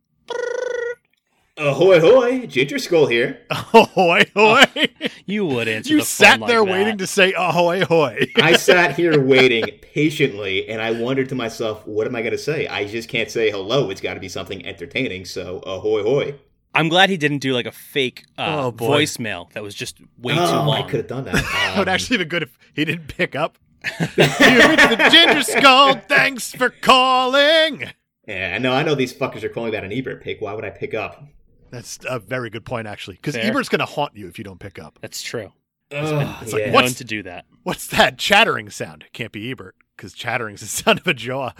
C: Ahoy, hoy! Ginger Skull here.
A: Ahoy, hoy.
B: You would answer.
A: You
B: Oh, the
A: sat
B: phone
A: there
B: like
A: waiting
B: that.
A: to say ahoy, hoy.
C: I sat here waiting patiently, and I wondered to myself, what am I going to say? I just can't say hello. It's got to be something entertaining. So, ahoy, hoy!
B: I'm glad he didn't do like a fake uh,
A: Oh, boy.
B: voicemail that was just way too
C: oh, I
B: long.
C: could have done that.
A: That would
C: Um,
A: actually have been good if he didn't pick up. you reached the ginger skull. Thanks for calling.
C: Yeah, no, I know these fuckers are calling that an Ebert pick. Why would I pick up?
A: That's a very good point, actually, because
B: Fair.
A: Ebert's going to haunt you if you don't pick up.
B: That's true.
C: Ugh,
A: it's like,
C: Oh, yeah.
B: Known
A: what's-
B: to do that.
A: What's that chattering sound? It can't be Ebert because chattering's the sound of a jaw.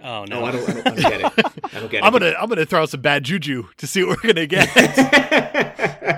B: Oh no.
C: No, I don't, I, don't, I don't get it. I don't get it.
A: I'm gonna I'm gonna throw out some bad juju to see what we're gonna get.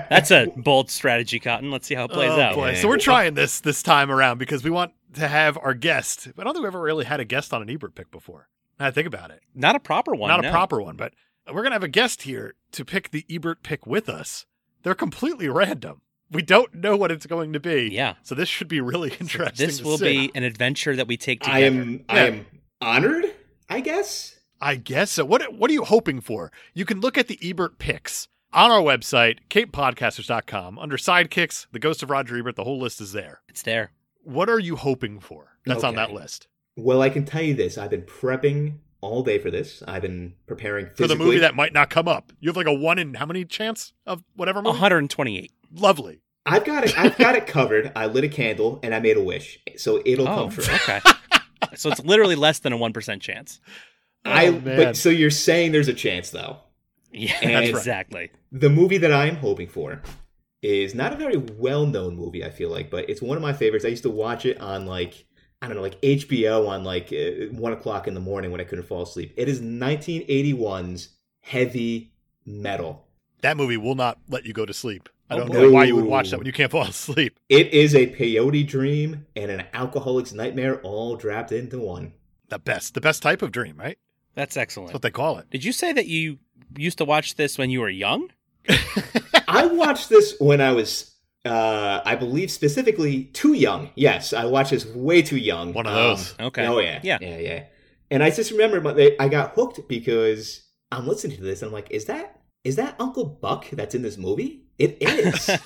B: That's a bold strategy, Cotton. Let's see how it plays
A: Oh,
B: out.
A: boy. So we're trying this this time around because we want to have our guest. I don't think we've ever really had a guest on an Ebert pick before. Now that I think about it.
B: Not a proper one.
A: Not
B: no.
A: a proper one, but we're gonna have a guest here to pick the Ebert pick with us. They're completely random. We don't know what it's going to be.
B: Yeah.
A: So this should be really interesting.
B: This
A: to
B: will
A: see.
B: be an adventure that we take together.
C: I am. I
A: Yeah.
C: am honored. I guess.
A: I guess so. What what are you hoping for? You can look at the Ebert picks on our website, capepodcasters.com, under sidekicks, the ghost of Roger Ebert, the whole list is there.
B: It's there.
A: What are you hoping for? That's on
C: Okay.
A: that list.
C: Well, I can tell you this. I've been prepping all day for this. I've been preparing
A: For the
C: physically.
A: movie that might not come up. You have like a one in how many chance of whatever movie?
B: 128.
A: Lovely.
C: I've got it. I've got it covered. I lit a candle and I made a wish, so it'll
B: oh,
C: come true.
B: okay. so it's literally less than a one percent chance.
C: I.
A: Oh, man.
C: But so you're saying there's a chance though.
B: Yeah,
C: That's right.
B: exactly.
C: The movie that I am hoping for is not a very well-known movie. I feel like, but it's one of my favorites. I used to watch it on like I don't know, like HBO on like uh, one o'clock in the morning when I couldn't fall asleep. It is 1981's Heavy Metal.
A: That movie will not let you go to sleep. I
B: Oh,
A: don't
C: boy.
A: know why you would watch that when you can't fall asleep.
C: It is a peyote dream and an alcoholic's nightmare all wrapped into one.
A: The best. The best type of dream, right?
B: That's
A: That's
B: excellent.
A: what they call it.
B: Did you say that you used to watch this when you were young?
C: I watched this when I was, uh, I believe, specifically too young. Yes, I watched this way too young.
A: One of
C: Um,
A: those.
B: Okay.
C: Oh yeah,
B: Yeah.
C: yeah, yeah. And I just remember my, they- I got hooked because I'm listening to this and I'm like, is that is that Uncle Buck that's in this movie? It is.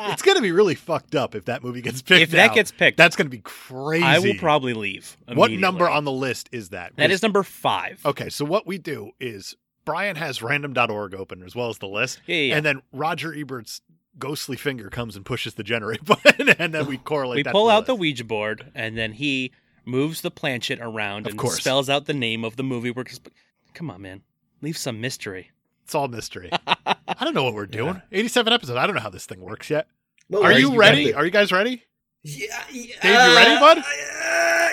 A: It's gonna be really fucked up if that movie gets picked.
B: if that
A: now.
B: gets picked,
A: that's gonna be crazy.
B: I will probably leave.
A: What
B: immediately.
A: number on the list is that?
B: That is number five.
A: Okay, so what we do is Brian has random.org open as well as the list,
B: Yeah, yeah, yeah.
A: and then Roger Ebert's ghostly finger comes and pushes the generate button, and then we correlate.
B: we
A: that
B: pull
A: to
B: out the
A: list.
B: Ouija board, and then he moves the planchet around
A: Of
B: and
A: course.
B: spells out the name of the movie. We're just, come on, man, leave some mystery.
A: It's all mystery. I don't know what we're doing. Eighty-seven episodes. I don't know how this thing works yet.
C: Well,
A: Are
C: like,
A: you
C: got
A: ready?
C: the-
A: Are you guys ready?
C: Yeah, Dave,
A: Dave, you ready, bud?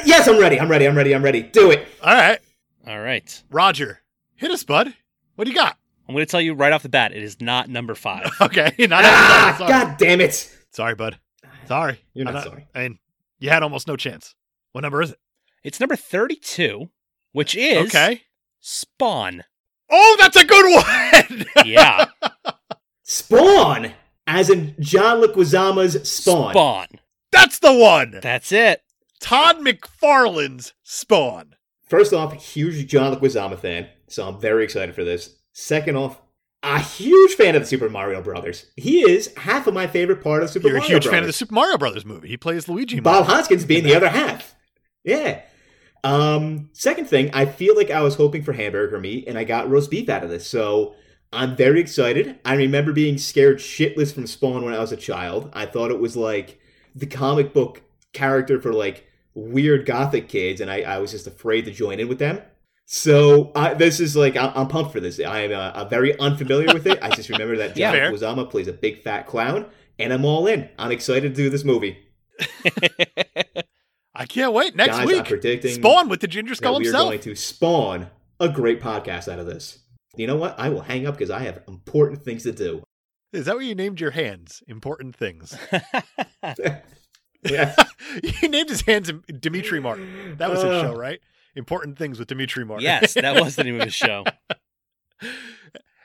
C: yes, I'm ready. I'm ready. I'm ready. I'm ready. Do it.
A: All right,
B: All right.
A: Roger, hit us, bud. What do you got?
B: I'm going to tell you right off the bat, it is not number five.
A: Okay, not
C: Ah,
A: sorry.
C: God damn it.
A: sorry, bud. Sorry,
C: You're not
A: I'm
C: sorry.
A: I mean, you had almost no chance. What number is it?
B: It's number 32, which is
A: Okay.
B: Spawn.
A: Oh, that's a good one.
B: Yeah,
C: Spawn, as in John Leguizamo's Spawn.
B: Spawn.
A: that's the one.
B: That's it.
A: Todd McFarlane's Spawn.
C: First off, huge John Leguizamo fan, so I'm very excited for this. Second off, a huge fan of the Super Mario Brothers. He is half of my favorite part of Super
A: You're a
C: Mario
A: huge fan of the
C: Brothers.
A: Super Mario Brothers movie. He plays Luigi.
C: Bob Hoskins being the other half. Yeah. Um, second thing, I feel like I was hoping for hamburger meat, and I got roast beef out of this, so I'm very excited. I remember being scared shitless from Spawn when I was a child. I thought it was like the comic book character for like weird gothic kids, and I, I was just afraid to join in with them. So I, this is like I'm, I'm pumped for this. I am uh, I'm very unfamiliar with it. I just remember that
A: Yeah.
C: John
A: Fair.
C: Leguizamo plays a big fat clown, and I'm all in. I'm excited to do this movie.
A: I can't wait next
C: Guys, I'm
A: week.
C: predicting
A: Spawn with the Ginger
C: that
A: Skull
C: we are
A: himself.
C: going to spawn a great podcast out of this. You know what? I will hang up because I have important things to do.
A: Is that what you named your hands? Important things.
C: Yeah.
A: you named his hands Dimitri Martin. That was his
C: Uh,
A: show, right? Important things with Dimitri Martin.
B: yes, that was the name of the show.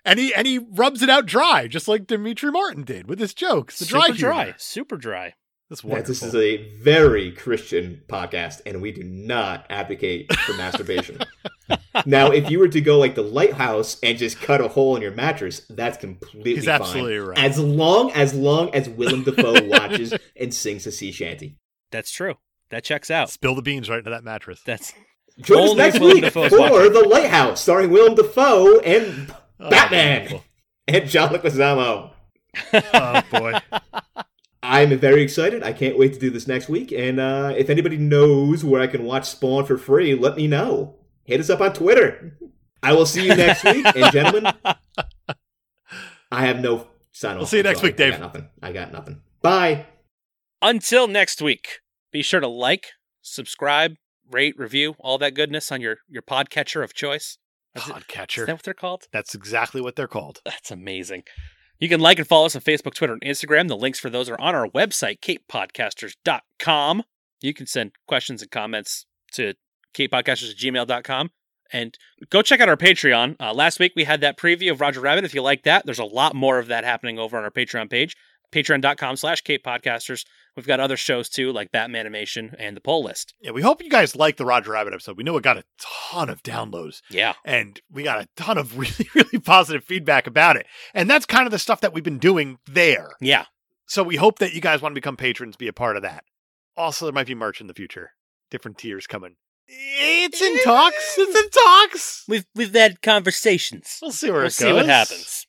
A: and he and he rubs it out dry, just like Dimitri Martin did with his jokes. The dry
B: Super dry.
A: humor.
B: Super dry.
A: That's
C: that This
A: wonderful.
C: is a very Christian podcast, and we do not advocate for masturbation. now, if you were to go like the lighthouse and just cut a hole in your mattress, that's completely
A: He's
C: fine.
A: absolutely right.
C: As long as long as Willem Dafoe watches and sings a sea shanty.
B: That's true. That checks out.
A: Spill the beans right into that mattress.
B: That's
C: Join us
B: Only
C: next
B: Willem
C: week
B: Dafoe is
C: for
B: watching.
C: The Lighthouse, starring Willem Dafoe and
A: Oh,
C: Batman.
A: wonderful.
C: and John Leguizamo.
A: Oh boy.
C: I'm very excited. I can't wait to do this next week. And uh, if anybody knows where I can watch Spawn for free, let me know. Hit us up on Twitter. I will see you next week. And gentlemen, I have no sign off.
A: We'll see you
C: I'm
A: next
C: sorry.
A: week, Dave.
C: I got nothing. I got nothing. Bye.
B: until next week. Be sure to like, subscribe, rate, review, all that goodness on your your podcatcher of choice. Is it- Is that
A: Podcatcher.
B: what they're called?
A: That's exactly what they're called.
B: That's amazing. You can like and follow us on Facebook, Twitter, and Instagram. The links for those are on our website, capepodcasters.com. You can send questions and comments to capepodcasters at gmail.com. And go check out our Patreon. Uh, last week we had that preview of Roger Rabbit. If you like that, there's a lot more of that happening over on our Patreon page, patreon.com slash capepodcasters. We've got other shows too, like Batman Animation and The Poll List.
A: Yeah, we hope you guys like the Roger Rabbit episode. We know it got a ton of downloads.
B: Yeah.
A: and we got a ton of really really positive feedback about it and that's kind of the stuff that we've been doing there
B: Yeah.
A: so we hope that you guys want to become patrons be a part of that also there might be merch in the future different tiers coming it's in talks it's in talks
B: We've, we've had conversations.
A: we'll see where
B: We'll
A: it
B: see what
A: goes.
B: happens.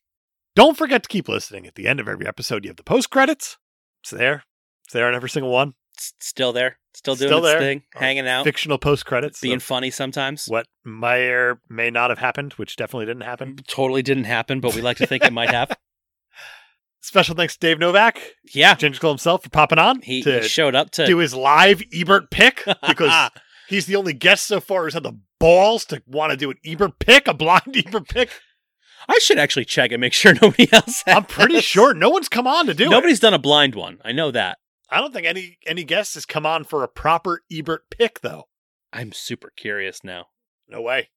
A: don't forget to keep listening at the end of every episode you have the post credits it's there it's there in every single one
B: It's still there. Still doing
A: Still
B: its
A: there.
B: thing. Hanging out.
A: fictional post credits
B: being funny sometimes.
A: what may or may not have happened which definitely didn't happen
B: Totally didn't happen, but we like to think it might have.
A: special thanks to dave novak
B: Yeah,
A: Ginger Skull himself for popping on
B: he,
A: to
B: he showed up to
A: do his live Ebert pick because he's the only guest so far who's had the balls to want to do an Ebert pick, a blind Ebert pick.
B: I should actually check and make sure nobody else. Has.
A: I'm pretty sure no one's come on to do it.
B: nobody's done a blind one. I know that.
A: I don't think any any guest has come on for a proper Ebert pick though.
B: I'm super curious now.
A: No way.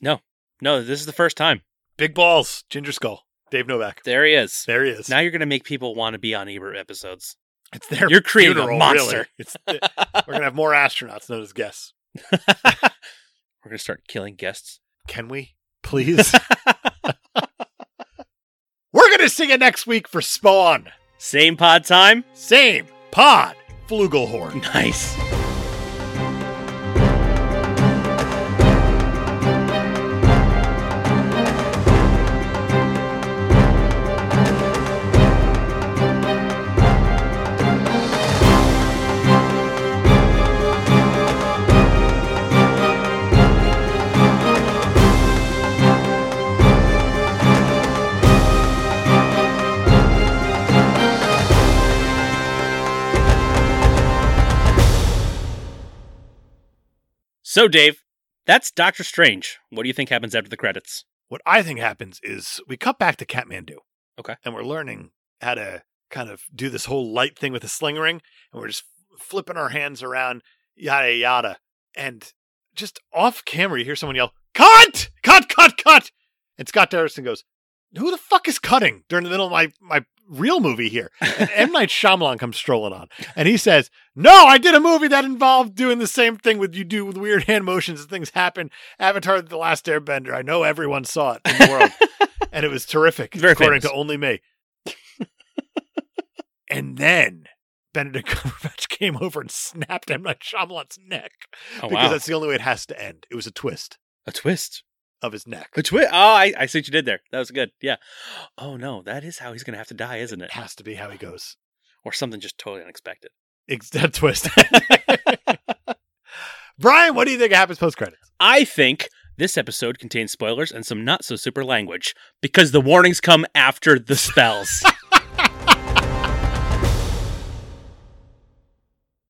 B: No, this is the first time.
A: Big balls, Ginger Skull, Dave Novak.
B: There he is.
A: There he is.
B: Now you're gonna make people want to be on Ebert episodes.
A: it's their
B: You're creating a
A: funeral,
B: monster.
A: really. It's the- we're gonna have more astronauts known as guests.
B: We're gonna start killing guests.
A: Can we please? we're gonna sing it next week for Spawn.
B: Same pod time.
A: Same pod. Flugelhorn.
B: Nice. So, Dave, that's Doctor Strange. What do you think happens after the credits?
A: What I think happens is we cut back to Kathmandu.
B: Okay.
A: And we're learning how to kind of do this whole light thing with a sling ring, and we're just flipping our hands around, yada yada. And just off camera, you hear someone yell, "Cut! Cut! Cut! Cut!" And Scott Derrickson goes, "Who the fuck is cutting during the middle of my my real movie here?" And M Night Shyamalan comes strolling on, and he says, "No, I did a movie that involved doing the same thing with you do with weird hand motions and things happen. Avatar: The Last Airbender. I know everyone saw it in the world." and it was terrific,
B: Very
A: according
B: famous.
A: to only me. and then Benedict Cumberbatch came over and snapped M Night Shyamalan's neck
B: Oh,
A: because
B: wow.
A: that's the only way it has to end. It was a twist
B: A twist.
A: of his neck.
B: A twist. Oh, I, I see what you did there. That was good. Yeah. Oh, no. That is how he's going to have to die, isn't it?
A: It has to be how he goes.
B: Or something just totally unexpected.
A: Ex- that twist. Brian, what do you think happens post credits?
B: I think this episode contains spoilers and some not so super language because the warnings come after the spells.